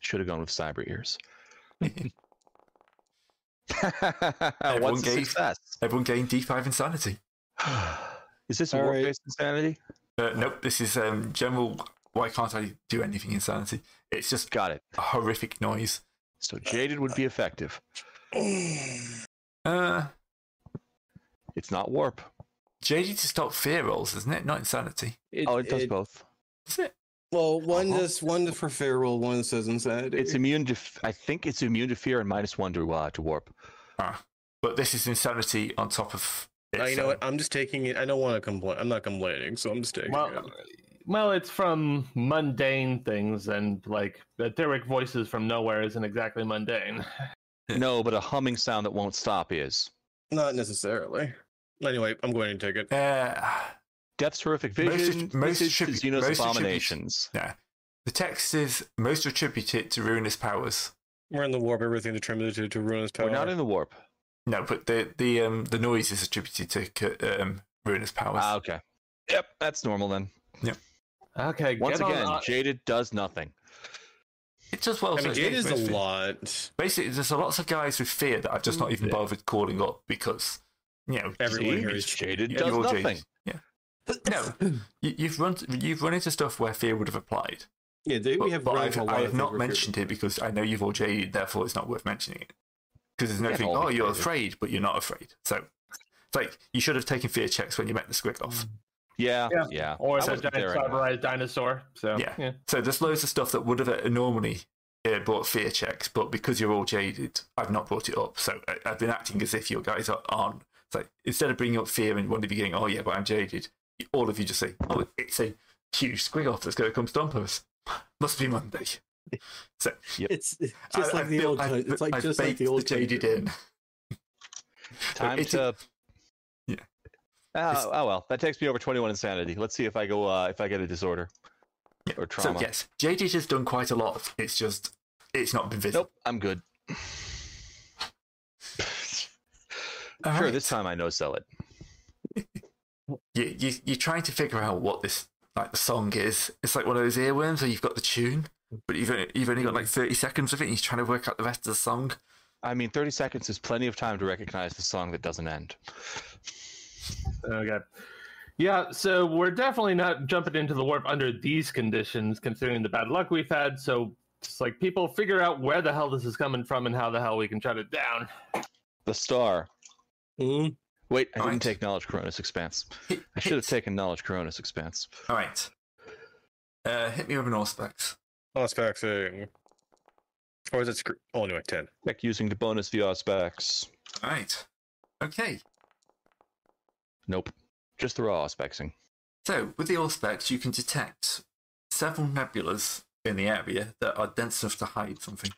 Speaker 6: Should have gone with cyber ears.
Speaker 1: Everyone
Speaker 6: What's a
Speaker 1: gave-
Speaker 6: success?
Speaker 1: Everyone gain D5 insanity.
Speaker 6: is this a
Speaker 3: All right.
Speaker 6: warp-based insanity?
Speaker 1: Uh, nope, this is um, general. Why can't I do anything insanity? It's just
Speaker 6: Got it.
Speaker 1: a horrific noise.
Speaker 6: So jaded would be effective.
Speaker 1: Uh,
Speaker 6: It's not warp.
Speaker 1: JD to stop fear rolls, isn't it? Not insanity.
Speaker 6: Oh, it does both.
Speaker 1: Is it?
Speaker 3: Well, one
Speaker 6: Uh-huh.
Speaker 3: does one for fair rule, one says insanity.
Speaker 6: It's immune to. f- I think it's immune to fear and minus one to uh, to warp.
Speaker 1: But this is insanity on top of. It,
Speaker 3: I know
Speaker 1: so-
Speaker 3: what? I'm just taking it. I don't want to complain. I'm not complaining, so I'm just taking
Speaker 5: Well,
Speaker 3: it.
Speaker 5: well, it's from mundane things, and like etheric voices from nowhere isn't exactly mundane.
Speaker 1: Yeah.
Speaker 6: No, but a humming sound that won't stop is
Speaker 3: Not necessarily. Anyway, I'm going to take it.
Speaker 1: Uh,
Speaker 6: death's horrific
Speaker 1: Most
Speaker 6: vision.
Speaker 1: attri- most
Speaker 6: visage to
Speaker 1: attribute-
Speaker 6: Xenos
Speaker 1: most attributes-
Speaker 6: abominations.
Speaker 1: the text is most attribute it to ruinous powers.
Speaker 3: We're in the warp. Everything attributed to, to ruinous power.
Speaker 6: We're not in the warp.
Speaker 1: No, but the the um the noise is attributed to cu- um ruinous powers.
Speaker 6: Ah, okay. Yep, that's normal then.
Speaker 5: Okay,
Speaker 6: Once
Speaker 5: get on
Speaker 6: again,
Speaker 5: on-
Speaker 6: jaded does nothing.
Speaker 1: it does well.
Speaker 3: I mean,
Speaker 1: so
Speaker 3: Jade
Speaker 1: it's
Speaker 3: is a
Speaker 1: basically-
Speaker 3: lot.
Speaker 1: Basically, there's a lots of guys with fear that I've just not even
Speaker 6: Yeah.
Speaker 1: bothered calling up because you know
Speaker 3: Everyone
Speaker 1: you-
Speaker 3: here is
Speaker 6: Jaded
Speaker 1: you're
Speaker 6: does
Speaker 1: all
Speaker 6: nothing.
Speaker 1: jaded. Yeah. No, you, you've run you've run into stuff where fear would have applied.
Speaker 3: Yeah, they,
Speaker 1: But,
Speaker 3: we have.
Speaker 1: but
Speaker 3: run
Speaker 1: I've,
Speaker 3: into a lot
Speaker 1: I
Speaker 3: of
Speaker 1: have
Speaker 3: things
Speaker 1: not
Speaker 3: we're fearful
Speaker 1: E, mentioned it because I know you've all jaded, therefore it's not worth mentioning it. Because there's no
Speaker 6: Yeah,
Speaker 1: thing,
Speaker 6: all
Speaker 1: oh,
Speaker 6: be
Speaker 1: you're
Speaker 6: creative.
Speaker 1: afraid, but you're not afraid. So it's like you should have taken fear checks when you met the squid off.
Speaker 6: Yeah,
Speaker 5: Yeah.
Speaker 6: yeah.
Speaker 5: Or
Speaker 6: I
Speaker 5: it's a
Speaker 6: wasn't
Speaker 5: giant
Speaker 6: there anyway.
Speaker 5: cyberized dinosaur. So
Speaker 1: Yeah. So there's loads of stuff that would have uh, normally uh, brought fear checks, but because you're all jaded, I've not brought it up. So I, I've been acting as if you guys are on. It's like instead of bringing up fear and one of you getting, oh yeah, but I'm jaded, you- all of you just say, oh, it's a huge squig off that's going to come stomp us. Must be Monday.
Speaker 3: It's it's just
Speaker 1: I-
Speaker 3: like
Speaker 1: I've
Speaker 3: the
Speaker 1: built-
Speaker 3: old.
Speaker 1: I've
Speaker 3: coun- it's
Speaker 1: bu-
Speaker 3: like
Speaker 1: I've
Speaker 3: just like
Speaker 1: baked
Speaker 3: the old.
Speaker 1: jaded
Speaker 3: country.
Speaker 1: in.
Speaker 6: Time
Speaker 1: It's-
Speaker 6: to.
Speaker 1: Yeah. It's-
Speaker 6: Oh, oh well, that takes me over 21 insanity. Let's see if I go. Uh, if I get a disorder or trauma.
Speaker 1: So yes, jaded has done quite a lot. It's just it's not been visible.
Speaker 6: Nope, I'm good.
Speaker 1: All
Speaker 6: sure,
Speaker 1: right.
Speaker 6: this time I know sell it.
Speaker 1: you, you you're trying to figure out what this like the song is. It's like one of those earworms where you've got the tune, but you've only, you've only got like thirty seconds of it, and you're trying to work out the rest of the song.
Speaker 6: I mean, 30 seconds is plenty of time to recognize the song that doesn't end.
Speaker 5: Okay. Yeah, so we're definitely not jumping into the warp under these conditions, considering the bad luck we've had. So it's like people figure out where the hell this is coming from and how the hell we can shut it down.
Speaker 6: The star.
Speaker 3: Mhm.
Speaker 6: Wait, I didn't
Speaker 1: Alright.
Speaker 6: take knowledge Cronus expanse. I should have taken knowledge Cronus expanse.
Speaker 1: All right, uh, hit me with an aspects.
Speaker 3: Oh, that's back thing. Or is it? Screw- oh, anyway, ten.
Speaker 6: Check using the bonus VR specs.
Speaker 1: All right, okay.
Speaker 6: Nope. Just the raw specsing.
Speaker 1: So with the aspects, you can detect several nebulas in the area that are dense enough to hide something.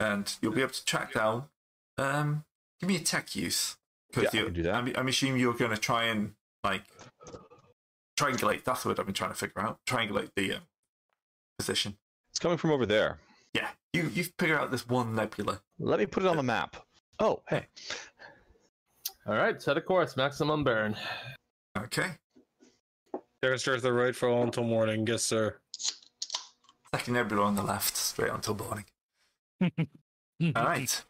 Speaker 1: And you'll be able to track down. Um, give me a tech use. 'cause
Speaker 6: Yeah, I
Speaker 1: you-
Speaker 6: can do that.
Speaker 1: I'm, I'm assuming you're going to try and like triangulate. That's the word I've been trying to figure out. Triangulate the uh, position.
Speaker 6: It's coming from over there.
Speaker 1: Yeah, you you figure out this one nebula.
Speaker 6: Let me put it on the map. Oh, hey.
Speaker 5: All right, set a course, maximum burn.
Speaker 1: Okay.
Speaker 7: Demonstrate the right for all until morning. Yes, sir.
Speaker 1: Second nebula on the left, straight until morning. All right.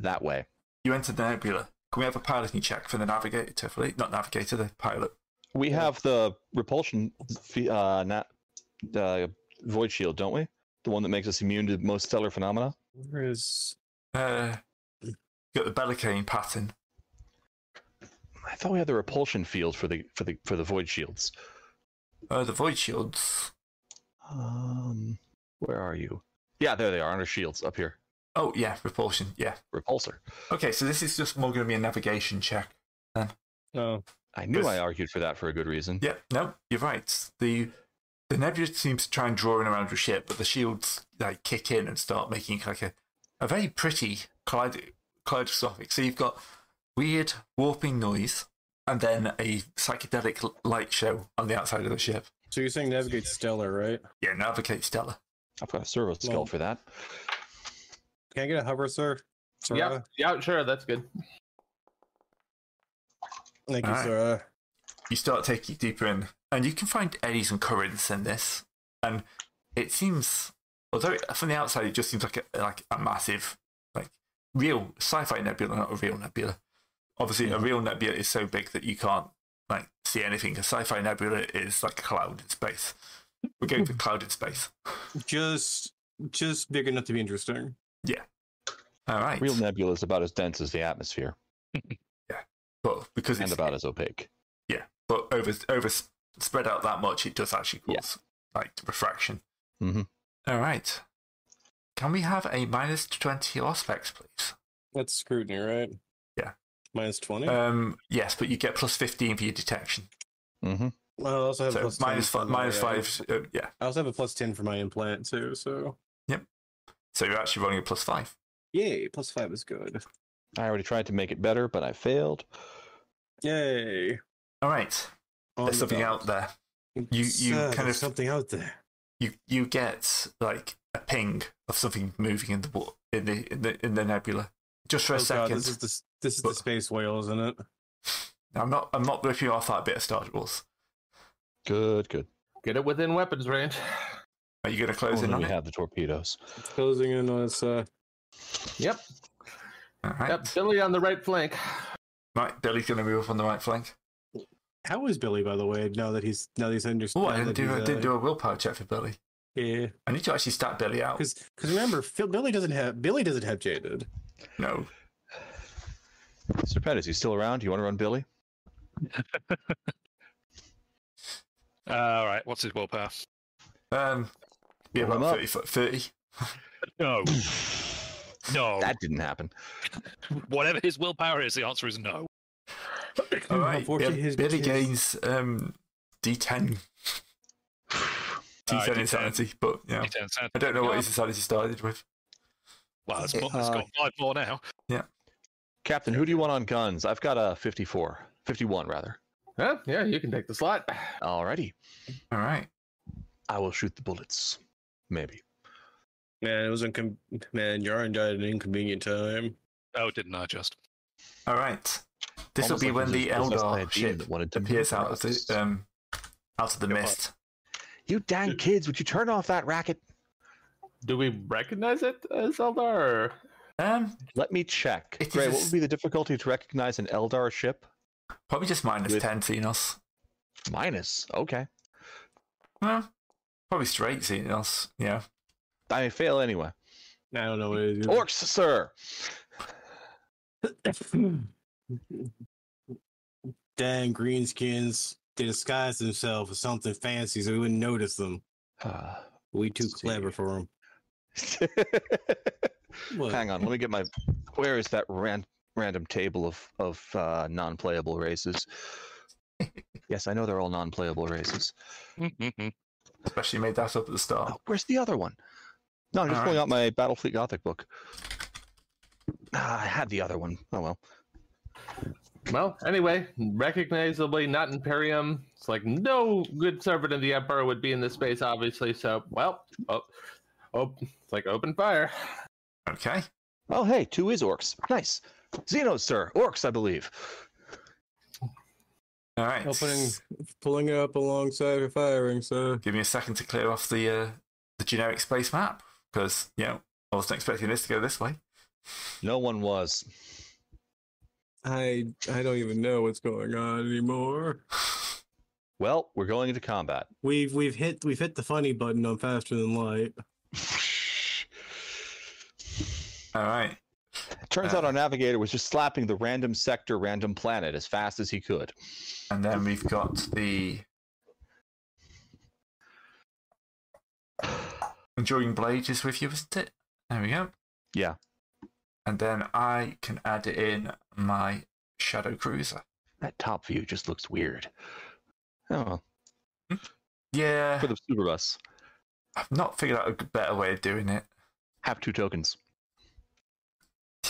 Speaker 6: That way.
Speaker 1: You entered the nebula. Can we have a piloting check for the navigator, please? Not navigator, the pilot.
Speaker 6: We have the repulsion, f- uh, not, uh, void shield, don't we? The one that makes us immune to most stellar phenomena.
Speaker 3: Where is?
Speaker 1: Uh, got the Bellicane pattern.
Speaker 6: I thought we had the repulsion field for the for the for the void shields.
Speaker 1: Uh, the void shields.
Speaker 6: Um, where are you? Yeah, there they are under shields up here.
Speaker 1: Oh yeah, repulsion. Yeah.
Speaker 6: Repulsor.
Speaker 1: Okay, so this is just more going to be a navigation check.
Speaker 7: Oh,
Speaker 6: I knew I
Speaker 1: Yes.
Speaker 6: argued for that for a good reason.
Speaker 1: Yep. No, you're right. The the nebula seems to try and draw in around your ship, but the shields like kick in and start making like a, a very pretty kaleid- kaleidoscopic. So you've got weird warping noise, and then a psychedelic l- light show on the outside of the ship.
Speaker 7: so you're saying navigate stellar, right?
Speaker 1: Yeah, navigate Stella.
Speaker 6: I've got a servo skull
Speaker 7: Well-
Speaker 6: for that.
Speaker 7: Can I get a hover, sir? Sir,
Speaker 5: Yeah, yeah, sure, that's good.
Speaker 7: Thank you,
Speaker 1: Alright.
Speaker 7: sir.
Speaker 1: you start taking it deeper in, and you can find eddies and currents in this. And it seems, although it- from the outside it just seems like a, like a massive, like real sci-fi nebula, not a real nebula. Obviously,
Speaker 6: Hmm.
Speaker 1: a real nebula is so big that you can't like see anything. A sci-fi nebula is like a cloud in space. We're going for cloud in space.
Speaker 7: Just, just big enough to be interesting.
Speaker 1: All right,
Speaker 6: Real nebula is about as dense as the atmosphere
Speaker 1: but because
Speaker 6: and
Speaker 1: it's
Speaker 6: about as opaque.
Speaker 1: but over over spread out that much, it does actually
Speaker 6: Yeah.
Speaker 1: cause like refraction.
Speaker 6: Mhm.
Speaker 1: All right. Can we have a minus twenty aspects, please?
Speaker 7: That's scrutiny, right?
Speaker 1: Yeah.
Speaker 7: Minus twenty.
Speaker 1: Um, yes, but you get plus fifteen for your detection.
Speaker 6: Mm-hmm.
Speaker 7: well, I also have a
Speaker 1: So
Speaker 7: plus 10
Speaker 1: minus
Speaker 7: for
Speaker 1: five,
Speaker 7: my,
Speaker 1: minus
Speaker 7: uh,
Speaker 1: five. Uh, yeah.
Speaker 7: I also have a plus ten for my implant too. So
Speaker 1: So you're actually rolling a plus five.
Speaker 7: yay, plus five is good.
Speaker 6: I already tried to make it better, but I failed.
Speaker 7: Yay.
Speaker 1: All right.
Speaker 7: On
Speaker 1: There's
Speaker 7: the
Speaker 1: something
Speaker 7: belt.
Speaker 1: out there. You- you
Speaker 7: Sir,
Speaker 1: kind
Speaker 7: there's
Speaker 1: of-
Speaker 7: something out there.
Speaker 1: You you get like a ping of something moving in the wa- in the in the in the nebula. Just for a
Speaker 7: Oh God,
Speaker 1: second.
Speaker 7: this is the s- this is the
Speaker 1: But-
Speaker 7: space whale, isn't it?
Speaker 1: I'm not I'm not ripping off that bit of Star Wars.
Speaker 6: Good, good.
Speaker 5: Get it within weapons range.
Speaker 1: Are you going to close
Speaker 6: Only
Speaker 1: in on
Speaker 6: we
Speaker 1: it?
Speaker 6: have the torpedoes.
Speaker 7: Closing in on us. Uh,
Speaker 5: Yep,
Speaker 1: All right.
Speaker 5: yep, Billy on the right flank.
Speaker 1: Right, Billy's going to move up on the right flank.
Speaker 7: how is Billy, by the way? Now that he's now that he's under.
Speaker 1: Oh,
Speaker 7: now
Speaker 1: I didn't
Speaker 7: that
Speaker 1: do I
Speaker 7: he's,
Speaker 1: didn't
Speaker 7: uh,
Speaker 1: do a willpower check for Billy.
Speaker 7: Yeah,
Speaker 1: I need to actually start Billy out.
Speaker 7: because because remember, Phil, Billy doesn't have Billy doesn't have jaded.
Speaker 1: No.
Speaker 6: Mr. Pett, is he still around? Do you want to run Billy?
Speaker 4: Uh, all right, what's his willpower?
Speaker 1: Um, yeah,
Speaker 6: Roll him
Speaker 1: about
Speaker 6: up.
Speaker 1: 30, fo- 30.
Speaker 4: No, no.
Speaker 6: That didn't happen.
Speaker 4: Whatever his willpower is, the answer is no.
Speaker 1: All right. Yeah,
Speaker 7: Unfortunately, his-
Speaker 1: Billy
Speaker 7: his-
Speaker 1: gains um, D10. D10
Speaker 4: D10.
Speaker 1: insanity, but yeah.
Speaker 4: He turns out-
Speaker 1: I don't know what his insanity started with.
Speaker 4: Wow, it's, more, it's got five more now.
Speaker 6: Captain, who do you want on guns? I've got a 54, 51 rather.
Speaker 5: Huh? Yeah, you can take the slot.
Speaker 6: Alrighty,
Speaker 1: All right.
Speaker 6: I will shoot the bullets. Maybe.
Speaker 7: Man, it was incom- man. Yarn died at an inconvenient time.
Speaker 4: Oh, didn't I just?
Speaker 1: All right. This will
Speaker 6: Almost
Speaker 1: be
Speaker 6: like
Speaker 1: when
Speaker 6: there's
Speaker 1: the
Speaker 6: a business idea
Speaker 1: Eldar ship
Speaker 6: that wanted to
Speaker 1: appears
Speaker 6: murder
Speaker 1: out of
Speaker 6: us.
Speaker 1: the um, out of the
Speaker 4: Yeah, what?
Speaker 1: mist.
Speaker 6: You dang kids! Would you turn off that racket?
Speaker 5: Do we recognize it as Eldar? Or...
Speaker 1: Um,
Speaker 6: Let me check.
Speaker 1: It
Speaker 6: Gray,
Speaker 1: is-
Speaker 6: what would be the difficulty to recognize an Eldar ship?
Speaker 1: probably just minus
Speaker 6: With-
Speaker 1: ten Xenos.
Speaker 6: Minus. Okay.
Speaker 1: Well, probably straight Xenos. Yeah.
Speaker 6: I may fail anyway.
Speaker 7: I don't know what it is.
Speaker 6: Orcs, sir.
Speaker 7: Dang, greenskins. They disguise themselves as something fancy so we wouldn't notice them.
Speaker 6: Uh,
Speaker 7: We too
Speaker 6: Let's see.
Speaker 7: clever for them. What?
Speaker 6: Hang on. Let me get my. Where is that ran, random table of of uh, non-playable races? yes, I know they're all non-playable races.
Speaker 1: Especially made that up at the start.
Speaker 6: Oh, where's the other one? No, I'm just
Speaker 1: All
Speaker 6: pulling out my Battlefleet Gothic book. Ah, I had the other one. Oh well.
Speaker 5: Well, anyway, recognizably not Imperium. It's like no good servant of the Emperor would be in this space, obviously. So, well, oh, oh, it's like open fire.
Speaker 1: Okay.
Speaker 6: Oh hey, two is orcs. Nice. Xenos, sir. Orcs, I believe.
Speaker 1: All right.
Speaker 3: Opening, pulling it up alongside of firing. So
Speaker 1: Give me a second to clear off the uh, the generic space map because you know I wasn't expecting this to go this way.
Speaker 6: No one was.
Speaker 3: I, I don't even know what's going on anymore.
Speaker 6: Well, we're going into combat.
Speaker 7: We've we've hit we've hit the funny button on faster than light.
Speaker 1: All right.
Speaker 6: Turns out
Speaker 1: Uh,
Speaker 6: our navigator was just slapping the random sector, random planet as fast as he could.
Speaker 1: And then we've got the Enduring Blade is with you, isn't it? There we go.
Speaker 6: Yeah.
Speaker 1: And then I can add in my Shadow Cruiser.
Speaker 6: That top view just looks weird. Oh, well,
Speaker 1: Yeah.
Speaker 6: for the super bus,
Speaker 1: I've not figured out a g- better way of doing it.
Speaker 6: have two tokens.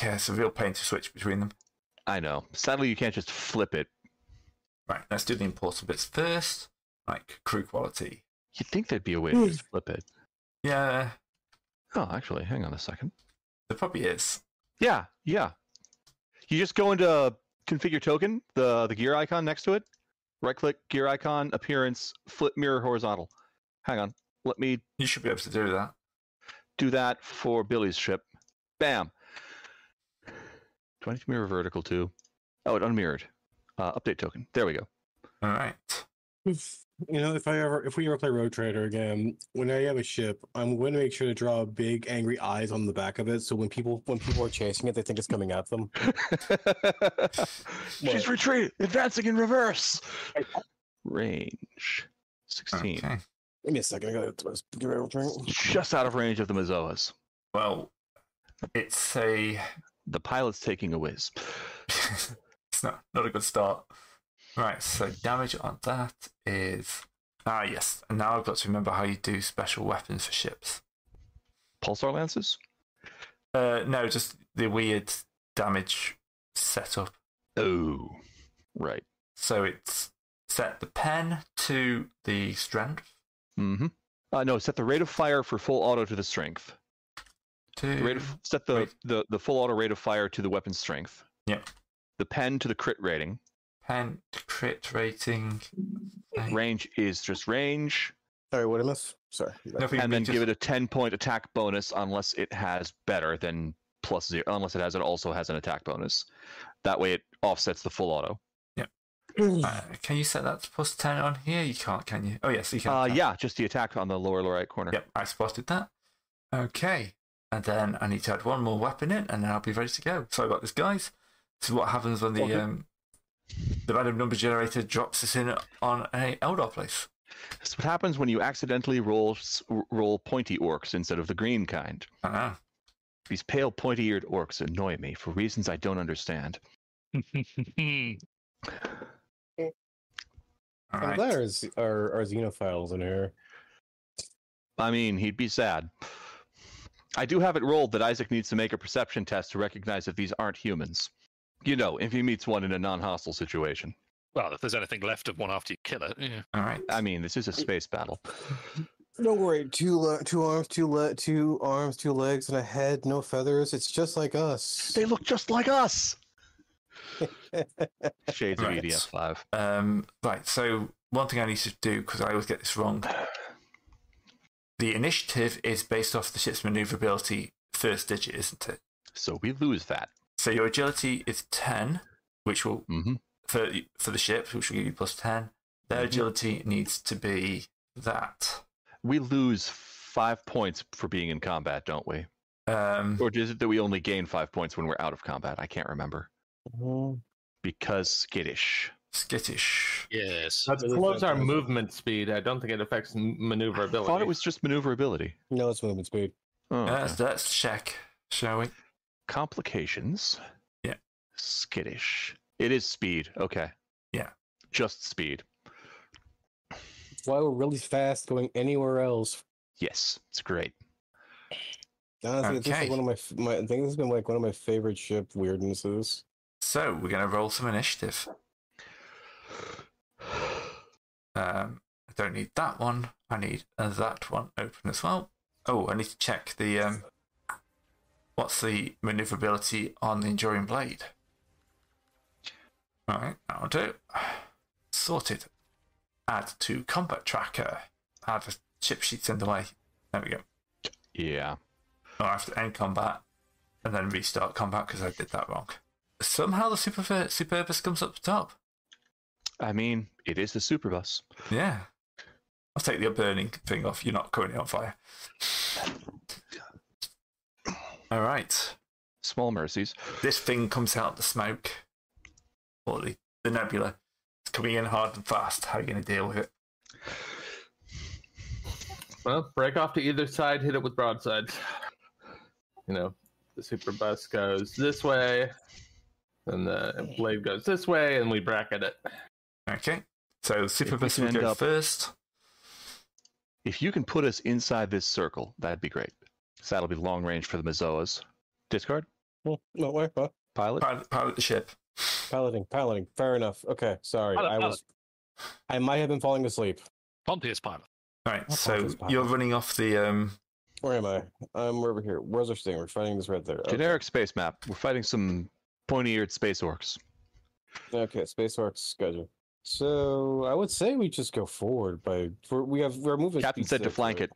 Speaker 1: Yeah, it's a real pain to switch between them.
Speaker 6: I know. Sadly, you can't just flip it.
Speaker 1: Right, let's do the important bits first, like crew quality.
Speaker 6: You'd think there'd be a way to just flip it.
Speaker 1: Yeah,
Speaker 6: Oh, actually, hang on a second.
Speaker 1: there probably is.
Speaker 6: Yeah, yeah. You just go into uh, configure token, the the gear icon next to it. Right click, gear icon, appearance, flip mirror horizontal. Hang on. Let me
Speaker 1: You should be able to do that.
Speaker 6: do that for Billy's ship. Bam. Do I need to mirror vertical too? Oh, it unmirrored. Uh, update token. There we go.
Speaker 1: All right.
Speaker 7: If, you know, if I ever if we ever play Road Trader again, when I have a ship, I'm going to make sure to draw big angry eyes on the back of it, so when people when people are chasing it, they think it's coming at them.
Speaker 6: She's retreating, advancing in reverse. Range 16.
Speaker 1: Okay.
Speaker 7: Give me a second. I gotta get this- get a drink.
Speaker 6: Just out of range of the Mazoas.
Speaker 1: Well, it's a
Speaker 6: The pilot's taking a whiz.
Speaker 1: it's not not a good start. Right, so damage on that is ah yes, and now I've got to remember how you do special weapons for ships.
Speaker 6: Pulsar lances?
Speaker 1: Uh, no, just the weird damage setup.
Speaker 6: Oh, right.
Speaker 1: So it's set the pen to the strength
Speaker 6: Mm-hmm. Uh, no, set the rate of fire for full auto to the strength.
Speaker 1: to
Speaker 6: The rate of, set the,
Speaker 1: Wait.
Speaker 6: the, the full auto rate of fire to the weapon strength.
Speaker 1: Yep.
Speaker 6: The pen to the crit rating.
Speaker 1: pen to crit rating.
Speaker 6: Range is just range.
Speaker 7: Sorry, what I miss? Sorry.
Speaker 1: Nothing
Speaker 6: and
Speaker 1: we
Speaker 6: then
Speaker 1: just-
Speaker 6: give it a 10 point attack bonus unless it has better than plus zero unless it has it also has an attack bonus that way it offsets the full auto
Speaker 1: Yep. Uh, can you set that to plus 10 on here? You can't, can you? Oh, yes, you can.
Speaker 6: Uh, yeah, just the attack on the lower right corner.
Speaker 1: Yep, I spotted that. Okay. And then I need to add one more weapon in, and then I'll be ready to go. Sorry about this, guys. This is what happens when the
Speaker 5: Okay.
Speaker 1: um, the random number generator drops us in on a Eldar place.
Speaker 6: That's what happens when you accidentally roll s- r- roll pointy orcs instead of the green kind.
Speaker 1: I don't know.
Speaker 6: These pale, pointy-eared orcs annoy me for reasons I don't understand.
Speaker 1: All
Speaker 3: I'm
Speaker 1: right.
Speaker 3: glad our, z- our, our xenophiles in here.
Speaker 6: I mean, he'd be sad. I do have it rolled that Isaac needs to make a perception test to recognize that these aren't humans. You know, if he meets one in a non-hostile situation.
Speaker 4: well, if there's anything left of one after you kill it, yeah.
Speaker 1: All right.
Speaker 6: I mean, this is a space battle.
Speaker 3: Don't worry. Two le- two arms, two le- two arms, two legs, and a head. No feathers. It's just like us.
Speaker 6: They look just like us. Shades
Speaker 1: Right.
Speaker 6: of EDF five.
Speaker 1: Um, right. So one thing I need to do because I always get this wrong. The initiative is based off the ship's maneuverability first digit, isn't it?
Speaker 6: So we lose that.
Speaker 1: So your agility is ten, which will
Speaker 6: hmm
Speaker 1: for for the ship, which will give you plus ten. Their
Speaker 6: Mhm.
Speaker 1: agility needs to be that.
Speaker 6: We lose five points for being in combat, don't we?
Speaker 1: Um,
Speaker 6: Or is it that we only gain five points when we're out of combat? I can't remember. Mm-hmm. Because skittish.
Speaker 1: skittish.
Speaker 4: yes.
Speaker 5: Let's
Speaker 3: It is
Speaker 5: close our
Speaker 3: fantastic.
Speaker 5: movement speed. I don't think it affects m-
Speaker 6: I
Speaker 5: maneuverability.
Speaker 6: thought it was just maneuverability.
Speaker 3: No, it's movement speed.
Speaker 6: Oh,
Speaker 1: Uh,
Speaker 6: okay.
Speaker 1: let's- let's check, shall we?
Speaker 6: complications.
Speaker 1: Yeah.
Speaker 6: Skittish. It is speed. Okay.
Speaker 1: Yeah.
Speaker 6: Just speed.
Speaker 3: That's why we're really fast going anywhere else.
Speaker 6: Yes. It's great.
Speaker 3: Honestly, it's just
Speaker 1: Okay.
Speaker 3: like one of my, f- my. I think this has been like one of my favorite ship weirdnesses.
Speaker 1: So we're gonna roll some initiative. Um, I don't need that one. I need uh, that one open as well. Oh, I need to check the um. What's the maneuverability on the enduring blade? All right, that'll do. Sorted. Add to combat tracker. Add a chip sheet sent away. There we go.
Speaker 6: Yeah.
Speaker 1: Or I have to end combat and then restart combat because I did that wrong. Somehow the super superbus comes up top.
Speaker 6: I mean, it is the superbus.
Speaker 1: Yeah. I'll take the burning thing off. You're not currently on fire. All right.
Speaker 6: Small mercies.
Speaker 1: This thing comes out of the smoke, or the, the nebula. It's coming in hard and fast. How are you going to deal with it?
Speaker 5: Well, break off to either side, hit it with broadsides. You know, the super bus goes this way, and the blade goes this way, and we bracket it.
Speaker 1: Okay. So superbus
Speaker 6: can
Speaker 1: will
Speaker 6: end
Speaker 1: go
Speaker 6: up-
Speaker 1: first.
Speaker 6: If you can put us inside this circle, that'd be great. So that'll be long range for the Mazoas. Discard?
Speaker 3: Well, no, wait, what?
Speaker 6: Pilot?
Speaker 1: Pilot, pilot the ship.
Speaker 3: Piloting, piloting. Fair enough. Okay, sorry.
Speaker 4: Pilot,
Speaker 3: I
Speaker 4: pilot.
Speaker 3: was. I might have been falling asleep.
Speaker 4: Pontius Pilate.
Speaker 1: Right.
Speaker 3: What
Speaker 1: So
Speaker 3: is pilot?
Speaker 1: you're running off the um,
Speaker 3: Where am I? I'm over here. Where's our thing? We're fighting this right there. Okay.
Speaker 6: Generic space map. We're fighting some pointy eared space orcs.
Speaker 3: Okay, space orcs schedule. So I would say we just go forward by we're, we have we're moving.
Speaker 6: Captain said to flank it.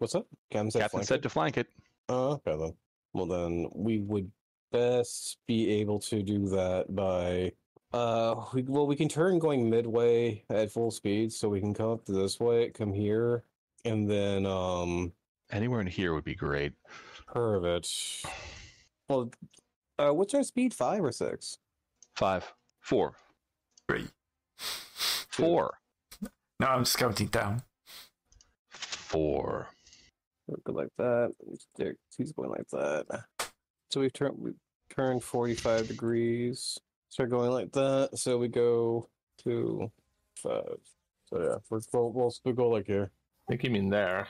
Speaker 3: What's up? Captain said
Speaker 6: Captain
Speaker 3: flank
Speaker 6: said
Speaker 3: it?
Speaker 6: to flank it.
Speaker 3: Oh, okay then. Well then, we would best be able to do that by. Uh, we, well, we can turn going midway at full speed, so we can come up this way, come here, and then um
Speaker 6: Anywhere in here would be great.
Speaker 3: curve it. Well, uh, what's our speed? Five or six?
Speaker 6: Five, four,
Speaker 1: three.
Speaker 6: four,
Speaker 1: No, I'm just counting down.
Speaker 6: four.
Speaker 3: Go like that. There, he's going like that. So we turn we turn forty five degrees. Start going like that. So we go to five. So yeah, we're, we'll, we'll we'll go like here,
Speaker 5: I think you mean there.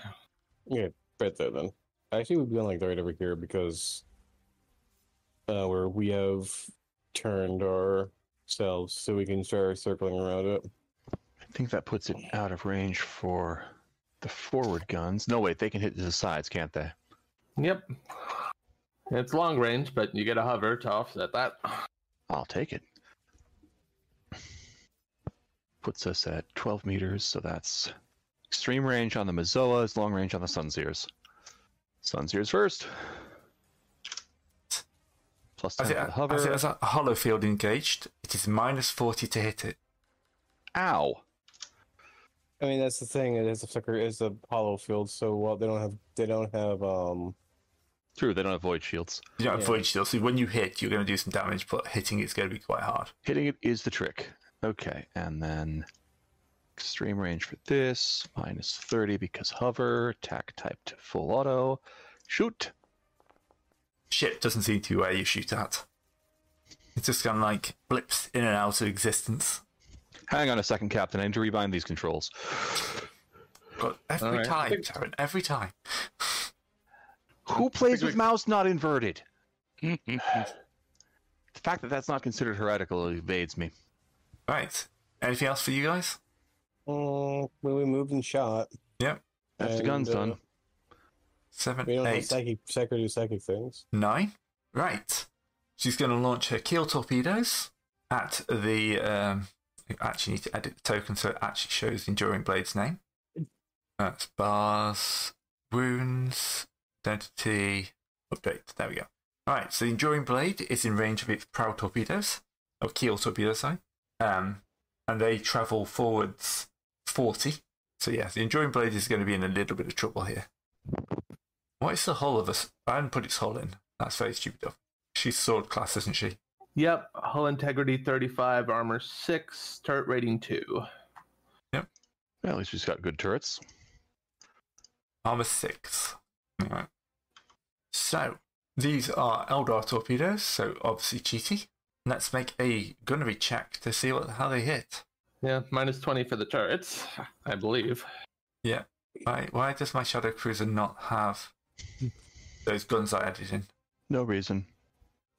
Speaker 3: right there. Then actually we've been like right over here because uh, where we have turned ourselves so we can start circling around it.
Speaker 6: I think that puts it out of range for the forward guns. No, wait, they can hit to the sides, can't they?
Speaker 5: Yep. It's long range, but you get a hover to offset that.
Speaker 6: I'll take it. Puts us at 12 meters, so that's extreme range on the Mazoas, long range on the Sunseers. Sunseers first. Plus
Speaker 1: As
Speaker 6: 10
Speaker 1: it,
Speaker 6: for the
Speaker 1: as it
Speaker 6: hover.
Speaker 1: has a hollow field engaged, it is minus 40 to hit it.
Speaker 6: Ow.
Speaker 3: I mean, that's the thing. It is a flicker. It's a hollow field, so well, they don't have they don't have um.
Speaker 6: True, they don't have void shields.
Speaker 1: You don't have
Speaker 3: Yeah.
Speaker 1: void shield, so when you hit, you're going to do some damage, but hitting it's going to be quite hard.
Speaker 6: Hitting it is the trick. Okay, and then extreme range for this, minus 30 because hover, attack type to full auto. Shoot!
Speaker 1: Ship doesn't seem to be where you shoot at. It's just kind of like blips in and out of existence.
Speaker 6: Hang on a second, Captain. I need to rebind these controls.
Speaker 1: But every
Speaker 5: Alright.
Speaker 1: time, Taryn, every time.
Speaker 6: Who plays with
Speaker 5: we-
Speaker 6: mouse not inverted? The fact that that's not considered heretical evades me.
Speaker 1: Right. Anything else for you guys?
Speaker 3: mm, When we moved and shot,
Speaker 6: That's the
Speaker 3: And,
Speaker 6: gun's
Speaker 3: uh,
Speaker 6: done.
Speaker 1: Seven,
Speaker 3: we don't have
Speaker 1: eight,
Speaker 3: psychic, psychic do psychic things.
Speaker 1: nine. Right. She's going to launch her keel torpedoes at the. Um, I actually need to edit the token so it actually shows Enduring Blade's name. That's bars, wounds, identity, update. There we go. Alright, so the Enduring Blade is in range of its prow torpedoes, or keel torpedoes, sorry. Um, and they travel forwards 40. So, yeah, the Enduring Blade is going to be in a little bit of trouble here. What is the hull of us? I didn't put its hull in. That's very stupid of. She's sword class, isn't she?
Speaker 5: Yep. Hull integrity 35, armor 6, turret rating 2.
Speaker 6: Well, at least she's got good turrets.
Speaker 1: Armor 6. Alright. So, these are Eldar torpedoes, so obviously cheaty. Let's make a gunnery check to see what how they hit.
Speaker 5: Yeah, minus 20 for the turrets, I believe.
Speaker 1: Why, why does my Shadow Cruiser not have those guns I added in?
Speaker 6: No reason.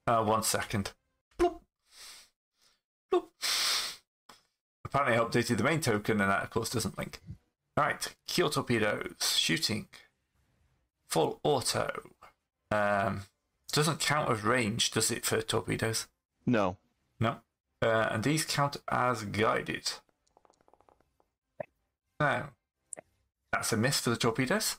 Speaker 1: Uh, one second. Bloop. Bloop. Apparently, I updated the main token, and that, of course, doesn't link. Right, keel torpedoes, shooting, full auto. Um, doesn't count as range, does it, for torpedoes?
Speaker 6: No.
Speaker 1: No. Uh, and these count as guided. So, that's a miss for the torpedoes.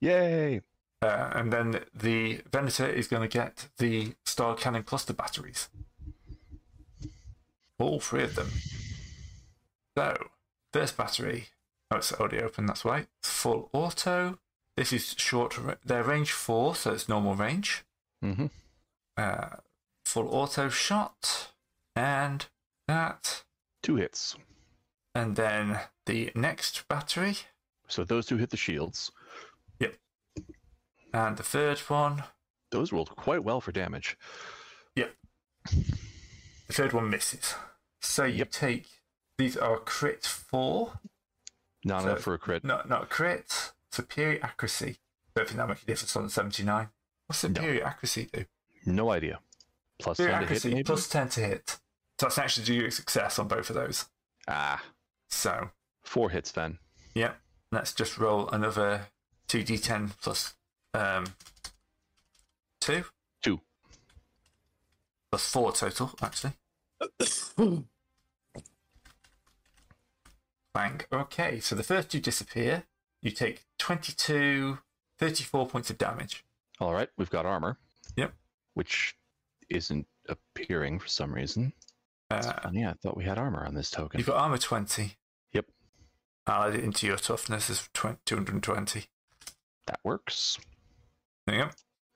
Speaker 6: Yay!
Speaker 1: Uh, and then the Venator is going to get the Star Cannon cluster batteries. All three of them. So, first battery. Oh, it's already open, that's right. Full auto. This is short. ra- They're range 4, so it's normal range.
Speaker 6: Mm-hmm.
Speaker 1: Uh, full auto shot. And that.
Speaker 6: Two hits.
Speaker 1: And then the next battery.
Speaker 6: So those two hit the shields.
Speaker 1: And the third one.
Speaker 6: Those rolled quite well for damage.
Speaker 1: The third one misses. So you
Speaker 6: Yep.
Speaker 1: take these are crit four.
Speaker 6: Not
Speaker 1: So-
Speaker 6: enough for a crit.
Speaker 1: No, not crit. Superior accuracy. Don't think that makes a difference on the seventy nine. What's superior accuracy do?
Speaker 6: No idea. Plus
Speaker 1: Superior
Speaker 6: 10 to hit,
Speaker 1: accuracy
Speaker 6: maybe?
Speaker 1: plus ten to hit. So that's an extra degree of success on both of those.
Speaker 6: Ah,
Speaker 1: So
Speaker 6: four hits then.
Speaker 1: yeah, let's just roll another two d ten plus um two
Speaker 6: Two.
Speaker 1: plus four total actually. Bang. Okay, so the first two disappear. You take 22, 34 points of damage.
Speaker 6: All right, we've got armor.
Speaker 1: Yep.
Speaker 6: Which isn't appearing for some reason.
Speaker 1: Uh,
Speaker 6: And yeah, I thought we had armor on this token.
Speaker 1: you've got armor 20.
Speaker 6: Yep.
Speaker 1: I'll add it into your toughness as 20, 220.
Speaker 6: That works.
Speaker 1: There you go.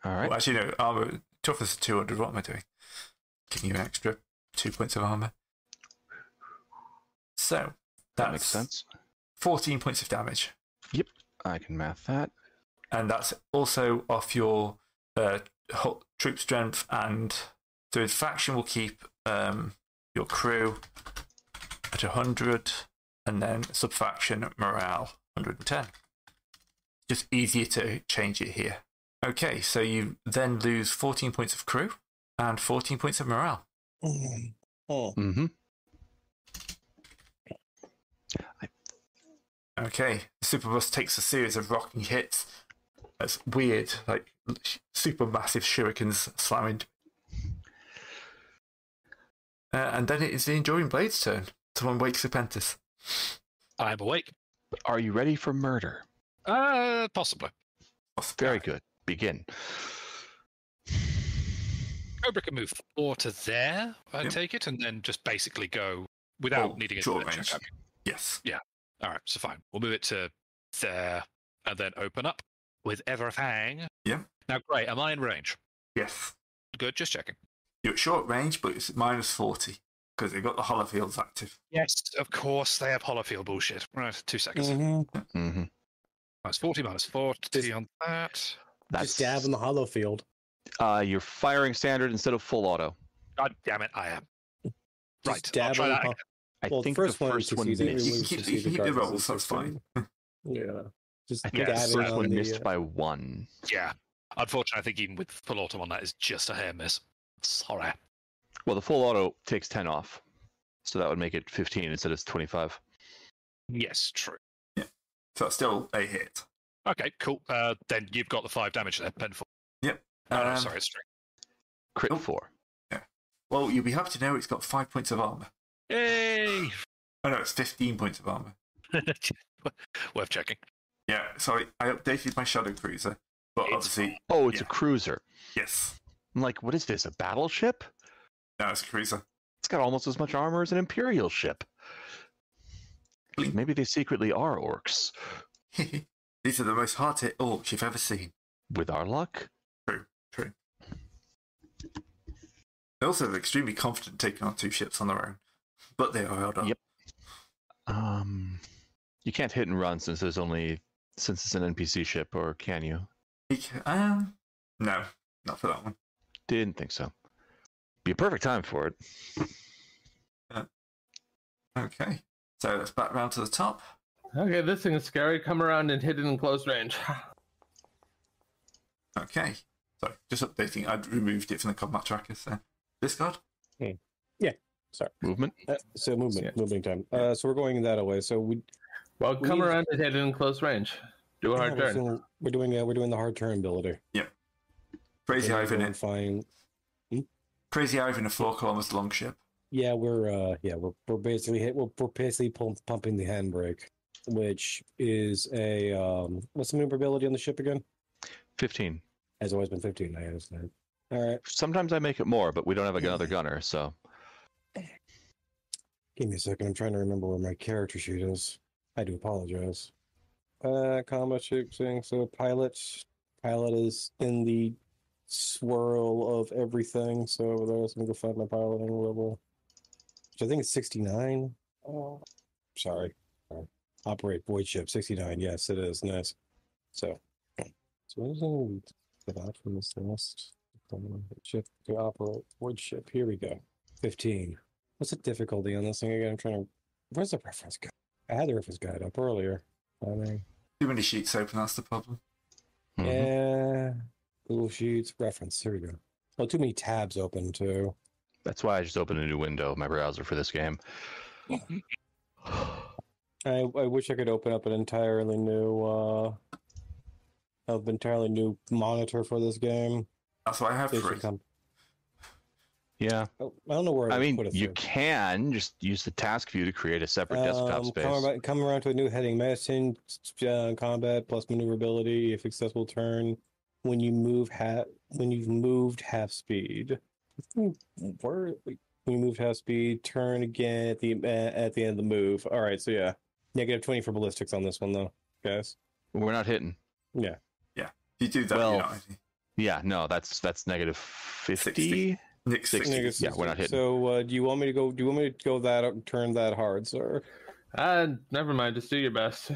Speaker 6: All right.
Speaker 1: Well, actually, no, armor, toughness is 200. What am I doing? Giving you an extra two points of armor. So, that's
Speaker 6: that makes sense.
Speaker 1: 14 points of damage.
Speaker 6: I can math that.
Speaker 1: And that's also off your uh, ho- troop strength. And so, his faction will keep um, your crew at 100, and then subfaction morale 110. Just easier to change it here. Okay, so you then lose 14 points of crew and 14 points of morale.
Speaker 3: Oh,
Speaker 6: Mm-hmm.
Speaker 1: Okay, Superbus takes a series of rocking hits. That's weird, like sh- super massive shurikens slamming. Uh, and then it is the Enduring Blade's turn. Someone wakes Serpentis.
Speaker 4: I'm awake.
Speaker 6: Are you ready for murder?
Speaker 4: Uh, possibly.
Speaker 6: Very good. Begin.
Speaker 4: Cobra can move four to there, I
Speaker 1: Yep.
Speaker 4: take it, and then just basically go without
Speaker 1: Oh,
Speaker 4: needing a
Speaker 1: draw
Speaker 4: limit check.
Speaker 1: range.
Speaker 4: have you?
Speaker 1: Yes.
Speaker 4: All right, so fine. We'll move it to there and then open up with everything.
Speaker 1: Yeah.
Speaker 4: Now, great. Am I in range?
Speaker 1: Yes.
Speaker 4: Good. Just checking.
Speaker 1: You're at short range, but it's minus 40 because they've got the hollow fields active.
Speaker 4: Yes, of course they have holofield bullshit. Right, two seconds.
Speaker 6: Mm-hmm.
Speaker 4: Minus 40, minus 40
Speaker 3: Just-
Speaker 4: on that.
Speaker 6: That's
Speaker 3: Just dab in the hollow field.
Speaker 6: uh, your firing standard instead of full auto.
Speaker 4: God damn it, I am.
Speaker 3: Just
Speaker 4: Right, I'll
Speaker 3: dab
Speaker 4: try
Speaker 3: in the
Speaker 4: that
Speaker 3: hol-
Speaker 6: I
Speaker 3: Well,
Speaker 6: think
Speaker 3: first
Speaker 6: the
Speaker 3: one
Speaker 6: first one
Speaker 3: succeeded.
Speaker 1: You can
Speaker 6: missed.
Speaker 3: Everyone-
Speaker 1: keep,
Speaker 3: lose
Speaker 1: you can keep the
Speaker 3: succeeded
Speaker 1: rolls,
Speaker 3: regardless
Speaker 1: that's
Speaker 3: of
Speaker 1: fine.
Speaker 3: Yeah. Just
Speaker 6: I think the
Speaker 3: dab it
Speaker 6: first
Speaker 3: on
Speaker 6: one
Speaker 3: the,
Speaker 6: missed
Speaker 3: uh,
Speaker 6: by one.
Speaker 4: Yeah. Unfortunately, I think even with full autumn on that is just a hair miss. Sorry.
Speaker 6: Well, the full auto takes 10 off. So that would make it 15 instead of 25.
Speaker 4: Yes, true.
Speaker 1: So that's still a hit.
Speaker 4: Okay, cool. Uh, then you've got the five damage there, Penfold. Oh, no,
Speaker 1: Um,
Speaker 4: sorry, it's three.
Speaker 6: Crit
Speaker 1: Oh.
Speaker 6: 4.
Speaker 1: Well, you'll be happy to know it's got five points of armor.
Speaker 4: Yay!
Speaker 1: Oh no, it's 15 points of armor.
Speaker 4: Worth checking.
Speaker 1: Yeah, sorry, I updated my Shadow Cruiser, but
Speaker 4: It's
Speaker 1: obviously,
Speaker 6: Oh, it's
Speaker 1: Yeah.
Speaker 6: a cruiser.
Speaker 1: yes,
Speaker 6: I'm like, what is this? A battleship?
Speaker 1: no, it's a Cruiser.
Speaker 6: It's got almost as much armor as an Imperial ship.
Speaker 1: Bleep.
Speaker 6: Maybe they secretly are orcs.
Speaker 1: These are the most hard hit orcs you've ever seen.
Speaker 6: With our luck,
Speaker 1: They also are extremely confident taking on two ships on their own, but they are held up.
Speaker 6: Yep. um, you can't hit and run since there's only since it's an NPC ship, or can you?
Speaker 1: Like, Um, no, not for that one.
Speaker 6: Didn't think so. Be a perfect time for it.
Speaker 1: Okay, so let's back round to the top.
Speaker 5: Okay, this thing is scary. Come around and hit it in close range.
Speaker 1: Okay, sorry, just updating. I'd removed it from the combat tracker. So, discard.
Speaker 6: Movement.
Speaker 3: Uh, so movement,
Speaker 5: Yeah.
Speaker 3: moving time. Uh, so we're going that way. So we
Speaker 5: Well,
Speaker 3: We
Speaker 5: come
Speaker 3: need-
Speaker 5: around and hit it in close range. Do a hard
Speaker 3: we're
Speaker 5: turn.
Speaker 3: doing- We're doing uh, we're doing the hard turn ability.
Speaker 1: Crazy
Speaker 3: We're
Speaker 1: Ivan,
Speaker 3: going
Speaker 1: in,
Speaker 3: Fine.
Speaker 1: Crazy Ivan, a four kilometers long ship.
Speaker 3: Yeah, we're uh, yeah we're we're basically hit. We're, we're basically pump, pumping the handbrake, which is a um. What's the maneuverability on the ship again?
Speaker 6: Fifteen.
Speaker 3: Has always been fifteen. I understand. All right,
Speaker 6: Sometimes I make it more, but we don't have another gunner, so
Speaker 3: give me a second. I'm trying to remember where my character sheet is. I do apologize. Uh, combat shooting. So pilot, pilot is in the swirl of everything. So over there, so I'm gonna go find my piloting level, which I think it's sixty nine. Oh, sorry. Sorry. Operate void ship sixty nine. Yes, it is nice. So, so what is going to get out from this list? Ship to operate void ship. Here we go. Fifteen. What's the difficulty on this thing again? I'm trying to. Where's the reference guide? I had the reference guide up earlier. I mean,
Speaker 1: Too many sheets open. That's the problem.
Speaker 6: mhm.
Speaker 3: yeah. Google Sheets reference. Here we go. Well, too many tabs open too.
Speaker 6: that's why I just opened a new window of my browser for this game.
Speaker 3: I, I wish I could open up an entirely new, uh, of entirely new monitor for this game.
Speaker 1: That's why I have
Speaker 3: They should
Speaker 1: three.
Speaker 3: come-
Speaker 6: Yeah,
Speaker 3: oh, I don't know where
Speaker 6: I
Speaker 3: would
Speaker 6: mean,
Speaker 3: put it
Speaker 6: you
Speaker 3: through.
Speaker 6: can just use the task view to create a separate desktop
Speaker 3: Um,
Speaker 6: space.
Speaker 3: Come around, come around to a new heading. Medicine, uh, combat plus maneuverability. If successful turn, when you move half, when you've moved half speed. Where when you move half speed, turn again at the uh, at the end of the move. All right, so yeah, negative twenty for ballistics on this one though, guys.
Speaker 6: We're not hitting.
Speaker 1: If you do that,
Speaker 6: Well,
Speaker 1: you're not.
Speaker 6: Yeah, no, that's that's negative fifty.
Speaker 1: Nick 60.
Speaker 3: Negative
Speaker 6: Yeah, we're not
Speaker 3: 60.
Speaker 6: hitting.
Speaker 3: So uh, do you want me to go? Do you want me to go that turn that hard, sir?
Speaker 5: Uh, never mind. Just do your best.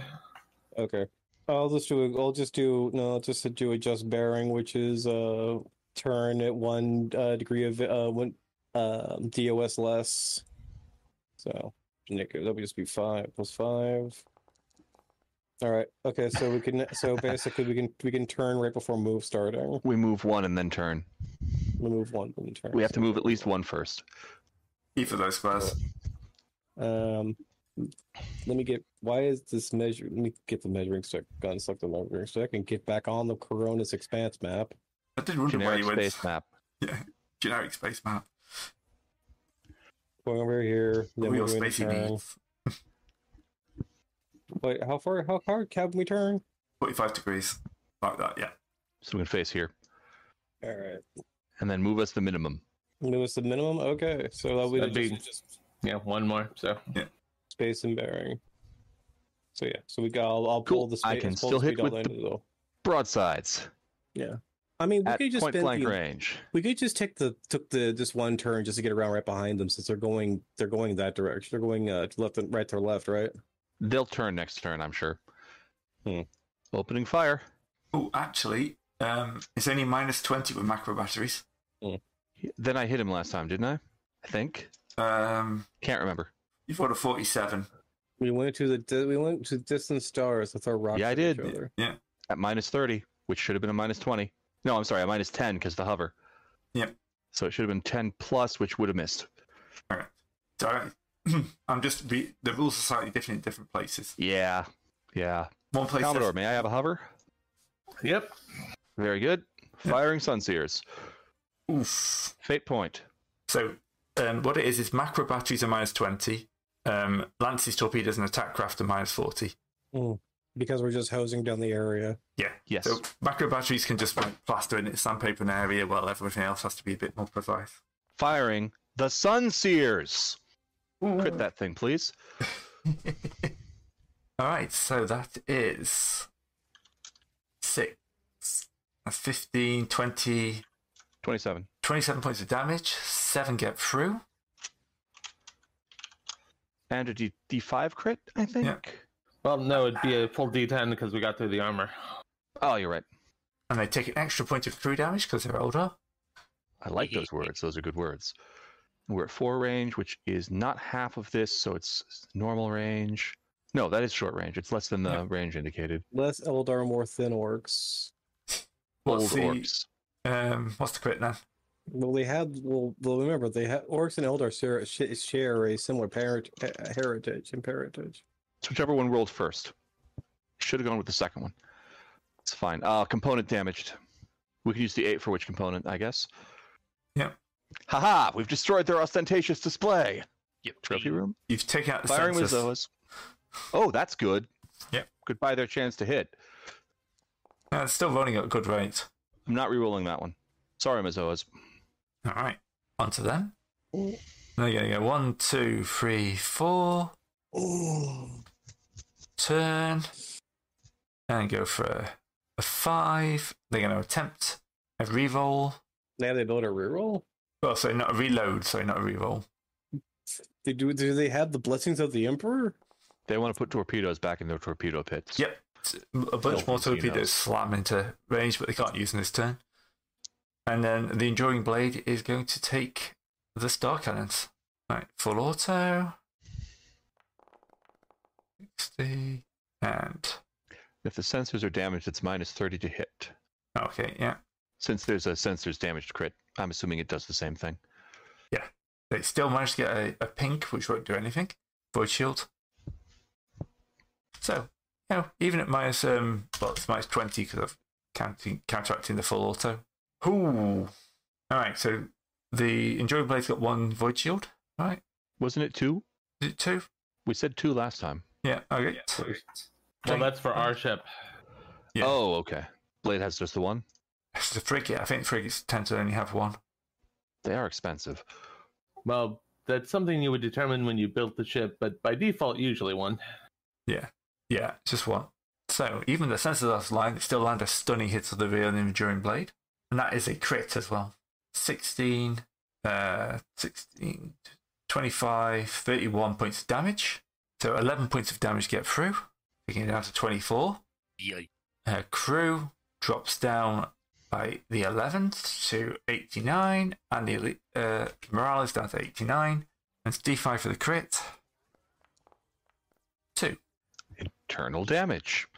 Speaker 3: Okay. I'll just do. I'll just do. No, I'll just do adjust bearing, which is uh turn at one uh, degree of uh one uh, DOS less. So Nick, that would just be five plus five. All right. Okay. So we can. So basically, we can we can turn right before move starting.
Speaker 6: We move one and then turn.
Speaker 3: We move one and turn.
Speaker 6: We have to
Speaker 3: so-
Speaker 6: move at least one first.
Speaker 1: Eat E for those squares.
Speaker 3: Um, let me get. Why is this measure? Let me get the measuring stick. Gun stuck the measuring stick and get back on the Corona's expanse map.
Speaker 1: I did wonder where
Speaker 6: Generic
Speaker 1: you went.
Speaker 6: space map.
Speaker 1: Generic space map.
Speaker 3: Going over here. Then
Speaker 1: Real
Speaker 3: we're going to
Speaker 1: spacey
Speaker 3: turn.
Speaker 1: needs.
Speaker 3: Wait, how far? How far can we turn?
Speaker 1: 45 degrees. Like that, yeah.
Speaker 6: So we can face here.
Speaker 3: All right.
Speaker 6: And then move us the minimum.
Speaker 3: Move us the minimum. Okay, so that we
Speaker 5: That'd
Speaker 3: just,
Speaker 5: be-
Speaker 3: just
Speaker 5: Yeah, one more. So
Speaker 3: space and bearing. So yeah, so we got. I'll, I'll
Speaker 6: Cool,
Speaker 3: pull the space.
Speaker 6: I can
Speaker 3: pull
Speaker 6: still
Speaker 3: the
Speaker 6: hit
Speaker 3: speed all
Speaker 6: with
Speaker 3: down
Speaker 6: the-
Speaker 3: to though.
Speaker 6: Broadsides
Speaker 3: I mean, we
Speaker 6: at
Speaker 3: could just
Speaker 6: point
Speaker 3: spend
Speaker 6: blank
Speaker 3: the,
Speaker 6: range.
Speaker 3: we could just take the took the just one turn just to get around right behind them since they're going they're going that direction. They're going uh to left and right to left, right?
Speaker 6: They'll turn next turn, I'm sure.
Speaker 3: Hmm.
Speaker 6: Opening fire.
Speaker 1: Oh, actually, um, it's only minus 20 with macro batteries.
Speaker 6: Then I hit him last time, didn't I? I think.
Speaker 1: Um,
Speaker 6: Can't remember.
Speaker 1: you've got a 47.
Speaker 3: We went to the di- we went to distant stars with our rocks.
Speaker 6: Yeah, I
Speaker 3: at each
Speaker 6: did.
Speaker 3: other.
Speaker 1: Yeah.
Speaker 6: At minus 30, which should have been a minus 20. No, I'm sorry, a minus 10 because the hover.
Speaker 1: Yep.
Speaker 6: So it should have been 10 plus, which would have missed.
Speaker 1: So I, I'm just, re- the rules are slightly different in different places.
Speaker 6: Yeah. Yeah.
Speaker 1: One place.
Speaker 6: Commodore,
Speaker 1: says-
Speaker 6: may I have a hover?
Speaker 5: yep.
Speaker 6: Very good. Firing Sunseers.
Speaker 1: Oof.
Speaker 6: Fate point.
Speaker 1: So um, what it is is macro batteries are minus twenty. Um, Lance's torpedoes and attack craft are minus forty.
Speaker 3: Because we're just hosing down the area.
Speaker 6: Yes.
Speaker 1: So macro batteries can just like, plaster in it, sandpaper an area, while everything else has to be a bit more precise.
Speaker 6: Firing the Sunseers. Crit that thing, please.
Speaker 1: All right, so that is six. That's 15, 20,
Speaker 6: 27.
Speaker 1: 27 points of damage. Seven get through.
Speaker 6: And a D- D5 crit, I think.
Speaker 5: Well, no, it'd be a full D10 because we got through the armor.
Speaker 6: Oh, you're right.
Speaker 1: And they take an extra point of crew damage because they're older.
Speaker 6: I like those words. Those are good words. We're at four range, which is not half of this, so it's normal range. No, that is short range. It's less than the
Speaker 1: Yeah.
Speaker 6: range indicated.
Speaker 3: Less Eldar, more thin orcs.
Speaker 6: Old
Speaker 1: What's the,
Speaker 6: orcs.
Speaker 1: um, what's the crit now?
Speaker 3: Well, they had. Well, well remember they had orcs and Eldar share, sh- share a similar parent, he- heritage and parentage.
Speaker 6: It's whichever one rolled first. Should have gone with the second one. It's fine. Uh, component damaged. We can use the eight for which component, I guess.
Speaker 1: Yep.
Speaker 6: Haha! We've destroyed their ostentatious display.
Speaker 4: Yep.
Speaker 6: Trophy room.
Speaker 1: You've taken out the
Speaker 6: Firing with
Speaker 1: sensors.
Speaker 6: those. Oh, that's good.
Speaker 1: Yep.
Speaker 6: Could buy their chance to hit.
Speaker 1: Uh, it's still running at a good rate.
Speaker 6: I'm not rerolling that one. Sorry, Mizoas.
Speaker 1: All right, on to them. They're going to go one, two, three, four. Turn. And go for a, a five. They're going to attempt a reroll.
Speaker 3: They have the ability to reroll.
Speaker 1: Well, sorry, not a reload. Sorry, not a reroll.
Speaker 3: They do. Do they have the blessings of the emperor?
Speaker 6: They want to put torpedoes back in their torpedo pits.
Speaker 1: Yep. It's A bunch
Speaker 6: Filthy
Speaker 1: more
Speaker 6: Xenos.
Speaker 1: torpedoes slam into range, but they can't use in this turn. And then the Enduring Blade is going to take the Star Cannons. Right, full auto. 60. And.
Speaker 6: If the sensors are damaged, it's minus 30 to hit.
Speaker 1: Okay, yeah.
Speaker 6: Since there's a sensors damaged crit, I'm assuming it does the same thing.
Speaker 1: They still managed to get a, a pink, which won't do anything. Void shield. So, you know, even at minus um, well, it's minus twenty because I've counting, counteracting the full auto. Ooh. All right. So the enduring blade's got one void shield. All right.
Speaker 6: Wasn't it two?
Speaker 1: Is it two?
Speaker 6: We said two last time.
Speaker 1: Yeah. Okay.
Speaker 5: Well, that's for our ship.
Speaker 1: Yeah.
Speaker 6: Oh, okay. Blade has just the one.
Speaker 1: It's the frigate. I think frigates tend to only have one.
Speaker 6: They are expensive.
Speaker 5: Well, that's something you would determine when you built the ship, but by default, usually one.
Speaker 1: Yeah, just one. So even the sensors off line, they still land a stunning hit to the rear and enduring blade. And that is a crit as well. 16, uh, 16, 25, 31 points of damage. So 11 points of damage get through, taking it down to 24.
Speaker 4: Yay.
Speaker 1: Her crew drops down by the 11th to 89, and the elite- uh, morale is down to 89. And it's D5 for the crit. Two.
Speaker 6: Internal damage.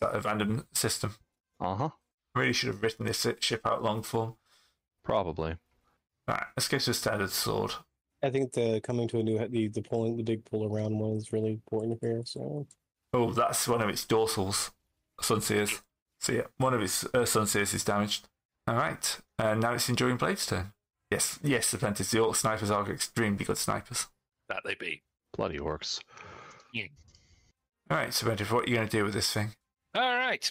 Speaker 1: that a random system.
Speaker 6: Uh huh.
Speaker 1: I really should have written this ship out long form.
Speaker 6: Probably.
Speaker 1: Right, let's go to the standard sword.
Speaker 3: I think the coming to a new the, the pulling the big pull around one is really important here. So
Speaker 1: Oh, that's one of its dorsals, Sunseers. So yeah, one of its uh, Sunseers is damaged. All right, uh, now it's enjoying Blade's turn. Yes, yes, the Apprentice, the Orc snipers are extremely good snipers.
Speaker 4: That they be.
Speaker 6: Bloody orcs.
Speaker 1: All right, so Apprentice, what are you going to do with this thing?
Speaker 4: All right.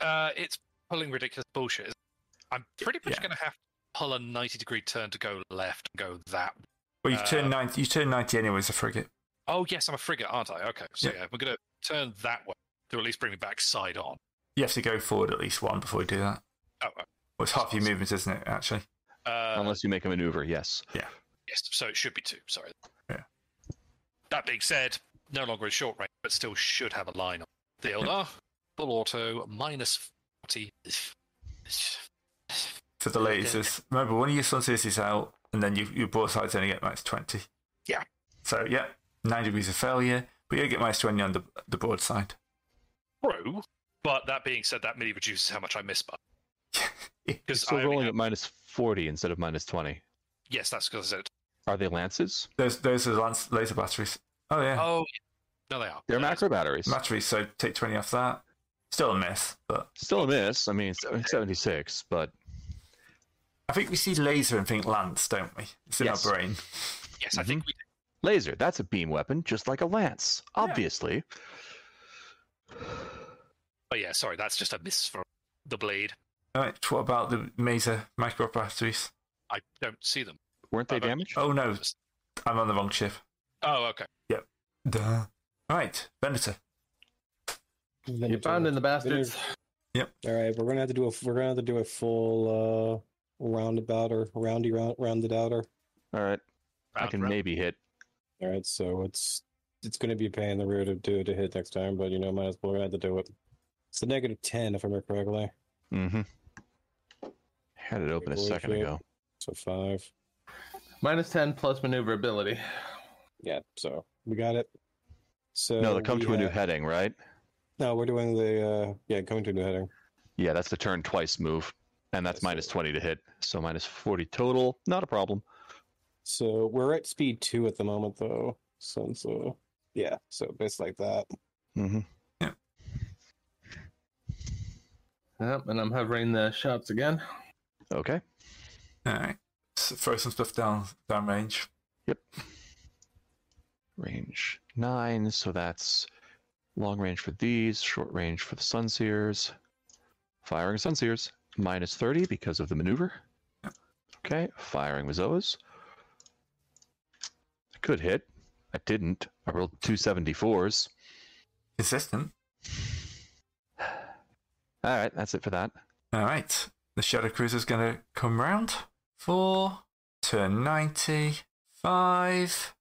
Speaker 4: Uh, it's pulling ridiculous bullshit. I'm pretty much
Speaker 1: Yeah.
Speaker 4: going to have to pull a 90 degree turn to go left and go that
Speaker 1: Well, you turn
Speaker 4: Uh,
Speaker 1: ninety. You turn ninety anyway as a frigate.
Speaker 4: Oh yes, I'm a frigate, aren't I? Okay, so
Speaker 1: Yeah.
Speaker 4: yeah, we're gonna turn that way to at least bring me back side on.
Speaker 1: You have to go forward at least one before you do that.
Speaker 4: Oh, uh,
Speaker 1: Well, it's half your movement, isn't it? Actually,
Speaker 4: uh,
Speaker 6: Unless you make a maneuver, yes.
Speaker 4: yes, so it should be two. Sorry.
Speaker 1: Yeah.
Speaker 4: That being said, no longer in short range, but still should have a line on the LR. Full auto minus forty.
Speaker 1: for the
Speaker 4: Okay.
Speaker 1: lasers. Remember, one of your sunseers is out, and then you your broadsides only get minus twenty.
Speaker 4: Yeah.
Speaker 1: So yeah, nine degrees of failure, but you get minus twenty on the the broadside.
Speaker 4: True, but that being said, that mini reduces how much I miss by.
Speaker 6: You're
Speaker 4: Because
Speaker 6: still rolling at minus 40 instead of minus 20.
Speaker 4: yes, that's because I said.
Speaker 6: Are they lances?
Speaker 1: Those those are lance, laser batteries. Oh yeah,
Speaker 4: Oh, no, they are.
Speaker 6: They're
Speaker 4: Uh,
Speaker 6: macro batteries.
Speaker 1: batteries. So take twenty off that. Still a miss, but
Speaker 6: Still a miss. I mean, it's 76, but
Speaker 1: I think we see laser and think lance, don't we? It's in
Speaker 6: Yes.
Speaker 1: our brain.
Speaker 4: Yes, I think
Speaker 6: Mm-hmm.
Speaker 4: we
Speaker 6: laser, that's a beam weapon, just like a lance, obviously.
Speaker 4: But yeah, sorry, that's just a miss for the blade.
Speaker 1: All right, what about the Mesa micro batteries?
Speaker 4: I don't see them.
Speaker 6: Weren't they
Speaker 4: Uh, but-
Speaker 6: damaged?
Speaker 1: Oh no, I'm on the wrong ship.
Speaker 4: Oh, okay.
Speaker 1: Duh. All right, Venator.
Speaker 5: You found in the bastards.
Speaker 3: All right, we're gonna have to do a we're gonna have to do a full uh roundabout or roundy round rounded outer.
Speaker 6: All right. I
Speaker 4: Round,
Speaker 6: can
Speaker 4: round.
Speaker 6: maybe hit.
Speaker 3: All right, so it's it's gonna be a pain in the rear to do to hit next time, but you know, might as well we're gonna have to do it. It's a negative ten if I remember correctly.
Speaker 6: Mm-hmm. Had it open a
Speaker 3: Holy
Speaker 6: second
Speaker 3: shit.
Speaker 6: ago.
Speaker 3: So five.
Speaker 5: Minus 10 plus maneuverability.
Speaker 3: Yeah, so we got it. So
Speaker 6: No, they come
Speaker 3: we
Speaker 6: to a new
Speaker 3: have-
Speaker 6: heading, right?
Speaker 3: No, we're doing the uh yeah, coming to a new heading.
Speaker 6: Yeah, that's the turn twice move, and that's
Speaker 3: Yes, sir.
Speaker 6: minus 20 to hit. So minus 40 total. Not a problem.
Speaker 3: So we're at speed two at the moment though. So, so yeah, so it's like that.
Speaker 6: Mm-hmm.
Speaker 5: Yep, and I'm hovering the shots again.
Speaker 6: Okay.
Speaker 1: All right, so throw some stuff down down range.
Speaker 6: Yep. Range nine, so that's long range for these, short range for the Sunseers. Firing Sunseers, minus 30 because of the maneuver. Okay, firing Mazoas. I could hit. I didn't. I rolled two 74s.
Speaker 1: Consistent.
Speaker 6: All right, that's it for that.
Speaker 1: All right, the Shadow Cruiser's gonna come round. Four, turn ninety, five.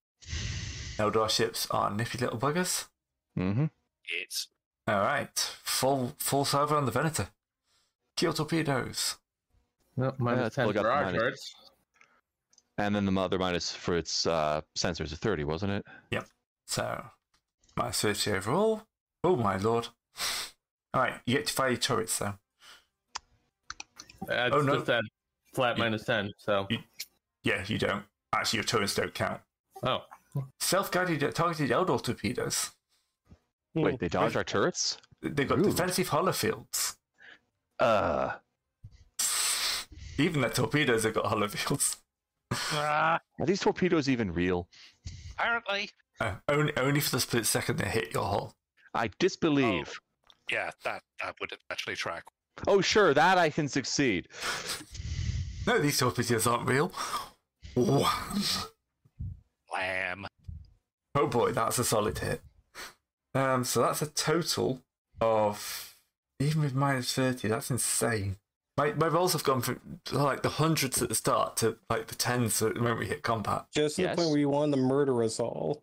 Speaker 1: Eldar ships are nippy little buggers.
Speaker 6: Mm-hmm.
Speaker 4: It's
Speaker 1: All right, full full salvo on the Venator. Kill torpedoes.
Speaker 5: Yep, minus
Speaker 6: let's
Speaker 5: 10
Speaker 6: look up
Speaker 5: for our
Speaker 6: minus-
Speaker 5: charts.
Speaker 6: And then the other minus for its uh, sensors of 30, wasn't it?
Speaker 1: So, my 30 overall. Oh my lord. Alright, you get to fire your turrets though.
Speaker 5: That's
Speaker 1: Oh, no.
Speaker 5: just that flat
Speaker 1: You-
Speaker 5: minus 10. So,
Speaker 1: you- Yeah, you don't. Actually, your turrets don't count.
Speaker 5: oh,
Speaker 1: Self guided targeted Eldor torpedoes.
Speaker 6: Wait, they dodged our turrets?
Speaker 1: They've got
Speaker 6: Rude.
Speaker 1: defensive hollow fields.
Speaker 6: Uh,
Speaker 1: Even the torpedoes have got hollow fields.
Speaker 4: Ah,
Speaker 6: are these torpedoes even real?
Speaker 4: apparently.
Speaker 1: Oh, only, only for the split second they hit your hull.
Speaker 6: I disbelieve.
Speaker 4: Yeah, that that would actually track.
Speaker 6: Oh, sure, that I can succeed.
Speaker 1: No, these torpedoes aren't real. Wham.
Speaker 4: Lamb.
Speaker 1: Oh boy, that's a solid hit. Um, so that's a total of even with minus thirty, that's insane. My my rolls have gone from like the hundreds at the start to like the tens at the moment we hit combat.
Speaker 3: Just to the
Speaker 6: Yes.
Speaker 3: point where you wanted to murder us all.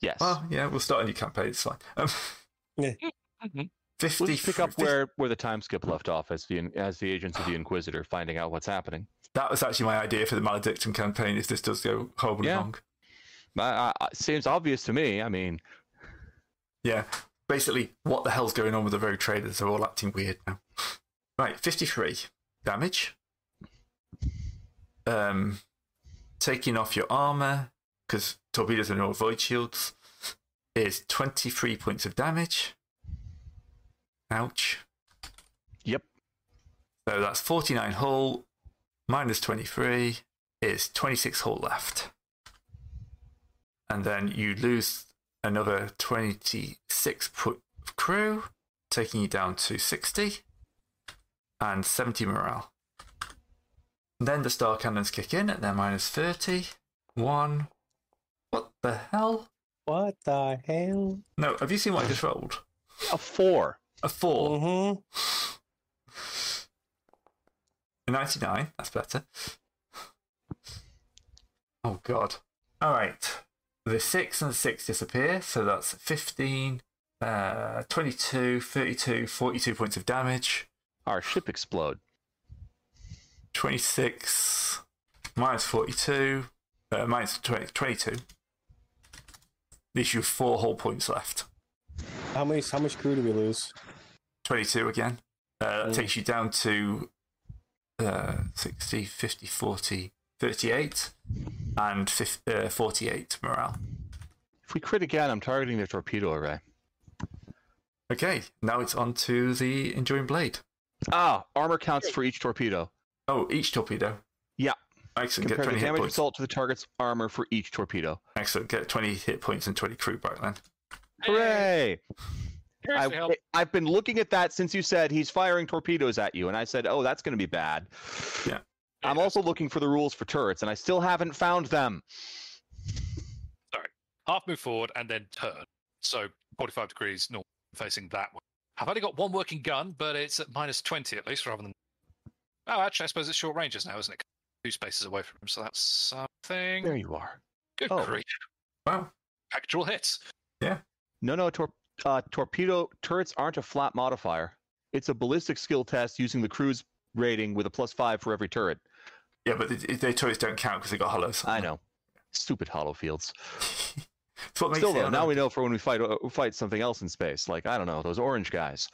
Speaker 6: Yes.
Speaker 1: Well, yeah, we'll start a new campaign. It's fine. Um,
Speaker 3: Yeah.
Speaker 4: Mhm.
Speaker 1: Fifty.
Speaker 6: We'll just pick up
Speaker 1: 50
Speaker 6: where, where the time skip left off as the as the agents of the Inquisitor finding out what's happening.
Speaker 1: that was actually my idea for the malediction campaign. If this does go horribly
Speaker 6: Yeah.
Speaker 1: wrong,
Speaker 6: I, I, seems obvious to me. I mean,
Speaker 1: yeah. Basically, what the hell's going on with the rogue traders? They're all acting weird now. Right, fifty-three damage. um, taking off your armor because torpedoes are no void shields is 23 points of damage. Ouch.
Speaker 6: Yep.
Speaker 1: So that's 49 hull minus 23 is 26 hull left. And then you lose another 26 put of crew, taking you down to 60 and 70 morale. Then the star cannons kick in at their minus 30. One, the hell?
Speaker 3: What the hell?
Speaker 1: No, have you seen what I just rolled?
Speaker 6: A four.
Speaker 1: A four.
Speaker 3: Mm-hmm.
Speaker 1: A 99, that's better. Oh god. Alright. The 6 and 6 disappear, so that's 15, uh, 22, 32, 42 points of damage.
Speaker 6: Our ship explode.
Speaker 1: 26 minus 42, uh, minus 20, 22. Leaves you 4 whole points left.
Speaker 3: How many? How much crew do we lose?
Speaker 1: 22 again. Uh, that
Speaker 3: Mm.
Speaker 1: takes you down to uh, 60, 50, 40, 38, and 50, uh, 48 morale.
Speaker 6: If we crit again, I'm targeting the torpedo array.
Speaker 1: Okay, now it's on to the Enduring Blade.
Speaker 6: Ah, armor counts for each torpedo.
Speaker 1: Oh, each torpedo.
Speaker 6: Yeah.
Speaker 1: Excellent, get
Speaker 6: Compare the
Speaker 1: 20 hit
Speaker 6: damage
Speaker 1: points.
Speaker 6: result to the target's armor for each torpedo.
Speaker 1: Excellent, get 20 hit points and 20 crew back then.
Speaker 6: Hooray!
Speaker 4: Here's the
Speaker 6: I,
Speaker 4: help.
Speaker 6: I've been looking at that since you said he's firing torpedoes at you, and I said, "Oh, that's going to be bad."
Speaker 1: Yeah.
Speaker 6: I'm also looking for the rules for turrets, and I still haven't found them.
Speaker 4: half move forward and then turn. So 45 degrees north, facing that way. I've only got one working gun, but it's at minus 20 at least, rather than. Oh, actually, I suppose it's short ranges now, isn't it? Two spaces away from him, so that's something.
Speaker 6: There you are.
Speaker 4: Good
Speaker 6: oh.
Speaker 4: grief.
Speaker 1: Wow.
Speaker 4: Actual hits.
Speaker 6: No, no, tor- uh, torpedo turrets aren't a flat modifier. It's a ballistic skill test using the crew's rating with a plus five for every turret.
Speaker 1: Yeah, but the, their turrets don't count because they got hollows.
Speaker 6: I know. Stupid hollow fields.
Speaker 1: It's what makes
Speaker 6: Still
Speaker 1: the
Speaker 6: though, now
Speaker 1: honor-
Speaker 6: we know for when we fight uh, fight something else in space, like I don't know those orange guys.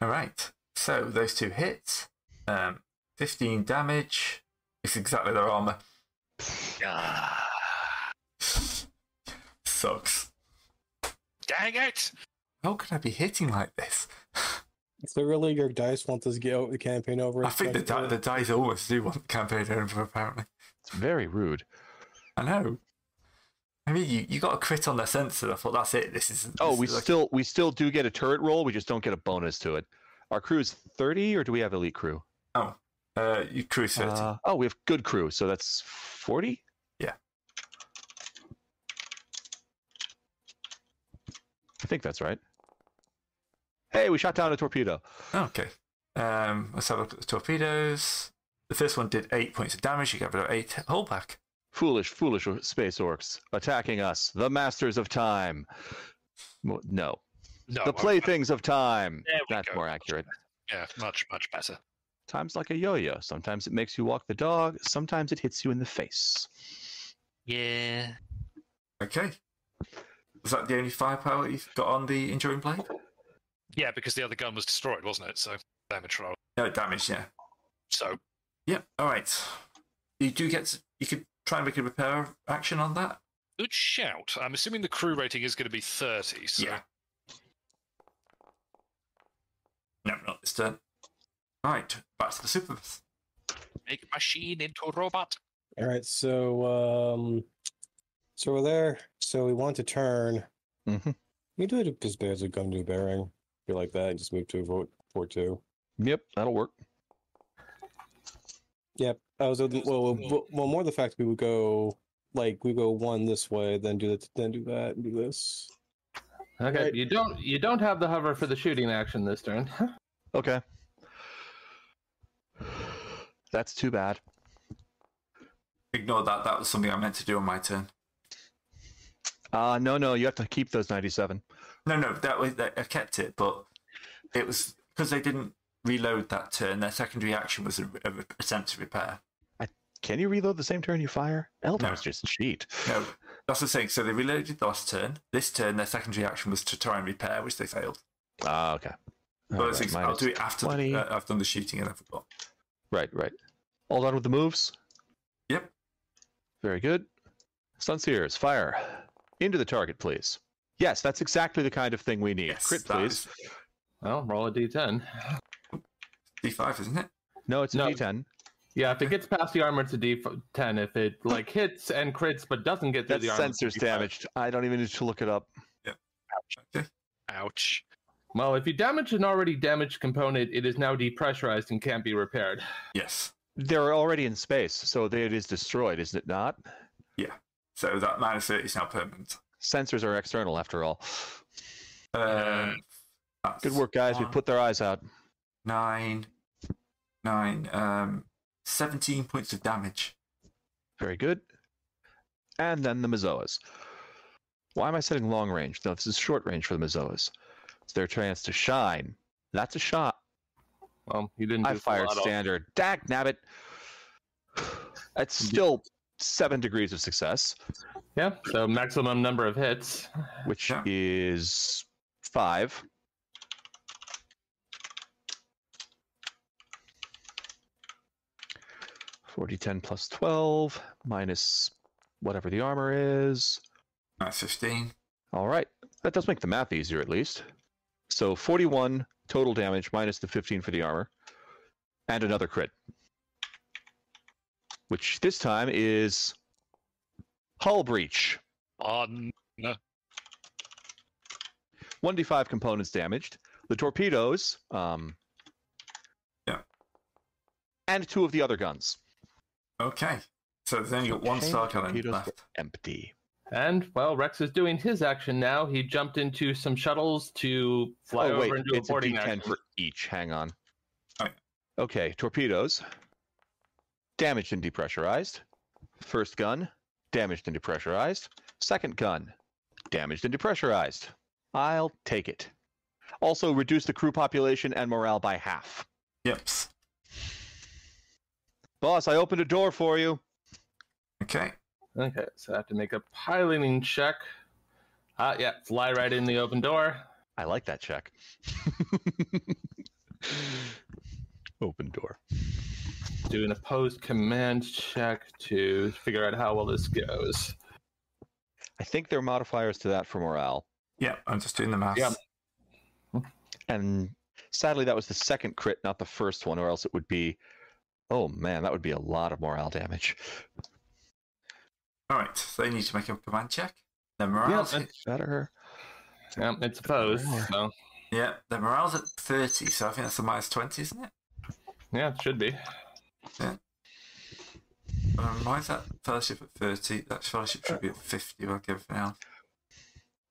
Speaker 1: All right. So those two hits, um, 15 damage. It's exactly their armor.
Speaker 4: Ah,
Speaker 1: Sucks.
Speaker 4: dang it!
Speaker 1: How can I be hitting like this?
Speaker 3: Clearly, your dice want this go- campaign over.
Speaker 1: I think the, di- the dice almost do want campaign over, apparently.
Speaker 6: It's very rude.
Speaker 1: I know. I mean, you, you got a crit on their sensor. I thought, that's it. This is.
Speaker 6: Oh,
Speaker 1: this
Speaker 6: we
Speaker 1: is like-
Speaker 6: still we still do get a turret roll. We just don't get a bonus to it. Our crew is thirty, or do we have elite crew?
Speaker 1: Uh, you cruise 30.
Speaker 6: Uh, oh, we have good crew, so that's forty.
Speaker 1: Yeah.
Speaker 6: I think that's right. Hey, we shot down a torpedo.
Speaker 1: Okay. Um, let's have a look at the torpedoes. The first one did eight points of damage. You got rid of eight hole back.
Speaker 6: Foolish, foolish o- space orcs attacking us, the masters of time. Mo- No,
Speaker 4: No,
Speaker 6: the
Speaker 4: I-
Speaker 6: playthings of time.
Speaker 4: There we
Speaker 6: That's
Speaker 4: go.
Speaker 6: more accurate.
Speaker 4: Yeah, much, much better.
Speaker 6: Times like a yo-yo. Sometimes it makes you walk the dog. Sometimes it hits you in the face.
Speaker 4: Yeah.
Speaker 1: Okay. Was that the only firepower you've got on the Enduring Blade?
Speaker 4: Yeah, because the other gun was destroyed, wasn't it? So damage roll.
Speaker 1: No damage, yeah.
Speaker 4: So
Speaker 1: Yep. All right. You do get. To, you could try and make a repair action on that.
Speaker 4: good shout. I'm assuming the crew rating is going to be 30. So
Speaker 1: No, not this turn. All right. Back to the super.
Speaker 4: make machine into a robot.
Speaker 3: All right, so um, so we're there. So we want to turn.
Speaker 6: Mm-hmm.
Speaker 3: You do it as bad as a gun to a bearing. Be like that. and Just move to a vote for two.
Speaker 6: Yep, that'll work.
Speaker 3: Yep. I was well, well, well, more the fact we would go like we go one this way, then do that, then do that, and do this.
Speaker 5: Okay,
Speaker 3: Right.
Speaker 5: you don't you don't have the hover for the shooting action this turn.
Speaker 6: Okay. That's too bad.
Speaker 1: Ignore that. That was something I meant to do on my turn.
Speaker 6: Uh no, no, you have to keep those 97.
Speaker 1: No, no. That was. That, I kept it, but it was because they didn't reload that turn. Their secondary action was a, a re- attempt to repair.
Speaker 6: Can you reload the same turn you fire? Eldars just cheat.
Speaker 1: No, that's the thing. So they reloaded last turn. This turn, their secondary action was to try and repair, which they failed.
Speaker 6: Ah, okay.
Speaker 1: But
Speaker 6: All
Speaker 1: it's
Speaker 6: right,
Speaker 1: ex- I'll
Speaker 6: minus-
Speaker 1: do it after the,
Speaker 6: 20.
Speaker 1: uh, I've done the shooting and I forgot.
Speaker 6: right, right. All done with the moves?
Speaker 1: Yep.
Speaker 6: Very good. Sunseers, fire. Into the target, please. Yes, that's exactly the kind of thing we need.
Speaker 1: Yes,
Speaker 6: Crit,
Speaker 1: that
Speaker 6: please.
Speaker 1: is
Speaker 5: well, roll a d10.
Speaker 1: D5, isn't it?
Speaker 6: No, it's a
Speaker 5: No.
Speaker 6: 10
Speaker 5: Yeah, if it gets past the armor, it's a d10. If it like hits and crits but doesn't get through
Speaker 6: That's
Speaker 5: the armor, it's a
Speaker 6: sensors
Speaker 5: D5.
Speaker 6: damaged. I don't even need to look it up.
Speaker 1: Okay.
Speaker 4: Ouch.
Speaker 5: Well, if you damage an already damaged component, it is now depressurized and can't be repaired.
Speaker 1: Yes.
Speaker 6: They're already in space, so they, it is destroyed, is it not?
Speaker 1: So that minus 30 is now permanent.
Speaker 6: Sensors are external after all.
Speaker 1: Um, that's
Speaker 6: Good work, guys. We
Speaker 1: one,
Speaker 6: put their eyes out.
Speaker 1: Nine. Nine. Um, 17 points of damage.
Speaker 6: Very good. And then the Mazoas. Why am I setting long range? No, this is short range for the Mazoas. It's their chance to shine. That's a shot.
Speaker 5: Well, you didn't.
Speaker 6: I
Speaker 5: do a
Speaker 6: fired
Speaker 5: lot off.
Speaker 6: standard. Dag nabbit. That's still seven degrees of success,
Speaker 5: Yeah. So maximum number of hits.
Speaker 6: which
Speaker 1: Yeah.
Speaker 6: is five. Forty ten plus twelve minus whatever the armor is.
Speaker 1: That's 15.
Speaker 6: All right. That does make the math easier, at least. So 41 total damage minus the 15 for the armor, and another crit. Which this time is Hull Breach.
Speaker 4: On
Speaker 6: 1d5 components damaged. The torpedoes. Um,
Speaker 1: Yeah.
Speaker 6: And two of the other guns.
Speaker 1: Okay. So then you got one
Speaker 6: Okay,
Speaker 1: star cannon
Speaker 6: torpedoes
Speaker 1: left.
Speaker 6: Empty.
Speaker 5: And well, Rex is doing his action now. He jumped into some shuttles to fly
Speaker 6: oh, wait.
Speaker 5: over and do a
Speaker 6: It's a
Speaker 5: boarding
Speaker 6: d10
Speaker 5: action.
Speaker 6: for each. Hang on.
Speaker 1: Alright.
Speaker 6: Okay, torpedoes. Damaged and depressurized. First gun, damaged and depressurized. Second gun, damaged and depressurized. I'll take it. Also, reduce the crew population and morale by half.
Speaker 1: Yep.
Speaker 6: Boss, I opened a door for you.
Speaker 1: Okay.
Speaker 5: Okay, so I have to make a piloting check. Ah, yeah, fly right in the open door.
Speaker 6: I like that check. Open door.
Speaker 5: Do an opposed command check to figure out how well this goes.
Speaker 6: I think there are modifiers to that for morale.
Speaker 1: Yep. I'm just doing the math.
Speaker 5: Yeah.
Speaker 6: And sadly, that was the second crit, not the first one, or else it would be. Oh man, that would be a lot of morale damage.
Speaker 1: All right. So you need to make a command check. The morale's
Speaker 5: Yeah,
Speaker 1: yep.
Speaker 6: Better.
Speaker 5: Yeah, it's opposed. So
Speaker 1: yeah. The morale's at 30. So I think that's a minus 20, isn't it?
Speaker 5: yeah, it should be.
Speaker 1: Um, why is that fellowship at 30? That fellowship should be at 50, like everything else.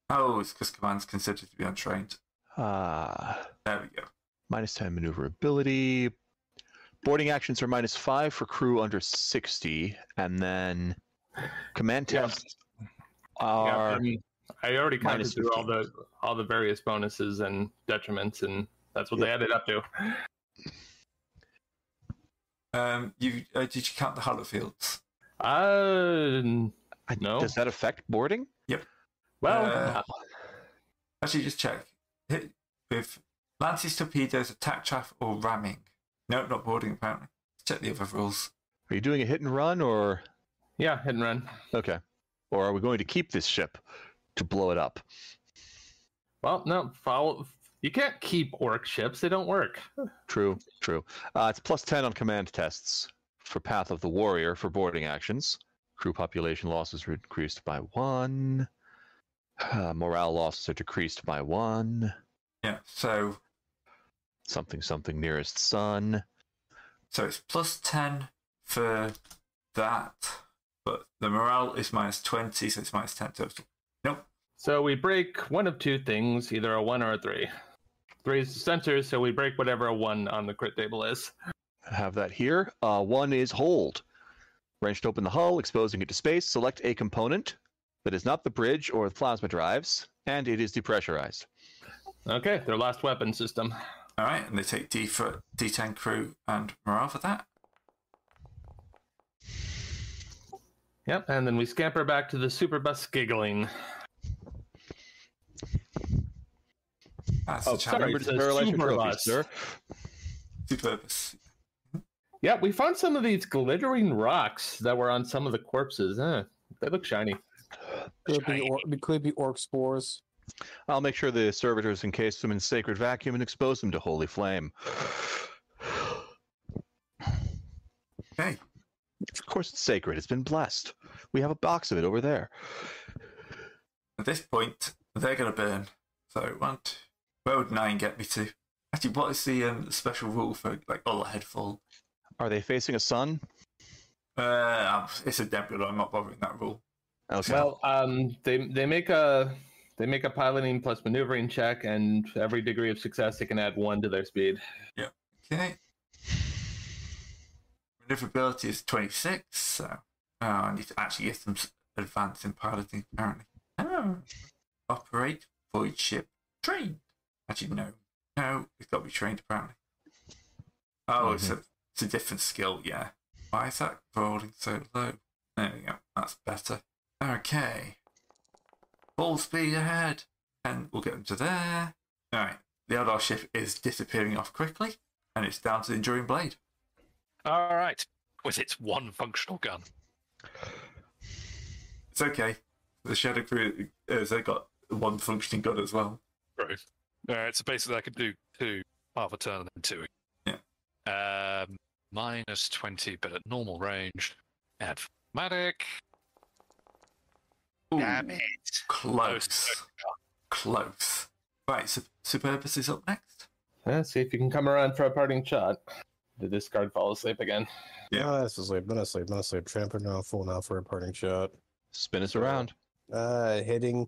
Speaker 1: Oh, it's because command's considered to be untrained.
Speaker 6: Ah,
Speaker 1: There we go.
Speaker 6: minus ten maneuverability. Boarding actions are minus five for crew under sixty, and then command
Speaker 5: Yeah.
Speaker 6: tests
Speaker 5: Yeah,
Speaker 6: are
Speaker 5: I, mean, um, I already counted
Speaker 6: Minus
Speaker 5: through all the all the various bonuses and detriments, and that's what they added up to.
Speaker 1: Um, you uh, Did you count the hollow fields?
Speaker 5: Uh,
Speaker 6: I-
Speaker 5: no.
Speaker 6: Does that affect boarding?
Speaker 5: well,
Speaker 1: Uh, Actually, just check. Hit with Lance's torpedoes, attack chaff, or ramming. No, not boarding, apparently. Check the other rules.
Speaker 6: Are you doing a hit and run, or
Speaker 5: yeah, hit and run.
Speaker 6: okay, or are we going to keep this ship to blow it up?
Speaker 5: Well, no, follow. You can't keep orc ships; they don't work.
Speaker 6: True, true. Uh, it's plus 10 on command tests for Path of the Warrior for boarding actions. Crew population losses are increased by one. Uh, morale losses are decreased by one.
Speaker 1: Yeah, so
Speaker 6: Something, something nearest sun.
Speaker 1: so it's plus 10 for that, but the morale is minus 20, so it's minus 10 total.
Speaker 5: So we break one of two things, either a one or a three. Three is the sensors, so we break whatever a one on the crit table is.
Speaker 6: I have that here. Uh, one is hold. Wrenched open the hull, exposing it to space. Select a component that is not the bridge or the plasma drives, and it is depressurized.
Speaker 5: Okay, their last weapon system.
Speaker 1: All right, and they take D for D10 crew and morale for that.
Speaker 5: Yep, and then we scamper back to the super bus giggling.
Speaker 1: That's
Speaker 5: Oh,
Speaker 1: the challenge.
Speaker 5: sorry.
Speaker 6: Remember to
Speaker 5: says
Speaker 6: paralyze your
Speaker 5: super
Speaker 6: trophies,
Speaker 5: bus.
Speaker 6: sir.
Speaker 1: Two purpose.
Speaker 5: Yeah, we found some of these glittering rocks that were on some of the corpses. Huh? They look shiny.
Speaker 3: Could be, or, it could be orc spores.
Speaker 6: I'll make sure the servitors encase them in sacred vacuum and expose them to holy flame.
Speaker 1: Okay,
Speaker 6: Of course, it's sacred. It's been blessed. We have a box of it over there.
Speaker 1: at this point, they're going to burn. So, one, two, where would nine get me to? Actually, what is the um, special rule for like all ahead fall?
Speaker 6: Are they facing a sun?
Speaker 1: Uh, it's a nebula. I'm not bothering that rule.
Speaker 6: Okay.
Speaker 5: Well, um, they they make a they make a piloting plus maneuvering check, and every degree of success they can add one to their speed.
Speaker 1: Okay. Maneuverability is 26, so. Oh, I need to actually get some s- advance in piloting, apparently. Oh. Operate void ship trained. Actually, no. No, it's got to be trained, apparently. Oh, it's, a, it's a different skill, yeah. Why is that rolling so low? There we go. That's better. Okay. Full speed ahead. And we'll get them to there. Alright. The Eldar ship is disappearing off quickly and it's down to the enduring blade.
Speaker 4: All right. With its one functional gun.
Speaker 1: It's okay. The shadow crew has uh, got one functioning gun as well.
Speaker 4: Right. All right. Uh, So basically, I could do two half a turn and then two. Yeah. Um, minus twenty, but at normal range. Add matic.
Speaker 1: Ooh,
Speaker 4: it!
Speaker 1: Close. Close. Right, so Superbus is up next.
Speaker 5: Let's see if you can come around for a parting shot. Did this card fall asleep again?
Speaker 1: Yeah.
Speaker 3: Ah, that's asleep. Not asleep. Not asleep. Tramper now. Full now for a parting shot.
Speaker 6: Spin us around.
Speaker 3: Uh, hitting.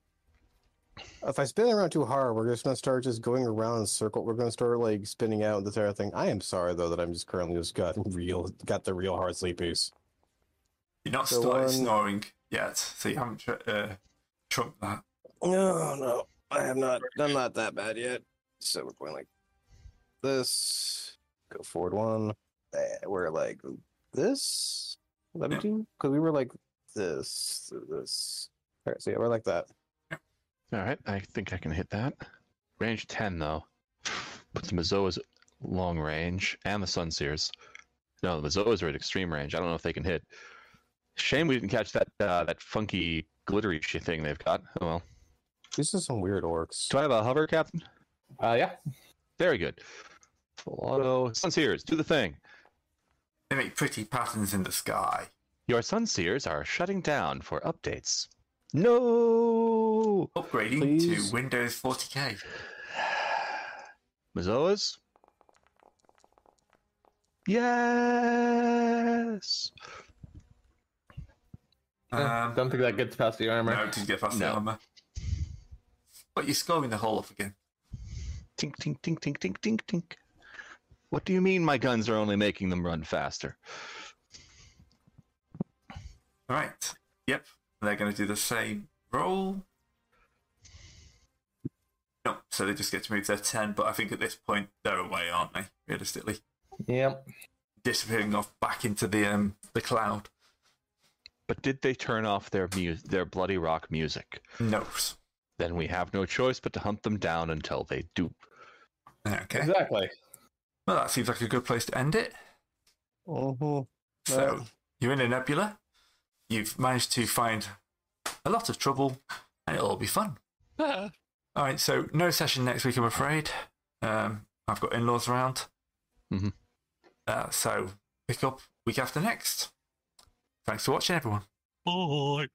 Speaker 3: If I spin around too hard, we're just gonna start just going around in circle. We're gonna start like spinning out this entire thing. I am sorry though that I'm just currently just got real got the real hard sleepies.
Speaker 1: You're not
Speaker 3: So,
Speaker 1: started
Speaker 3: um,
Speaker 1: snoring yet, so you haven't tr- uh, trumped that.
Speaker 3: No, Oh, no, I have not. I'm not that bad yet. So we're going like this. Go forward one. Eh, We're like this. Let me
Speaker 1: Yeah.
Speaker 3: do because we were like this. This. All right, so yeah, we're like that.
Speaker 6: All right, I think I can hit that. Range 10, though. But the Mazoa's long range and the Sun Seers. No, the Mazoas are at extreme range. I don't know if they can hit. Shame we didn't catch that uh, that funky glittery shit thing they've got. Oh well.
Speaker 3: These are some weird orcs.
Speaker 6: Do I have a hover, Captain?
Speaker 5: Uh, yeah.
Speaker 6: Very good. Full auto. Sun Seers, do the thing.
Speaker 1: They make pretty patterns in the sky.
Speaker 6: Your Sun Seers are shutting down for updates. No!
Speaker 1: Upgrading
Speaker 3: Please.
Speaker 1: to Windows 40k.
Speaker 6: Mazoas? Yes!
Speaker 5: Yeah,
Speaker 1: Um,
Speaker 5: Don't think that gets past the armor.
Speaker 1: no, didn't get past the
Speaker 6: No.
Speaker 1: armor. But you're scoring the whole off again.
Speaker 6: Tink, tink, tink, tink, tink, tink, tink. What do you mean my guns are only making them run faster?
Speaker 1: Right. Yep. They're going to do the same roll. No, so they just get to move their 10, but I think at this point they're away, aren't they? Realistically.
Speaker 5: Yep.
Speaker 1: Disappearing off back into the um the cloud.
Speaker 6: But did they turn off their mu- their bloody rock music?
Speaker 1: No.
Speaker 6: Then we have no choice but to hunt them down until they do.
Speaker 1: Okay.
Speaker 5: Exactly.
Speaker 1: Well, that seems like a good place to end it.
Speaker 3: Mhm.
Speaker 1: So,
Speaker 3: Right.
Speaker 1: you're in a nebula. You've managed to find a lot of trouble, and it'll all be fun.
Speaker 4: Ah,
Speaker 1: All right, so no session next week, I'm afraid. Um, I've got in-laws around,
Speaker 6: Mhm.
Speaker 1: uh, so pick up week after next. Thanks for watching, everyone.
Speaker 4: boy.